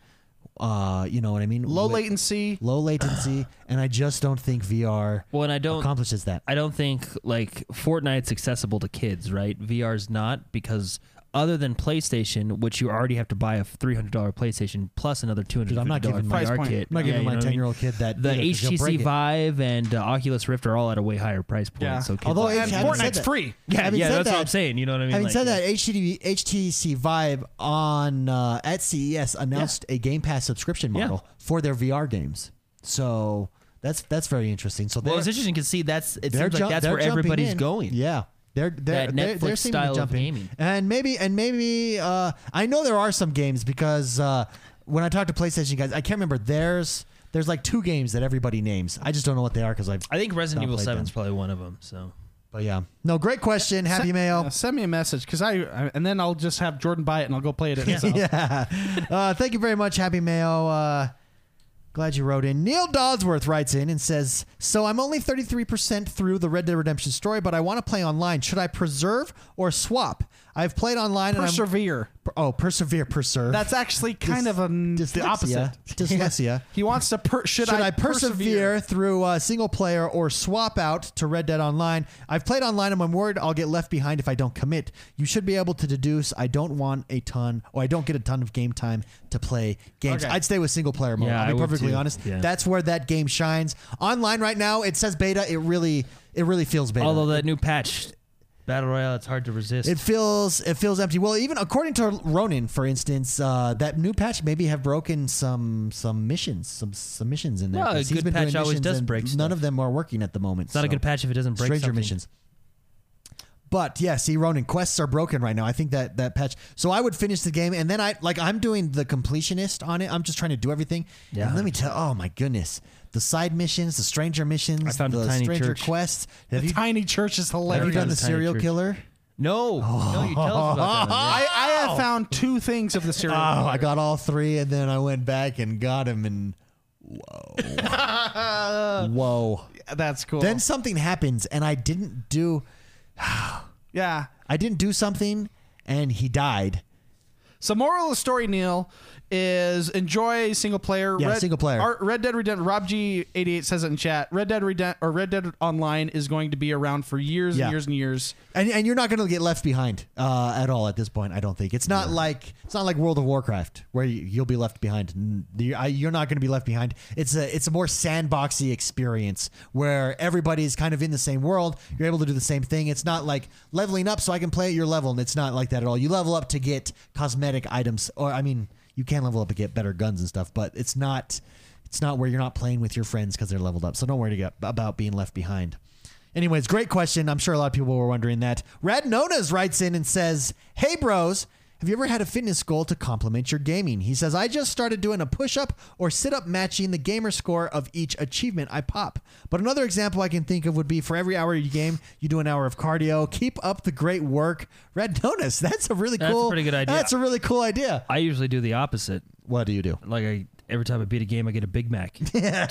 Speaker 1: Uh, you know what I mean?
Speaker 4: low
Speaker 1: With
Speaker 4: latency.
Speaker 1: low latency, and I just don't think VR
Speaker 2: well, and I don't.
Speaker 1: accomplishes that.
Speaker 2: I don't think like Fortnite's accessible to kids, right? VR's not because other than PlayStation, which you already have to buy a three hundred dollar PlayStation plus another two hundred
Speaker 1: I'm
Speaker 2: fifty
Speaker 1: not
Speaker 2: dollar
Speaker 1: giving my-
Speaker 2: VR
Speaker 4: Price point.
Speaker 2: kit.
Speaker 1: I'm not
Speaker 2: Yeah,
Speaker 1: giving
Speaker 2: you know
Speaker 1: my
Speaker 2: what I
Speaker 1: ten
Speaker 2: mean?
Speaker 1: year old kid that
Speaker 2: The
Speaker 1: either, 'cause he'll
Speaker 2: HTC
Speaker 1: break it.
Speaker 2: Vive and uh, Oculus Rift are all at a way higher price point.
Speaker 4: Yeah.
Speaker 2: So kids
Speaker 1: Although
Speaker 2: aren't
Speaker 1: it-
Speaker 4: And
Speaker 2: getting
Speaker 1: having
Speaker 2: it.
Speaker 1: said
Speaker 4: Fortnite's
Speaker 1: that-
Speaker 4: free.
Speaker 2: yeah,
Speaker 1: having
Speaker 2: yeah,
Speaker 1: said
Speaker 2: that's what I'm
Speaker 1: that-
Speaker 2: saying. You know what I mean?
Speaker 1: Having
Speaker 2: Like,
Speaker 1: said
Speaker 2: yeah.
Speaker 1: that, HTC, HTC Vive on uh, at CES announced a Game Pass subscription
Speaker 2: Yeah.
Speaker 1: model for their VR games. So that's that's very interesting. So
Speaker 2: well,
Speaker 1: they're-
Speaker 2: it's interesting to see that's it
Speaker 1: they're
Speaker 2: seems
Speaker 1: ju-
Speaker 2: like that's
Speaker 1: they're
Speaker 2: where
Speaker 1: jumping
Speaker 2: everybody's
Speaker 1: in.
Speaker 2: going.
Speaker 1: Yeah. They're, they're,
Speaker 2: That
Speaker 1: they're, they're
Speaker 2: Netflix
Speaker 1: seeming to
Speaker 2: style of
Speaker 1: jump in.
Speaker 2: gaming.
Speaker 1: and maybe and maybe uh, I know there are some games because uh, when I talk to PlayStation guys, I can't remember theirs. There's like two games that everybody names. I just don't know what they are because I've.
Speaker 2: I think Resident
Speaker 1: Not
Speaker 2: Evil
Speaker 1: played them.
Speaker 2: Seven's probably one of them. So
Speaker 1: But yeah, no, great question. Happy mail.
Speaker 4: Uh, send me a message because I, I and then I'll just have Jordan buy it and I'll go play it at his
Speaker 1: [laughs]
Speaker 4: house.
Speaker 1: yeah. Uh, thank you very much, Happy Mayo. Uh, glad you wrote in. Neil Dodsworth writes in and says, "So I'm only 33% through the Red Dead Redemption story, but I want to play online. Should I preserve or swap? I've played online and
Speaker 4: Persevere.
Speaker 1: I'm oh persevere, preserve.
Speaker 4: That's actually kind of um, the
Speaker 1: dyslexia.
Speaker 4: opposite. [laughs]
Speaker 1: Dyslexia.
Speaker 4: He wants to per- should,
Speaker 1: Should I, persevere through uh, single player or swap out to Red Dead Online? I've played online and I'm worried I'll get left behind if I don't commit. You should be able to deduce I don't want a ton or I don't get a ton of game time to play games.
Speaker 4: Okay.
Speaker 1: I'd stay with single player mode.
Speaker 2: Yeah,
Speaker 1: I'll
Speaker 2: I
Speaker 1: be
Speaker 2: would
Speaker 1: perfectly
Speaker 2: too.
Speaker 1: honest.
Speaker 2: Yeah.
Speaker 1: That's where that game shines. Online right now, it says beta. It really, it really feels beta.
Speaker 2: although that new patch, Battle Royale, it's hard to resist.
Speaker 1: It feels it feels empty. Well, even according to Ronin, for instance, uh, that new patch maybe have broken some some missions, some some missions in there.
Speaker 2: Well, a
Speaker 1: 'cause he's
Speaker 2: good
Speaker 1: been
Speaker 2: patch
Speaker 1: doing
Speaker 2: always
Speaker 1: missions
Speaker 2: does
Speaker 1: and
Speaker 2: break
Speaker 1: None
Speaker 2: stuff.
Speaker 1: of them are working at the moment.
Speaker 2: it's not a good patch if it doesn't break
Speaker 1: Stranger
Speaker 2: something.
Speaker 1: missions. But yeah, see, Ronin quests are broken right now. I think that that patch. So I would finish the game, and then I like I'm doing the completionist on it. I'm just trying to do everything.
Speaker 2: Yeah.
Speaker 1: And let me tell. Oh my goodness, the side missions, the stranger missions,
Speaker 2: found a
Speaker 1: the
Speaker 2: tiny
Speaker 1: stranger
Speaker 2: church.
Speaker 1: quests. Have you,
Speaker 4: Tiny church is
Speaker 1: have
Speaker 4: hilarious.
Speaker 1: you done the
Speaker 2: Tiny
Speaker 1: serial
Speaker 2: church.
Speaker 1: killer?
Speaker 2: No, no, you tell us about that.
Speaker 4: [laughs]
Speaker 1: [laughs]
Speaker 4: I, I have found two things of the serial.
Speaker 1: Oh, I got all three, and then I went back and got him, and whoa, whoa.
Speaker 4: That's cool.
Speaker 1: Then something happens, and I didn't do,
Speaker 4: yeah.
Speaker 1: I didn't do something, and he died.
Speaker 4: So moral of the story, Neil, is enjoy single player.
Speaker 1: Yeah, single player.
Speaker 4: Our- Red Dead Redemption. Rob G eighty eight says it in chat. Red Dead Redemption or Red Dead Online is going to be around for years
Speaker 1: Yeah.
Speaker 4: and years and years.
Speaker 1: And, and you're not going to get left behind uh, at all at this point. I don't think it's not like it's not like World of Warcraft where you, you'll be left behind. N- you- I- You're not going to be left behind. It's a it's a more sandboxy experience where everybody's kind of in the same world. You're able to do the same thing. It's not like leveling up so I can play at your level, and it's not like that at all. You level up to get cosmetic items, or I mean, you can level up to get better guns and stuff, but it's not it's not where you're not playing with your friends because they're leveled up. So don't worry to- about being left behind. Anyways, great question. I'm sure a lot of people were wondering that. Rad Nonas writes in and says, Hey, bros, have you ever had a fitness goal to complement your gaming? He says, I just started doing a push up or sit up matching the gamer score of each achievement I pop. But another example I can think of would be for every hour you game, you do an hour of cardio. Keep up the great work. Rad Nonas, [laughs] that's a really
Speaker 2: That's a
Speaker 1: cool
Speaker 2: pretty good idea.
Speaker 1: That's a really cool idea.
Speaker 2: I usually do the opposite.
Speaker 1: What do you do?
Speaker 2: Like I, every time I beat a game, I get a Big Mac.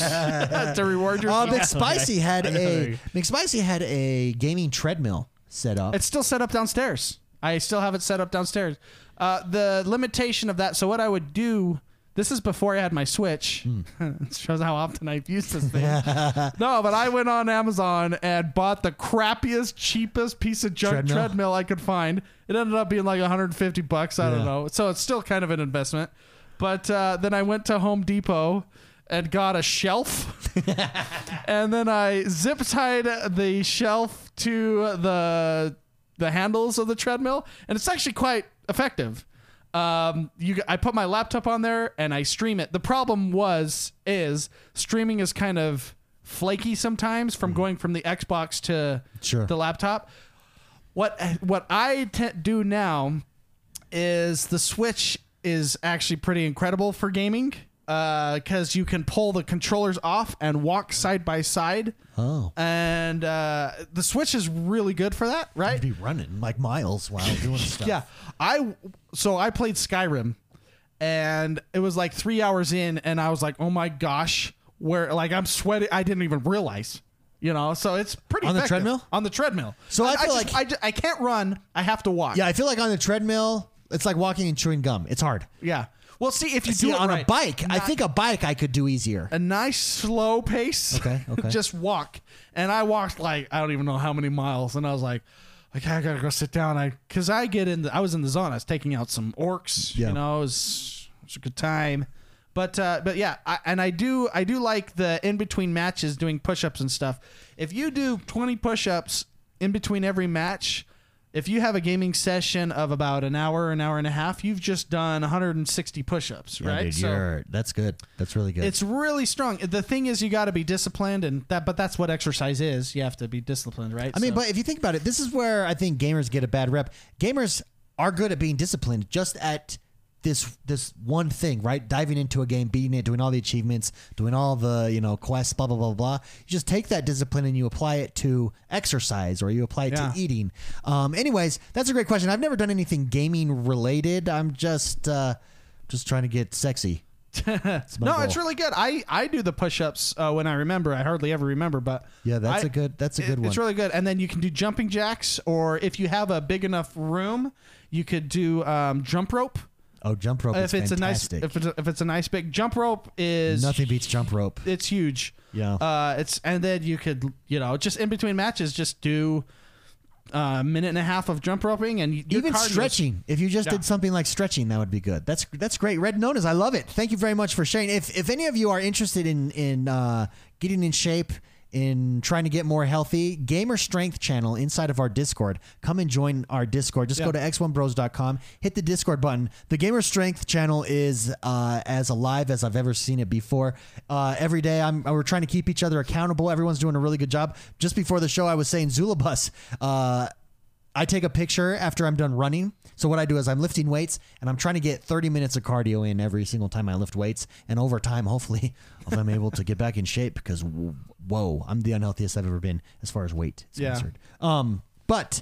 Speaker 4: to reward your.
Speaker 1: Uh,
Speaker 2: [laughs]
Speaker 1: McSpicy had a McSpicy had a gaming treadmill set up.
Speaker 4: It's still set up downstairs. I still have it set up downstairs. Uh, the limitation of that. So what I would do. This is before I had my Switch.
Speaker 1: Hmm.
Speaker 4: [laughs] it shows how often I've used this
Speaker 1: [laughs]
Speaker 4: thing. no, but I went on Amazon and bought the crappiest, cheapest piece of junk
Speaker 1: Treadmill?
Speaker 4: treadmill, I could find. It ended up being like 150 bucks. I
Speaker 1: Yeah.
Speaker 4: don't know. So it's still kind of an investment. But uh, then I went to Home Depot and got a shelf [laughs] and then I zip tied the shelf to the the handles of the treadmill, and it's actually quite effective. Um, you, I put my laptop on there and I stream it. The problem was is streaming is kind of flaky sometimes from going from the Xbox to
Speaker 1: Sure.
Speaker 4: the laptop. What what I te- do now is the Switch is actually pretty incredible for gaming because you can pull the controllers off and walk side by side.
Speaker 1: oh.
Speaker 4: And uh, the Switch is really good for that,
Speaker 1: I'd
Speaker 4: right?
Speaker 1: be running like miles [laughs] while doing stuff.
Speaker 4: Yeah. I so I played Skyrim, and it was like three hours in, and I was like, oh my gosh, where like I'm sweating. I didn't even realize. You know, so it's pretty
Speaker 1: On the
Speaker 4: effective.
Speaker 1: treadmill?
Speaker 4: On the treadmill.
Speaker 1: So I feel like-
Speaker 4: just- I, ju- I can't run. I have to walk.
Speaker 1: Yeah, I feel like on the treadmill, it's like walking and chewing gum. It's hard.
Speaker 4: yeah. Well, see if you
Speaker 1: See,
Speaker 4: do it
Speaker 1: on a
Speaker 4: right.
Speaker 1: bike, I think a bike I could do easier.
Speaker 4: a nice slow pace.
Speaker 1: Okay, okay.
Speaker 4: [laughs] just walk. And I walked like I don't even know how many miles. And I was like, okay, I gotta go sit down. I because I get in. The, I was in the zone. I was taking out some orcs.
Speaker 1: Yeah.
Speaker 4: You know, it was, it was a good time. But uh, but yeah, I, and I do I do like the in between matches doing push ups and stuff. If you do twenty push ups in between every match. If you have a gaming session of about an hour, an hour and a half, you've just done 160 push-ups, right?
Speaker 1: that's good. That's really good.
Speaker 4: It's really strong. The thing is, you got to be disciplined, and that. But that's what exercise is. You have to be disciplined, right?
Speaker 1: I mean,
Speaker 4: So-
Speaker 1: but if you think about it, this is where I think gamers get a bad rep. Gamers are good at being disciplined, just at this this one thing, right? Diving into a game, beating it, doing all the achievements, doing all the you know quests, blah blah blah blah. You just take that discipline and you apply it to exercise or you apply it
Speaker 4: Yeah.
Speaker 1: to eating. Um, anyways, that's a great question. I've never done anything gaming related. I'm just uh, just trying to get
Speaker 4: [laughs]
Speaker 1: sexy. That's my
Speaker 4: No,
Speaker 1: goal.
Speaker 4: it's really good. I, I do the push ups uh, when I remember. I hardly ever remember, but
Speaker 1: Yeah, that's
Speaker 4: a
Speaker 1: a good- that's a good
Speaker 4: It's
Speaker 1: one.
Speaker 4: really good. And then you can do jumping jacks, or if you have a big enough room, you could do um, jump rope.
Speaker 1: oh jump rope. is
Speaker 4: If it's
Speaker 1: fantastic.
Speaker 4: a nice, if it's a, if it's a nice big jump rope is
Speaker 1: nothing beats jump rope.
Speaker 4: It's huge.
Speaker 1: Yeah.
Speaker 4: Uh, it's and then you could you know just in between matches just do a minute and a half of jump roping and your
Speaker 1: Even
Speaker 4: cardio's-
Speaker 1: stretching. If you just
Speaker 4: Yeah.
Speaker 1: did something like stretching, that would be good. That's that's great. Red Nonas, I love it. Thank you very much for sharing. If if any of you are interested in in uh, getting in shape, in trying to get more healthy, Gamer Strength channel inside of our Discord. Come and join our Discord. Just go to
Speaker 4: Yeah.
Speaker 1: x1bros.com, hit the Discord button. The Gamer Strength channel is uh, as alive as I've ever seen it before. Uh, every day, I'm we're trying to keep each other accountable. Everyone's doing a really good job. Just before the show, I was saying Zulabus. Uh, I take a picture after I'm done running. So what I do is I'm lifting weights and I'm trying to get 30 minutes of cardio in every single time I lift weights. And over time, hopefully, [laughs] if I'm able to get back in shape because w- whoa, I'm the unhealthiest I've ever been as far as weight is
Speaker 4: Yeah.
Speaker 1: concerned. Um, but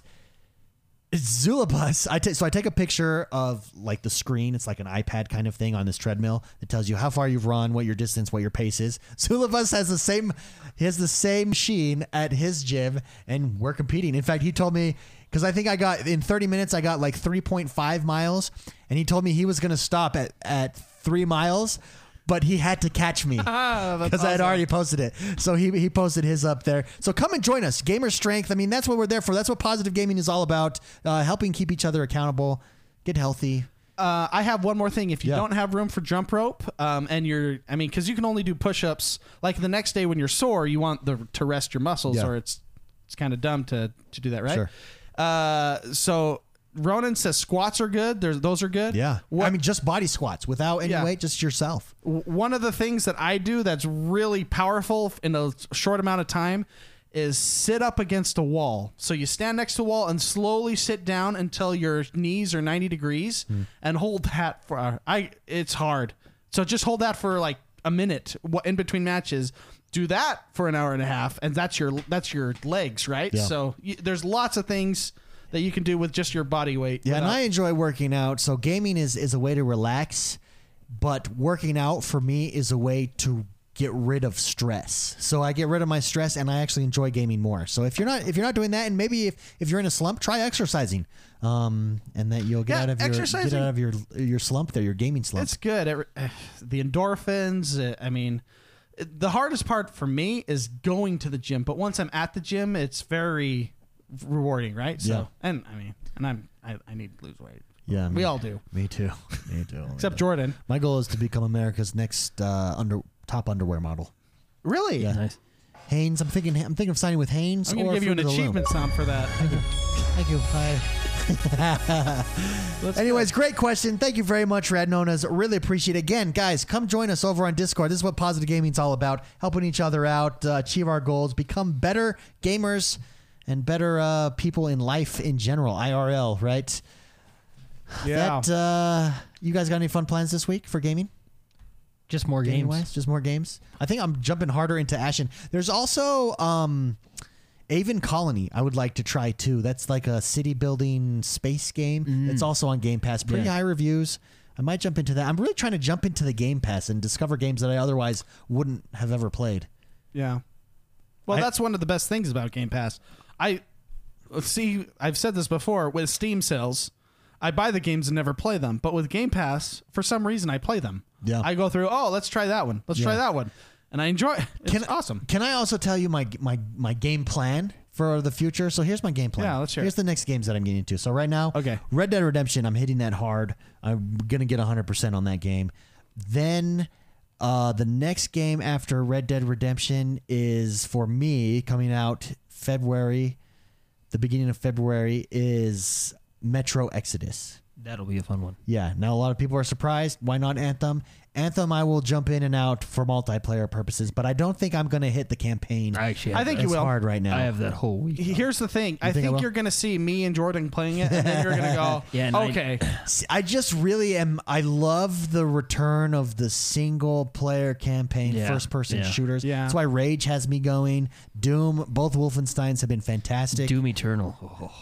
Speaker 1: Zulabus, I ta- so I take a picture of like the screen. It's like an iPad kind of thing on this treadmill that tells you how far you've run, what your distance, what your pace is. [laughs] Zulabus has the same, he has the same machine at his gym, and we're competing. In fact, he told me because I think I got in 30 minutes, I got like 3.5 miles, and he told me he was going to stop at at three miles, but he had to catch me
Speaker 4: [laughs] Ah, that's
Speaker 1: because I had
Speaker 4: awesome.
Speaker 1: already posted it. So he, he posted his up there. So come and join us. Gamer Strength. I mean, that's what we're there for. That's what positive gaming is all about. Uh, helping keep each other accountable, get healthy.
Speaker 4: Uh, I have one more thing. If you
Speaker 1: Yeah.
Speaker 4: don't have room for jump rope, um, and you're, I mean, because you can only do push ups. Like the next day when you're sore, you want the, to rest your muscles,
Speaker 1: Yeah.
Speaker 4: or it's it's kind of dumb to to do that, right?
Speaker 1: Sure.
Speaker 4: Uh, so Ronan says squats are good. There's those are good. What,
Speaker 1: I mean, just body squats without any
Speaker 4: Yeah.
Speaker 1: weight, just yourself.
Speaker 4: w- one of the things that I do that's really powerful in a short amount of time is sit up against a wall. So you stand next to a wall and slowly sit down until your knees are 90 degrees
Speaker 1: Hmm.
Speaker 4: and hold that for I it's hard. So just hold that for like a minute wh- in between matches. Do that for an hour and a half and that's your that's your legs, right?
Speaker 1: Yeah.
Speaker 4: So y- there's lots of things that you can do with just your body weight.
Speaker 1: Yeah, and
Speaker 4: without-
Speaker 1: I enjoy working out. So gaming is is a way to relax, but working out for me is a way to get rid of stress. So I get rid of my stress and I actually enjoy gaming more. So if you're not if you're not doing that and maybe if, if you're in a slump, try exercising. Um and that you'll get
Speaker 4: Yeah,
Speaker 1: out of your get
Speaker 4: exercising-
Speaker 1: out of your your slump there, your gaming slump.
Speaker 4: It's good. It, [sighs] the endorphins. uh I mean, it- the hardest part for me is going to the gym. But once I'm at the gym, it's very rewarding, right? So,
Speaker 1: Yeah.
Speaker 4: and I mean, and I'm I, I need to lose weight.
Speaker 1: yeah.
Speaker 4: we
Speaker 1: me-
Speaker 4: all do,
Speaker 1: Me too. [laughs] Me too.
Speaker 4: except Jordan.
Speaker 1: My goal is to become America's next uh under top underwear model.
Speaker 4: Really?
Speaker 1: [laughs] Yeah.
Speaker 2: Nice.
Speaker 1: Haynes, I'm thinking I'm thinking of signing with Haynes
Speaker 4: I'm
Speaker 1: or
Speaker 4: gonna give you an
Speaker 1: Fruit of the Loom.
Speaker 4: achievement sound
Speaker 1: [laughs]
Speaker 4: for that.
Speaker 1: Thank you. Bye.
Speaker 4: Let's
Speaker 1: Anyways, great question. Thank you very much, Radnonas. Really appreciate it. Again, guys, come join us over on Discord. This is what positive gaming's all about helping each other out, uh, achieve our goals, become better gamers and better uh, people in life in general, IRL, right?
Speaker 4: Yeah.
Speaker 1: That, uh, you guys got any fun plans this week for gaming?
Speaker 2: Just more games.
Speaker 1: Gaming-wise? Just more games? I think I'm jumping harder into Ashen. There's also. Um, Avon Colony, I would like to try too. That's like a city building space game. It's also on Game Pass. Pretty
Speaker 2: Mm. Yeah.
Speaker 1: high reviews. I might jump into that. I'm really trying to jump into the Game Pass and discover games that I otherwise wouldn't have ever played.
Speaker 4: Yeah. Well,
Speaker 2: I-
Speaker 4: that's one of the best things about Game Pass. I see. I've said this before with Steam sales. I buy the games and never play them, but with Game Pass, for some reason, I play them.
Speaker 1: Yeah.
Speaker 4: I go through. Oh, let's try that one. Let's try
Speaker 1: Yeah.
Speaker 4: that one, and I enjoy. It's
Speaker 1: Can-
Speaker 4: awesome.
Speaker 1: Can I also tell you my my my game plan for the future? So here's my game plan.
Speaker 4: Yeah, let's hear it.
Speaker 1: Here's the next games that I'm getting into. So right now,
Speaker 4: Okay.
Speaker 1: Red Dead Redemption. I'm hitting that hard. I'm gonna get 100 percent on that game. Then. Uh, the next game after Red Dead Redemption is for me coming out February the beginning of February is Metro Exodus.
Speaker 2: That'll be a fun one.
Speaker 1: Yeah. Now a lot of people are surprised. Why not Anthem? Anthem, I will jump in and out for multiplayer purposes, but I don't think I'm going to hit the campaign.
Speaker 2: I actually,
Speaker 4: I
Speaker 2: have
Speaker 4: think
Speaker 2: that.
Speaker 1: it's
Speaker 4: you will.
Speaker 1: hard right now.
Speaker 2: I have that whole week.
Speaker 1: [laughs]
Speaker 4: Here's the thing. I
Speaker 1: think I
Speaker 4: think
Speaker 1: will?
Speaker 4: you're gonna see me and Jordan playing it, and then you're
Speaker 1: [laughs]
Speaker 4: gonna go,
Speaker 2: Yeah, and I-
Speaker 4: okay.
Speaker 1: S- I just really am. I love the return of the single player campaign,
Speaker 2: Yeah,
Speaker 1: first person
Speaker 2: yeah.
Speaker 1: shooters.
Speaker 4: Yeah.
Speaker 1: That's why Rage has me going. Doom, both Wolfensteins have been fantastic.
Speaker 2: Doom Eternal. Oh.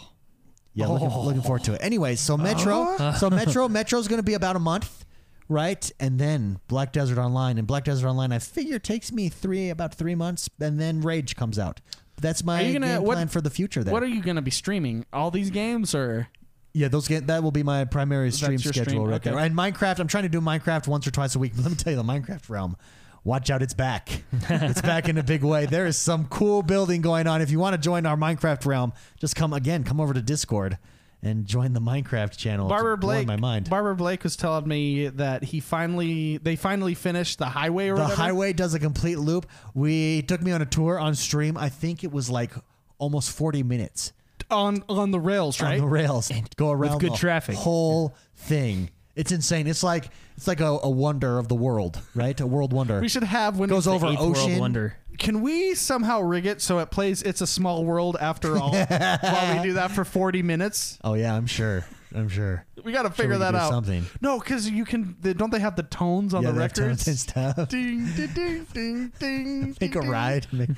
Speaker 1: Yeah, looking, looking forward to it. Anyway, so Metro,
Speaker 4: Uh-huh.
Speaker 1: so Metro, Metro's going to be about a month, right? And then Black Desert Online, and Black Desert Online, I figure takes me three about three months, and then Rage comes out. That's my
Speaker 4: Are you gonna-
Speaker 1: game
Speaker 4: what-
Speaker 1: plan for the future. There,
Speaker 4: What are you gonna be streaming? All these games or
Speaker 1: Yeah, those ga- that will be my primary stream
Speaker 4: your
Speaker 1: schedule
Speaker 4: stream,
Speaker 1: right
Speaker 4: okay.
Speaker 1: there. And Minecraft, I'm trying to do Minecraft once or twice a week. But let me tell you, the Minecraft realm, watch out, it's
Speaker 4: [laughs]
Speaker 1: back. it's back in a big way. There is some cool building going on. If you want to join our Minecraft realm, just come again, come over to Discord and join the Minecraft channel. It's
Speaker 4: Barbara
Speaker 1: blowing
Speaker 4: Blake?
Speaker 1: my mind.
Speaker 4: Barbara Blake was telling me that he finally they finally finished the highway or
Speaker 1: the
Speaker 4: whatever.
Speaker 1: highway does a complete loop. We took me on a tour on stream. I think it was like almost 40 minutes.
Speaker 4: on on the rails, right?
Speaker 1: on the rails go around
Speaker 2: good
Speaker 1: the
Speaker 2: traffic.
Speaker 1: whole thing it's insane it's like it's like a, a wonder of the world right a world wonder
Speaker 4: we should have when
Speaker 1: goes
Speaker 4: it's the
Speaker 1: over
Speaker 4: eighth-
Speaker 2: Eighth World
Speaker 1: ocean.
Speaker 2: Wonder.
Speaker 4: Can we somehow rig it so it plays "It's a Small World"
Speaker 1: [laughs]
Speaker 4: after all? while we do that for forty minutes,
Speaker 1: oh yeah i'm sure i'm sure
Speaker 4: we got to
Speaker 1: Sure we
Speaker 4: figure
Speaker 1: could
Speaker 4: that
Speaker 1: do
Speaker 4: out.
Speaker 1: something.
Speaker 4: No, because you can. They, don't they have the tones on
Speaker 1: yeah
Speaker 4: the
Speaker 1: they have
Speaker 4: records?
Speaker 1: tones and stuff
Speaker 4: [laughs] ding, ding, ding, ding,
Speaker 1: [laughs]
Speaker 4: ding.
Speaker 1: make a
Speaker 4: ding, [laughs]
Speaker 1: ride make,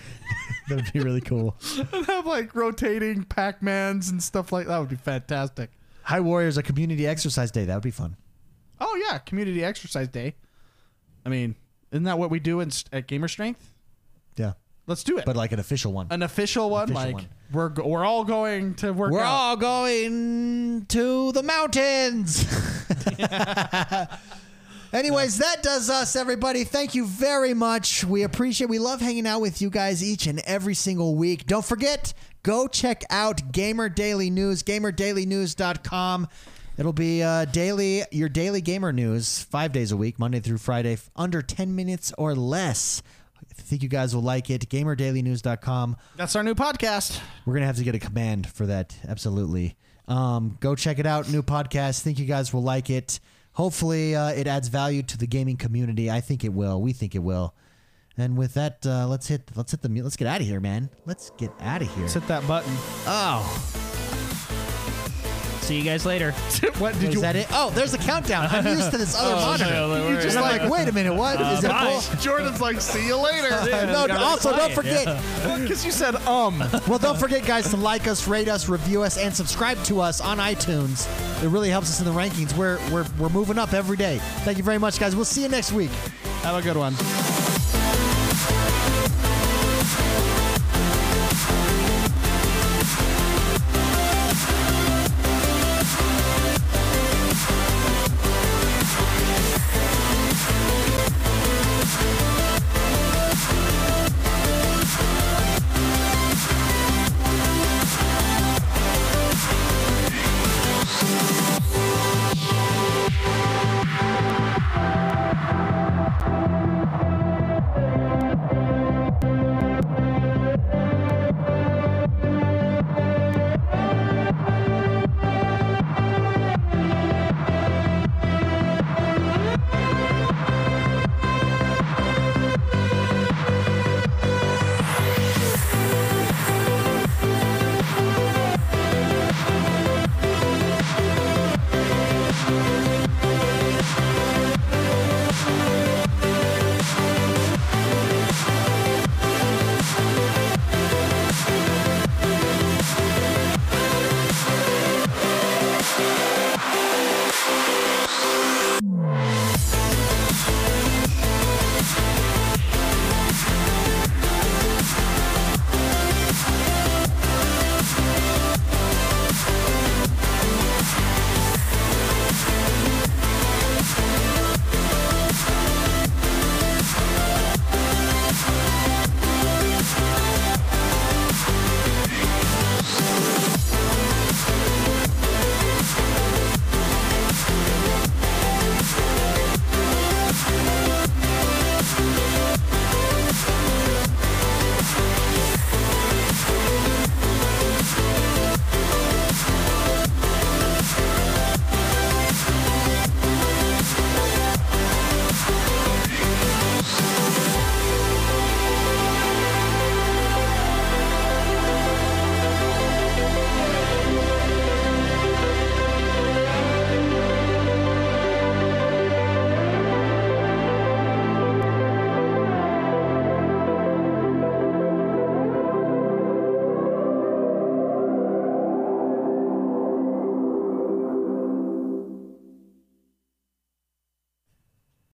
Speaker 1: that'd be really cool
Speaker 4: and have like rotating Pac-Mans and stuff like that would be fantastic.
Speaker 1: high warriors a community exercise day that would be fun
Speaker 4: Oh yeah, community exercise day. I mean, isn't that what we do in, at Gamer Strength?
Speaker 1: yeah
Speaker 4: Let's do it.
Speaker 1: but like an official one
Speaker 4: an official one,
Speaker 1: Official
Speaker 4: like
Speaker 1: one.
Speaker 4: we're go- we're all going to work
Speaker 1: we're
Speaker 4: out.
Speaker 1: all going to the mountains. [laughs] Anyways, that does us, everybody. Thank you very much. We appreciate We love hanging out with you guys each and every single week. Don't forget, go check out Gamer Daily News, gamerdailynews.com. It'll be uh, daily, your daily gamer news, five days a week, Monday through Friday, f- under 10 minutes or less. I think you guys will like it. GamerDailyNews.com.
Speaker 4: That's our new podcast.
Speaker 1: We're gonna have to get a command for that. Absolutely. Um, go check it out. New podcast. Think you guys will like it. Hopefully, uh, it adds value to the gaming community. I think it will. We think it will. And with that, uh, let's hit. Let's hit the. mu- Let's get out of here, man. Let's get out of here.
Speaker 4: Let's hit that button.
Speaker 1: Oh,
Speaker 2: See you guys
Speaker 1: [laughs]
Speaker 2: later.
Speaker 4: what did
Speaker 1: is
Speaker 4: you?
Speaker 1: that [laughs] it? Oh, there's the countdown. I'm used to this
Speaker 2: [laughs]
Speaker 1: other
Speaker 2: Oh,
Speaker 1: monitor.
Speaker 2: no, don't [laughs]
Speaker 1: You're just
Speaker 4: worry.
Speaker 1: like, wait a minute, what? Is it
Speaker 2: bye.
Speaker 1: full?
Speaker 4: Jordan's like, see you [laughs] later.
Speaker 1: No,
Speaker 2: Uh, gotta
Speaker 1: also,
Speaker 2: play
Speaker 1: don't
Speaker 2: it,
Speaker 1: forget.
Speaker 4: Because you said [laughs] um.
Speaker 1: Well, don't forget, guys, to like us, rate us, review us, and subscribe to us on iTunes. It really helps us in the rankings. We're we're, we're moving up every day. Thank you very much, guys. We'll see you next week.
Speaker 4: Have a good one.